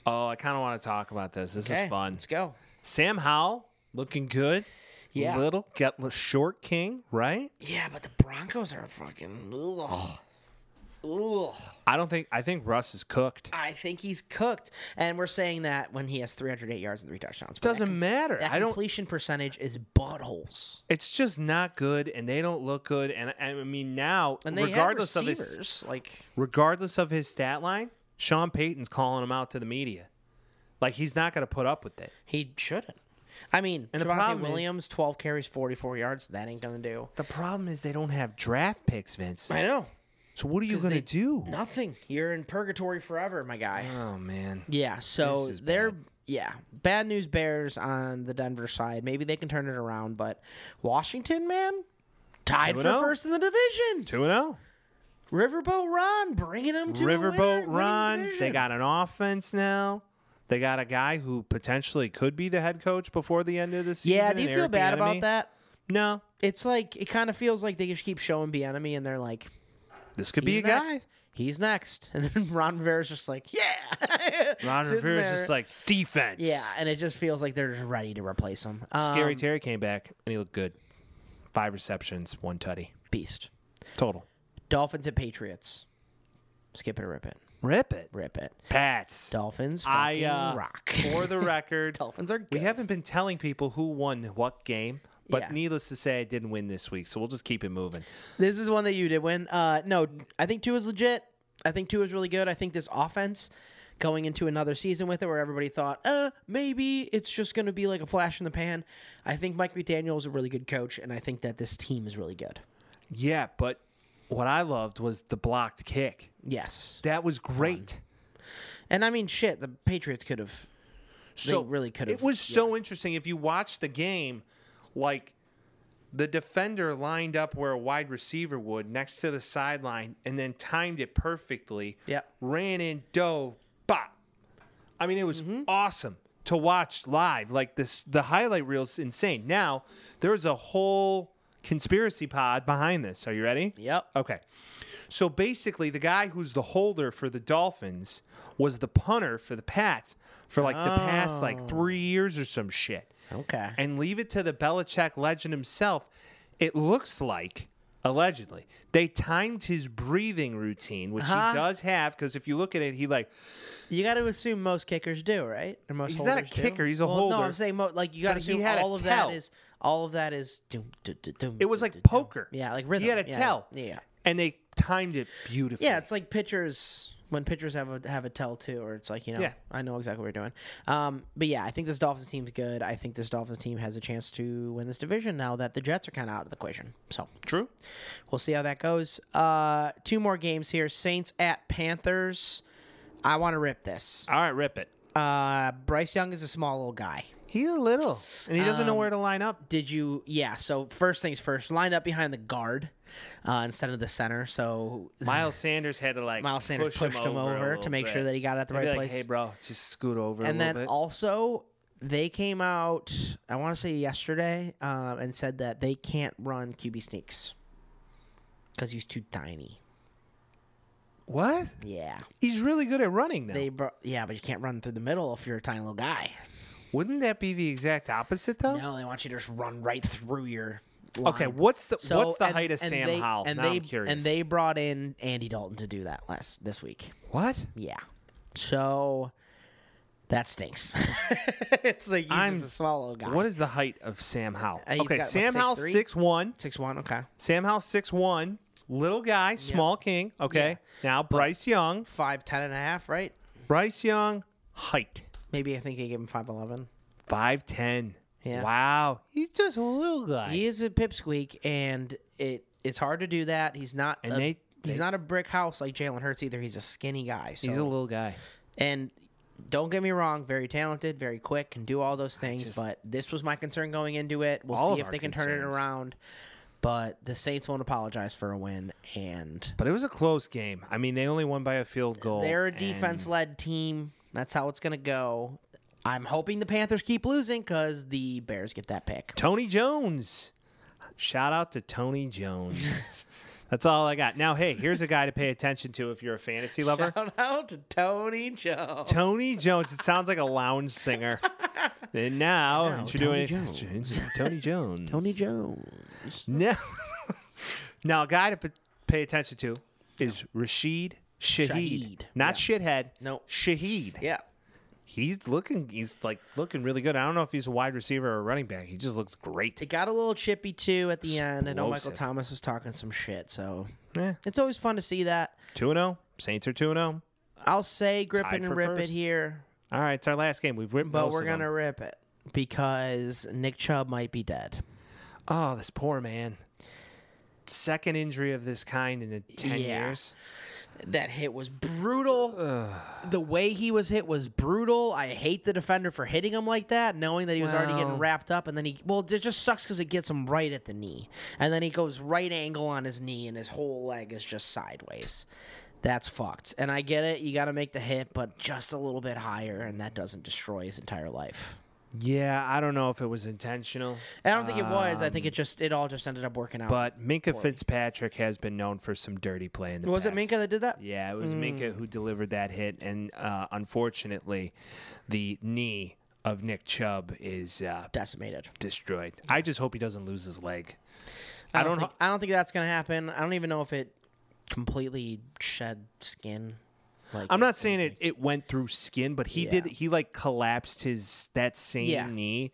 Speaker 1: oh, I kind of want to talk about this. This
Speaker 2: Okay,
Speaker 1: is fun.
Speaker 2: Let's go.
Speaker 1: Sam Howell looking good.
Speaker 2: Yeah.
Speaker 1: Little, get li- short king, right?
Speaker 2: Yeah, but the Broncos are fucking. Ugh. Ugh.
Speaker 1: I don't think, I think Russ is cooked.
Speaker 2: I think he's cooked, and we're saying that when he has 308 yards and three touchdowns. But that
Speaker 1: Doesn't matter.
Speaker 2: That
Speaker 1: I don't,
Speaker 2: completion percentage is buttholes.
Speaker 1: it's just not good and they don't look good. And I I mean, now,
Speaker 2: And they
Speaker 1: regardless
Speaker 2: had
Speaker 1: of
Speaker 2: receivers,
Speaker 1: his,
Speaker 2: like
Speaker 1: regardless of his stat line, Sean Payton's calling him out to the media. Like he's not going to put up with it.
Speaker 2: he shouldn't. I mean,
Speaker 1: And the
Speaker 2: Javante
Speaker 1: problem is-
Speaker 2: Williams, 12 carries, 44 yards. That ain't gonna do.
Speaker 1: The problem is they don't have draft picks, Vince.
Speaker 2: I know
Speaker 1: So what are you going
Speaker 2: they-
Speaker 1: to do?
Speaker 2: nothing. You're in purgatory forever, my guy.
Speaker 1: Oh man.
Speaker 2: Yeah, so
Speaker 1: This is
Speaker 2: they're yeah, bad news bears on the Denver side. Maybe they can turn it around, but Washington, man, tied for
Speaker 1: 2-0.
Speaker 2: first in the division.
Speaker 1: 2 0.
Speaker 2: Riverboat Ron bringing them to a winner-
Speaker 1: Riverboat
Speaker 2: winning
Speaker 1: Ron. They
Speaker 2: division.
Speaker 1: got an offense now. They got a guy who potentially could be the head coach before the end of the season.
Speaker 2: yeah. Do you feel
Speaker 1: Eric
Speaker 2: bad
Speaker 1: Bieniemy.
Speaker 2: about that?
Speaker 1: No.
Speaker 2: It's like it kind of feels like they just keep showing the enemy, and they're like,
Speaker 1: This could be
Speaker 2: he's
Speaker 1: a guy.
Speaker 2: next. He's next, and then Ron Rivera's just like, yeah.
Speaker 1: Ron
Speaker 2: Sitting
Speaker 1: Rivera's
Speaker 2: there.
Speaker 1: just like defense.
Speaker 2: yeah, and it just feels like they're just ready to replace him.
Speaker 1: Scary
Speaker 2: Um,
Speaker 1: Terry came back and he looked good. Five receptions, one tutty
Speaker 2: beast.
Speaker 1: total.
Speaker 2: Dolphins and Patriots. Skip it or rip it.
Speaker 1: Rip it,
Speaker 2: Rip it.
Speaker 1: Pats.
Speaker 2: Dolphins
Speaker 1: I
Speaker 2: fucking
Speaker 1: uh,
Speaker 2: rock.
Speaker 1: for the record,
Speaker 2: Dolphins are
Speaker 1: We
Speaker 2: good.
Speaker 1: haven't been telling people who won what game, but
Speaker 2: Yeah.
Speaker 1: needless to say, I didn't win this week, so we'll just keep it moving.
Speaker 2: this is one that you did win. Uh, no, I think two is legit. I think two is really good. I think this offense going into another season with it where everybody thought, uh, maybe it's just going to be like a flash in the pan. I think Mike McDaniel is a really good coach, and I think that this team is really good.
Speaker 1: Yeah, but what I loved was the blocked kick.
Speaker 2: Yes.
Speaker 1: That was great.
Speaker 2: And I mean, shit, the Patriots could have.
Speaker 1: So
Speaker 2: really could
Speaker 1: It
Speaker 2: have-
Speaker 1: was so interesting. If you watch the game, like the defender lined up where a wide receiver would next to the sideline and then timed it perfectly.
Speaker 2: Yep.
Speaker 1: Ran in, dove, bop. I mean, it was
Speaker 2: Mm-hmm.
Speaker 1: awesome to watch live. Like this, the highlight reel's insane. Now, there's a whole conspiracy pod behind this. Are you ready?
Speaker 2: Yep.
Speaker 1: Okay. So basically, the guy who's the holder for the Dolphins was the punter for the Pats for like the past
Speaker 2: Oh.
Speaker 1: like three years or some shit.
Speaker 2: Okay.
Speaker 1: And leave it to the Belichick legend himself. It looks like, allegedly, they timed his breathing routine, which
Speaker 2: Uh-huh.
Speaker 1: he does have, because if you look at it, he like,
Speaker 2: You got to assume most kickers do, right? Or most
Speaker 1: He's not a
Speaker 2: holders do?
Speaker 1: kicker, he's a
Speaker 2: well, No,
Speaker 1: holder.
Speaker 2: I'm saying mo- like you got to
Speaker 1: But he
Speaker 2: assume
Speaker 1: had a
Speaker 2: all of
Speaker 1: tell.
Speaker 2: that is all of that is. Doom, doom, doom, doom,
Speaker 1: it was like
Speaker 2: doom, doom.
Speaker 1: poker.
Speaker 2: Yeah, like rhythm.
Speaker 1: He had a
Speaker 2: yeah,
Speaker 1: tell.
Speaker 2: Yeah,
Speaker 1: And they timed it beautifully.
Speaker 2: yeah. It's like pitchers when pitchers have a have a tell too, or it's like you know,
Speaker 1: Yeah.
Speaker 2: I know exactly what you're doing. Um, but yeah, I think this Dolphins team's good. I think this Dolphins team has a chance to win this division now that the Jets are kind of out of the equation. So
Speaker 1: true.
Speaker 2: We'll see how that goes. Uh, two more games here: Saints at Panthers. I want to rip this.
Speaker 1: All right, rip it.
Speaker 2: Uh, Bryce Young is a small little guy.
Speaker 1: He's a little, and he doesn't
Speaker 2: Um,
Speaker 1: know where to line up.
Speaker 2: Did you? Yeah. So first things first, lined up behind the guard uh, instead of the center. So
Speaker 1: Miles Sanders had to like
Speaker 2: Miles Sanders
Speaker 1: push
Speaker 2: pushed him
Speaker 1: a
Speaker 2: over to
Speaker 1: little
Speaker 2: make sure
Speaker 1: bit.
Speaker 2: that he got at the
Speaker 1: They'd be
Speaker 2: right
Speaker 1: like,
Speaker 2: place.
Speaker 1: Hey, bro, just scoot over.
Speaker 2: and
Speaker 1: a
Speaker 2: then
Speaker 1: little bit.
Speaker 2: also they came out. I want to say yesterday um, and said that they can't run QB sneaks because he's too tiny.
Speaker 1: what?
Speaker 2: Yeah.
Speaker 1: He's really good at running now.
Speaker 2: They bro- yeah, but you can't run through the middle if you're a tiny little guy.
Speaker 1: Wouldn't that be the exact opposite though?
Speaker 2: No, they want you to just run right through your. Line.
Speaker 1: Okay, what's the
Speaker 2: So-
Speaker 1: what's the
Speaker 2: and-
Speaker 1: height of
Speaker 2: and
Speaker 1: Sam
Speaker 2: they,
Speaker 1: Howell?
Speaker 2: And
Speaker 1: now
Speaker 2: they
Speaker 1: I'm curious.
Speaker 2: and they brought in Andy Dalton to do that last this week.
Speaker 1: what?
Speaker 2: Yeah, so that stinks. it's like he's
Speaker 1: I'm-
Speaker 2: just a small little guy.
Speaker 1: What is the height of Sam Howell?
Speaker 2: Uh, he's
Speaker 1: okay,
Speaker 2: got, what,
Speaker 1: Sam Howell
Speaker 2: 6'3"?
Speaker 1: six one.
Speaker 2: six one? Okay,
Speaker 1: Sam Howell six one. Little guy, small king. Okay, now Bryce Young.
Speaker 2: five ten and a half, right?
Speaker 1: Bryce Young height
Speaker 2: Maybe I think they gave him five eleven.
Speaker 1: five ten.
Speaker 2: Yeah.
Speaker 1: Wow, he's just a little guy.
Speaker 2: He is a pipsqueak, and it it's hard to do that. He's not.
Speaker 1: and
Speaker 2: a-
Speaker 1: they
Speaker 2: He's not a brick house like Jalen Hurts either. He's a skinny guy. So.
Speaker 1: He's a little guy.
Speaker 2: and don't get me wrong, very talented, very quick, can do all those things.
Speaker 1: just-
Speaker 2: but this was my concern going into it.
Speaker 1: All
Speaker 2: We'll
Speaker 1: of
Speaker 2: see if
Speaker 1: our
Speaker 2: they can turn it
Speaker 1: concerns.
Speaker 2: around. But the Saints won't apologize for a win, and
Speaker 1: But it was a close game. I mean, they only won by a field goal.
Speaker 2: they're a
Speaker 1: and-
Speaker 2: defense-led team. That's how it's gonna go. I'm hoping the Panthers keep losing because the Bears get that pick.
Speaker 1: Tony Jones. Shout out to Tony Jones. That's all I got. Now, hey, here's a guy to pay attention to if you're a fantasy lover.
Speaker 2: Shout out to Tony Jones.
Speaker 1: Tony Jones. It sounds like a lounge singer. And now,
Speaker 2: Now,
Speaker 1: introducing
Speaker 2: Tony
Speaker 1: Tony Jones.
Speaker 2: Tony Jones.
Speaker 1: Now, now a guy to p- pay attention to is Rashid Shaheed.
Speaker 2: Shaheed,
Speaker 1: Not shithead.
Speaker 2: No.
Speaker 1: Shaheed.
Speaker 2: Yeah.
Speaker 1: He's looking. He's like looking really good. I don't know if he's a wide receiver or a running back. He just looks great.
Speaker 2: It got a little chippy too at the end. I know Michael
Speaker 1: Explosive.
Speaker 2: Thomas was talking some shit, so
Speaker 1: Eh,
Speaker 2: it's always fun to see that.
Speaker 1: two and zero. Saints are two and zero.
Speaker 2: I'll say grip
Speaker 1: Tied
Speaker 2: it and
Speaker 1: for
Speaker 2: rip it
Speaker 1: first.
Speaker 2: here,
Speaker 1: All right, it's our last game. We've ripped.
Speaker 2: but
Speaker 1: most
Speaker 2: we're
Speaker 1: of them.
Speaker 2: gonna rip it because Nick Chubb might be dead.
Speaker 1: Oh, this poor man. Second injury of this kind in the ten
Speaker 2: Yeah.
Speaker 1: years.
Speaker 2: That hit was brutal. The way he was hit was brutal. I hate the defender for hitting him like that, knowing that he was already getting
Speaker 1: Well-
Speaker 2: wrapped up, and then he well, it just sucks because it gets him right at the knee, and then he goes right angle on his knee, and his whole leg is just sideways. That's fucked. And I get it. You got to make the hit, but just a little bit higher, and that doesn't destroy his entire life.
Speaker 1: Yeah, I don't know if it was intentional,
Speaker 2: I don't think it was. I think it just it all just ended up working out.
Speaker 1: Um, but Minka Fitzpatrick has been known for some dirty play in the
Speaker 2: was
Speaker 1: past.
Speaker 2: it Minka that did that?
Speaker 1: Yeah, it was Minka who delivered that hit, and uh, unfortunately, the knee of Nick Chubb is uh,
Speaker 2: Decimated.
Speaker 1: destroyed. I just hope he doesn't lose his leg. I don't.
Speaker 2: think, I don't think that's gonna happen. I don't even know if it completely shed skin. Like
Speaker 1: I'm not saying it, it went through skin, but he did.
Speaker 2: Yeah.
Speaker 1: He like collapsed his that same
Speaker 2: Yeah.
Speaker 1: knee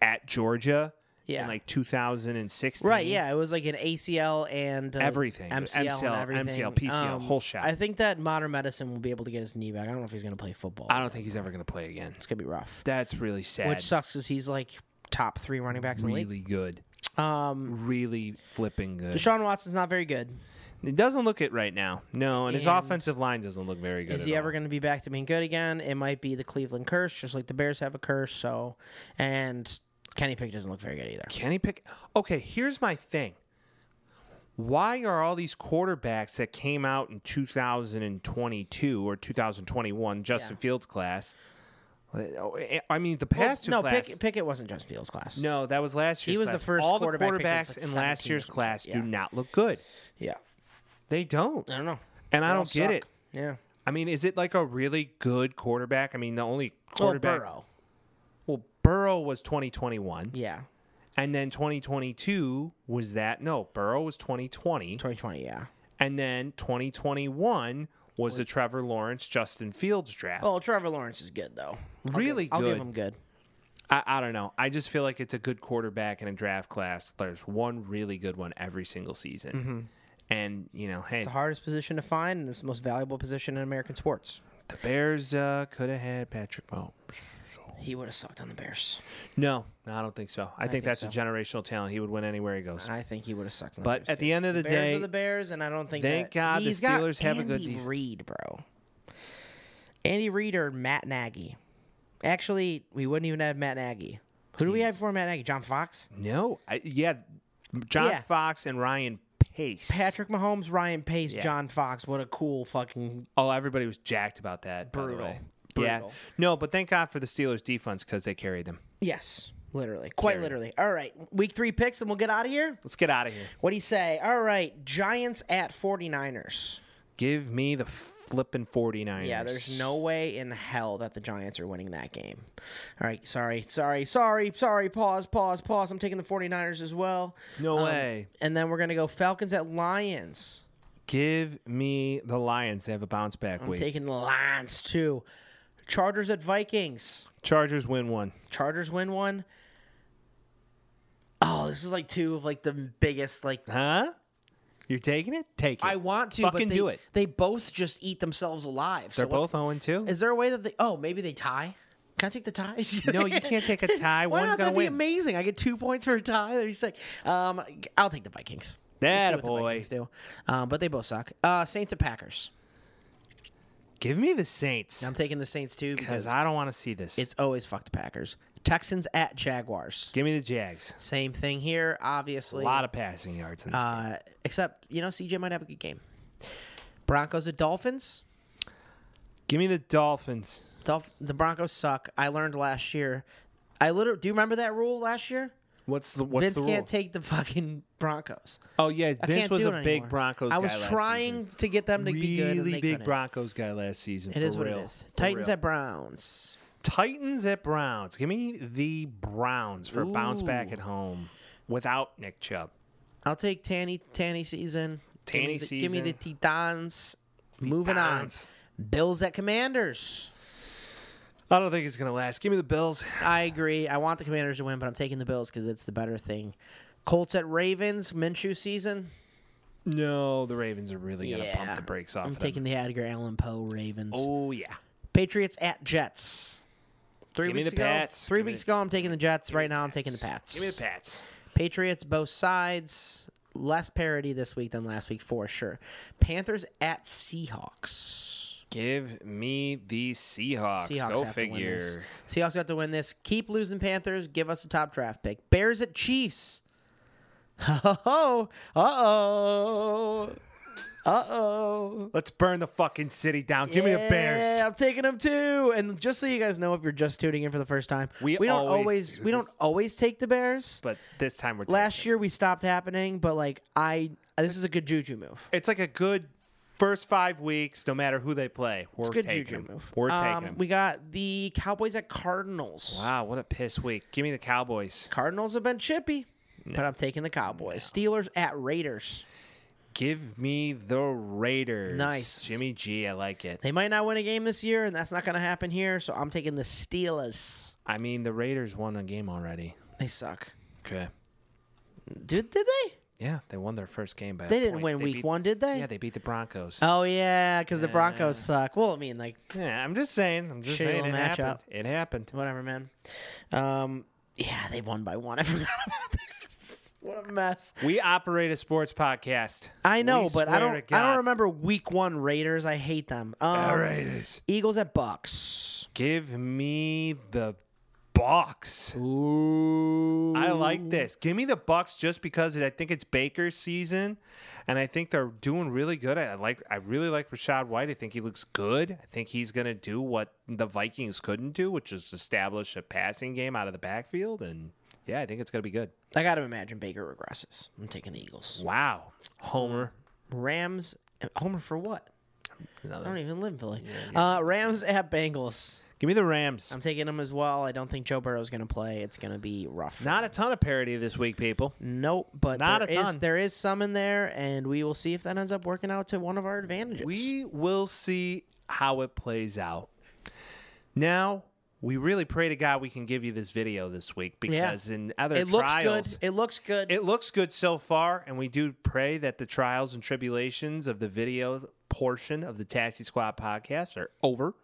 Speaker 1: at Georgia
Speaker 2: Yeah.
Speaker 1: in like 2016.
Speaker 2: Right, yeah, it was like an ACL and uh,
Speaker 1: Everything.
Speaker 2: MCL,
Speaker 1: MCL,
Speaker 2: and everything. Um,
Speaker 1: MCL, PCL, whole shot.
Speaker 2: I think that modern medicine will be able to get his knee back. I don't know if he's going to play football.
Speaker 1: I don't think he's ever gonna play again.
Speaker 2: it's going to be rough,
Speaker 1: That's really sad.
Speaker 2: which sucks because he's like top three running backs in the
Speaker 1: really good.
Speaker 2: league. Um,
Speaker 1: Really flipping good.
Speaker 2: Deshaun Watson's not very good.
Speaker 1: It doesn't look it right now. No, and, his
Speaker 2: And-
Speaker 1: offensive line doesn't look very good.
Speaker 2: Is
Speaker 1: at
Speaker 2: he
Speaker 1: all.
Speaker 2: ever going to be back to being good again? It might be the Cleveland curse, just like the Bears have a curse. So, and Kenny Pickett doesn't look very good either.
Speaker 1: Can he pick? Okay, here's my thing. Why are all these quarterbacks that came out in 2022 or 2021, Justin Fields class? I mean, the past two
Speaker 2: Oh, no,
Speaker 1: class.
Speaker 2: Pick, Pickett wasn't just Fields' class.
Speaker 1: no, that was last year's.
Speaker 2: was the
Speaker 1: class.
Speaker 2: first
Speaker 1: All the
Speaker 2: quarterback picked
Speaker 1: quarterbacks
Speaker 2: since, like,
Speaker 1: in last
Speaker 2: 17
Speaker 1: year's
Speaker 2: or something.
Speaker 1: class
Speaker 2: Yeah.
Speaker 1: do not look good.
Speaker 2: Yeah,
Speaker 1: They don't,
Speaker 2: I don't know.
Speaker 1: and I
Speaker 2: They all
Speaker 1: don't get
Speaker 2: suck.
Speaker 1: it.
Speaker 2: Yeah.
Speaker 1: I mean, is it like a really good quarterback? I mean, the only quarterback.
Speaker 2: Well, Burrow.
Speaker 1: well Burrow was 2021,
Speaker 2: Yeah.
Speaker 1: and then 2022 was that. No, Burrow was 2020.
Speaker 2: 2020. Yeah.
Speaker 1: And then 2021 was the Trevor Lawrence Justin Fields draft.
Speaker 2: Well, Trevor Lawrence is good though. Oh, I'll
Speaker 1: Really
Speaker 2: give, I'll give
Speaker 1: good.
Speaker 2: him good.
Speaker 1: I, I don't know. I just feel like it's a good quarterback in a draft class. There's one really good one every single season. And, you know, hey,
Speaker 2: Mm-hmm. It's the hardest position to find, and it's the most valuable position in American sports.
Speaker 1: the Bears uh, could have had Patrick Mahomes.
Speaker 2: He would have sucked on the Bears.
Speaker 1: No, no, I don't think so. I, think,
Speaker 2: think
Speaker 1: that's a
Speaker 2: so.
Speaker 1: generational talent. He would win anywhere he goes.
Speaker 2: I think he would have sucked on the
Speaker 1: But
Speaker 2: Bears.
Speaker 1: at the end of the
Speaker 2: the Bears
Speaker 1: day,
Speaker 2: are the Bears, and I don't think.
Speaker 1: thank
Speaker 2: that,
Speaker 1: God the
Speaker 2: he's got
Speaker 1: Steelers have a good
Speaker 2: Andy
Speaker 1: def-
Speaker 2: Reid, bro. Andy Reid or Matt Nagy? Actually, we wouldn't even have Matt Nagy. Who do we have before Matt Nagy? John Fox,
Speaker 1: no, I, yeah, John
Speaker 2: Yeah.
Speaker 1: Fox and Ryan Pace.
Speaker 2: Patrick Mahomes, Ryan Pace, John Fox. What a cool fucking
Speaker 1: Oh, everybody was jacked about that. by the
Speaker 2: Brutal.
Speaker 1: way. Yeah.
Speaker 2: Brutal.
Speaker 1: No, but thank God for the Steelers defense because they carried them.
Speaker 2: yes, literally, quite literally. All right, week three picks, and we'll get out of here.
Speaker 1: Let's get out of here.
Speaker 2: What do you say? All right, Giants at 49ers.
Speaker 1: Give me the flippin' 49ers.
Speaker 2: Yeah, there's no way in hell that the Giants are winning that game. All right, sorry, sorry, sorry, sorry. Pause, pause, pause. I'm taking the 49ers as well.
Speaker 1: No way.
Speaker 2: And then we're going to go Falcons at Lions.
Speaker 1: Give me the Lions. They have a bounce back week.
Speaker 2: Taking the Lions too. Chargers at Vikings.
Speaker 1: Chargers win one.
Speaker 2: Chargers win one. Oh, this is like two of like the biggest like
Speaker 1: Huh? You're taking it? Take it.
Speaker 2: I want to
Speaker 1: Fucking
Speaker 2: but they,
Speaker 1: do it.
Speaker 2: They both just eat themselves alive.
Speaker 1: They're
Speaker 2: so what's-
Speaker 1: both 0 2.
Speaker 2: Is there a way that they? Oh, maybe they tie. Can I take the tie?
Speaker 1: No, you can't take a tie.
Speaker 2: Why
Speaker 1: One's
Speaker 2: not?
Speaker 1: going
Speaker 2: That'd
Speaker 1: to
Speaker 2: be
Speaker 1: win.
Speaker 2: amazing. I get two points for a tie. That'd be sick. Um, I'll take the Vikings. See
Speaker 1: That
Speaker 2: what the
Speaker 1: boy.
Speaker 2: Vikings do. Um, but they both suck. Uh, Saints and Packers.
Speaker 1: Give me the Saints
Speaker 2: I'm taking the Saints too
Speaker 1: because
Speaker 2: because
Speaker 1: I don't want to see this.
Speaker 2: it's always fucked Packers. Texans at Jaguars.
Speaker 1: Give me the Jags.
Speaker 2: Same thing here, obviously.
Speaker 1: A lot of passing yards in this game.
Speaker 2: uh, except you know CJ might have a good game. Broncos at Dolphins.
Speaker 1: Give me the Dolphins.
Speaker 2: Dolph- the Broncos suck. I learned last year. I literally do you remember that rule last year?
Speaker 1: What's the what's
Speaker 2: Vince
Speaker 1: the rule?
Speaker 2: can't take the fucking Broncos.
Speaker 1: oh yeah,
Speaker 2: I
Speaker 1: Vince
Speaker 2: can't
Speaker 1: was
Speaker 2: do
Speaker 1: a
Speaker 2: it
Speaker 1: big
Speaker 2: anymore.
Speaker 1: Broncos.
Speaker 2: I
Speaker 1: guy
Speaker 2: was
Speaker 1: last
Speaker 2: trying
Speaker 1: season.
Speaker 2: to get them to
Speaker 1: really
Speaker 2: be good. And they
Speaker 1: big
Speaker 2: couldn't.
Speaker 1: Broncos guy last season.
Speaker 2: It
Speaker 1: for
Speaker 2: is what
Speaker 1: real.
Speaker 2: it is.
Speaker 1: For
Speaker 2: Titans
Speaker 1: real.
Speaker 2: at Browns.
Speaker 1: Titans at Browns. Give me the Browns for a bounce back
Speaker 2: Ooh.
Speaker 1: at home without Nick Chubb.
Speaker 2: I'll take Tanny Tanny season. Give me
Speaker 1: Tanny
Speaker 2: the- Give me the
Speaker 1: season.
Speaker 2: Titans. Moving on.
Speaker 1: Titans.
Speaker 2: Bills at Commanders.
Speaker 1: I don't think it's gonna last. Give me the Bills.
Speaker 2: I agree. I want the Commanders to win, but I'm taking the Bills because it's the better thing. Colts at Ravens. Minshew season.
Speaker 1: No, the Ravens are really gonna
Speaker 2: Yeah.
Speaker 1: pump the brakes off.
Speaker 2: I'm
Speaker 1: of them.
Speaker 2: taking the Edgar Allan Poe Ravens.
Speaker 1: Oh yeah.
Speaker 2: Patriots at Jets. Three
Speaker 1: Give me
Speaker 2: weeks
Speaker 1: the
Speaker 2: ago.
Speaker 1: Pats.
Speaker 2: Three
Speaker 1: Give me
Speaker 2: weeks
Speaker 1: the-
Speaker 2: ago, I'm taking the Jets. Right now, I'm taking the Pats.
Speaker 1: Give me the Pats.
Speaker 2: Patriots, both sides. Less parity this week than last week for sure. Panthers at Seahawks.
Speaker 1: Give me the Seahawks.
Speaker 2: Seahawks
Speaker 1: Go
Speaker 2: have to win this.
Speaker 1: figure.
Speaker 2: Seahawks have to win this. Keep losing Panthers. Give us a top draft pick. Bears at Chiefs. Oh, uh oh, uh oh.
Speaker 1: Let's burn the fucking city down. Give me the Bears.
Speaker 2: Yeah, I'm taking them too. And just so you guys know, if you're just tuning in for the first time,
Speaker 1: We
Speaker 2: don't
Speaker 1: always
Speaker 2: always
Speaker 1: do
Speaker 2: we don't
Speaker 1: this.
Speaker 2: always take the Bears.
Speaker 1: But this time we're
Speaker 2: Last year we stopped happening, but like I, this is a good juju move.
Speaker 1: It's like a good first five weeks, no matter who they play. We're
Speaker 2: Good
Speaker 1: taking
Speaker 2: juju
Speaker 1: 'em.
Speaker 2: move.
Speaker 1: We're taking
Speaker 2: Um,
Speaker 1: 'em.
Speaker 2: We got the Cowboys at Cardinals.
Speaker 1: Wow, what a piss week. Give me the Cowboys.
Speaker 2: Cardinals have been chippy, but I'm taking the Cowboys. Steelers at Raiders.
Speaker 1: Give me the Raiders.
Speaker 2: Nice.
Speaker 1: Jimmy G, I like it.
Speaker 2: They might not win a game this year, and that's not going to happen here. So I'm taking the Steelers.
Speaker 1: I mean, the Raiders won a game already.
Speaker 2: They suck.
Speaker 1: Okay.
Speaker 2: Did did they?
Speaker 1: Yeah, they won their first game by a
Speaker 2: They didn't
Speaker 1: point.
Speaker 2: win
Speaker 1: They
Speaker 2: week
Speaker 1: beat-
Speaker 2: one, did they?
Speaker 1: Yeah, they beat the Broncos.
Speaker 2: Oh yeah, because the Broncos suck. Well, I mean, like
Speaker 1: yeah, I'm just saying. I'm just
Speaker 2: Shitty
Speaker 1: saying it
Speaker 2: little
Speaker 1: happened.
Speaker 2: matchup.
Speaker 1: It happened.
Speaker 2: whatever, man. Um, yeah, they won by one. I forgot about this. What a mess.
Speaker 1: We operate a sports podcast.
Speaker 2: I
Speaker 1: We
Speaker 2: know, but I
Speaker 1: swear
Speaker 2: don't.
Speaker 1: to
Speaker 2: I don't
Speaker 1: God.
Speaker 2: remember Week One Raiders. I hate them. Um,
Speaker 1: The Raiders.
Speaker 2: Eagles at Bucks.
Speaker 1: Give me the Bucks.
Speaker 2: Ooh.
Speaker 1: I like this. Give me the Bucks just because I think it's Baker's season, and I think they're doing really good. I like. I really like Rashad White. I think he looks good. I think he's gonna do what the Vikings couldn't do, which is establish a passing game out of the backfield. And yeah, I think it's gonna be good.
Speaker 2: I got to imagine Baker regresses. I'm taking the Eagles.
Speaker 1: Wow, Homer.
Speaker 2: Rams. Homer for what? I don't
Speaker 1: Another.
Speaker 2: even live in Philly. Uh, Rams at Bengals.
Speaker 1: Give me the Rams.
Speaker 2: I'm taking them as well. I don't think Joe Burrow's going to play. It's going to be rough.
Speaker 1: Not a ton of parity this week, people.
Speaker 2: nope. But
Speaker 1: Not
Speaker 2: there
Speaker 1: a
Speaker 2: is-
Speaker 1: ton.
Speaker 2: there is some in there, and we will see if that ends up working out to one of our advantages.
Speaker 1: We will see how it plays out. Now, we really pray to God we can give you this video this week because in other
Speaker 2: it looks
Speaker 1: trials,
Speaker 2: good. It looks good.
Speaker 1: it looks good so far, and we do pray that the trials and tribulations of the video portion of the Taxi Squad podcast are over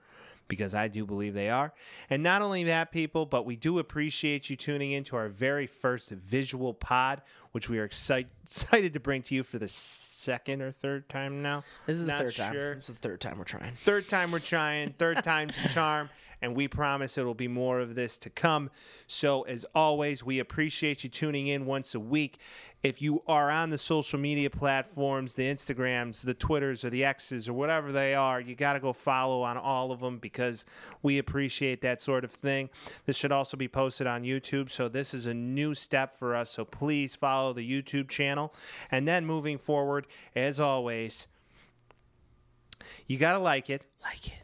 Speaker 1: because I do believe they are. And not only that, people, but we do appreciate you tuning in to our very first visual pod, which we are excite- excited to bring to you for the second or third time now.
Speaker 2: this is the
Speaker 1: Not
Speaker 2: third time.
Speaker 1: sure.
Speaker 2: This is the third time we're trying.
Speaker 1: Third time we're trying, third time's a charm, and we promise it'll be more of this to come. So, as always, we appreciate you tuning in once a week. If you are on the social media platforms, the Instagrams, the Twitters, or the X's, or whatever they are, you got to go follow on all of them because we appreciate that sort of thing. This should also be posted on YouTube. So, this is a new step for us. So, please follow the YouTube channel. And then moving forward, as always, you got to like it
Speaker 2: Like it.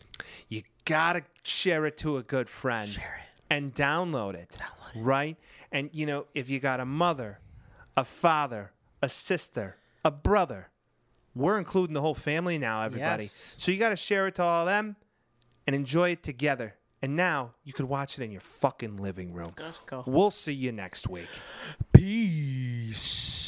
Speaker 1: you gotta share it to a good friend and download it, right and you know if you got a mother a father a sister a brother we're including the whole family now everybody
Speaker 2: Yes.
Speaker 1: so you gotta share it to all them and enjoy it together and now you could watch it in your fucking living room
Speaker 2: Let's go.
Speaker 1: we'll see you next week
Speaker 2: Peace.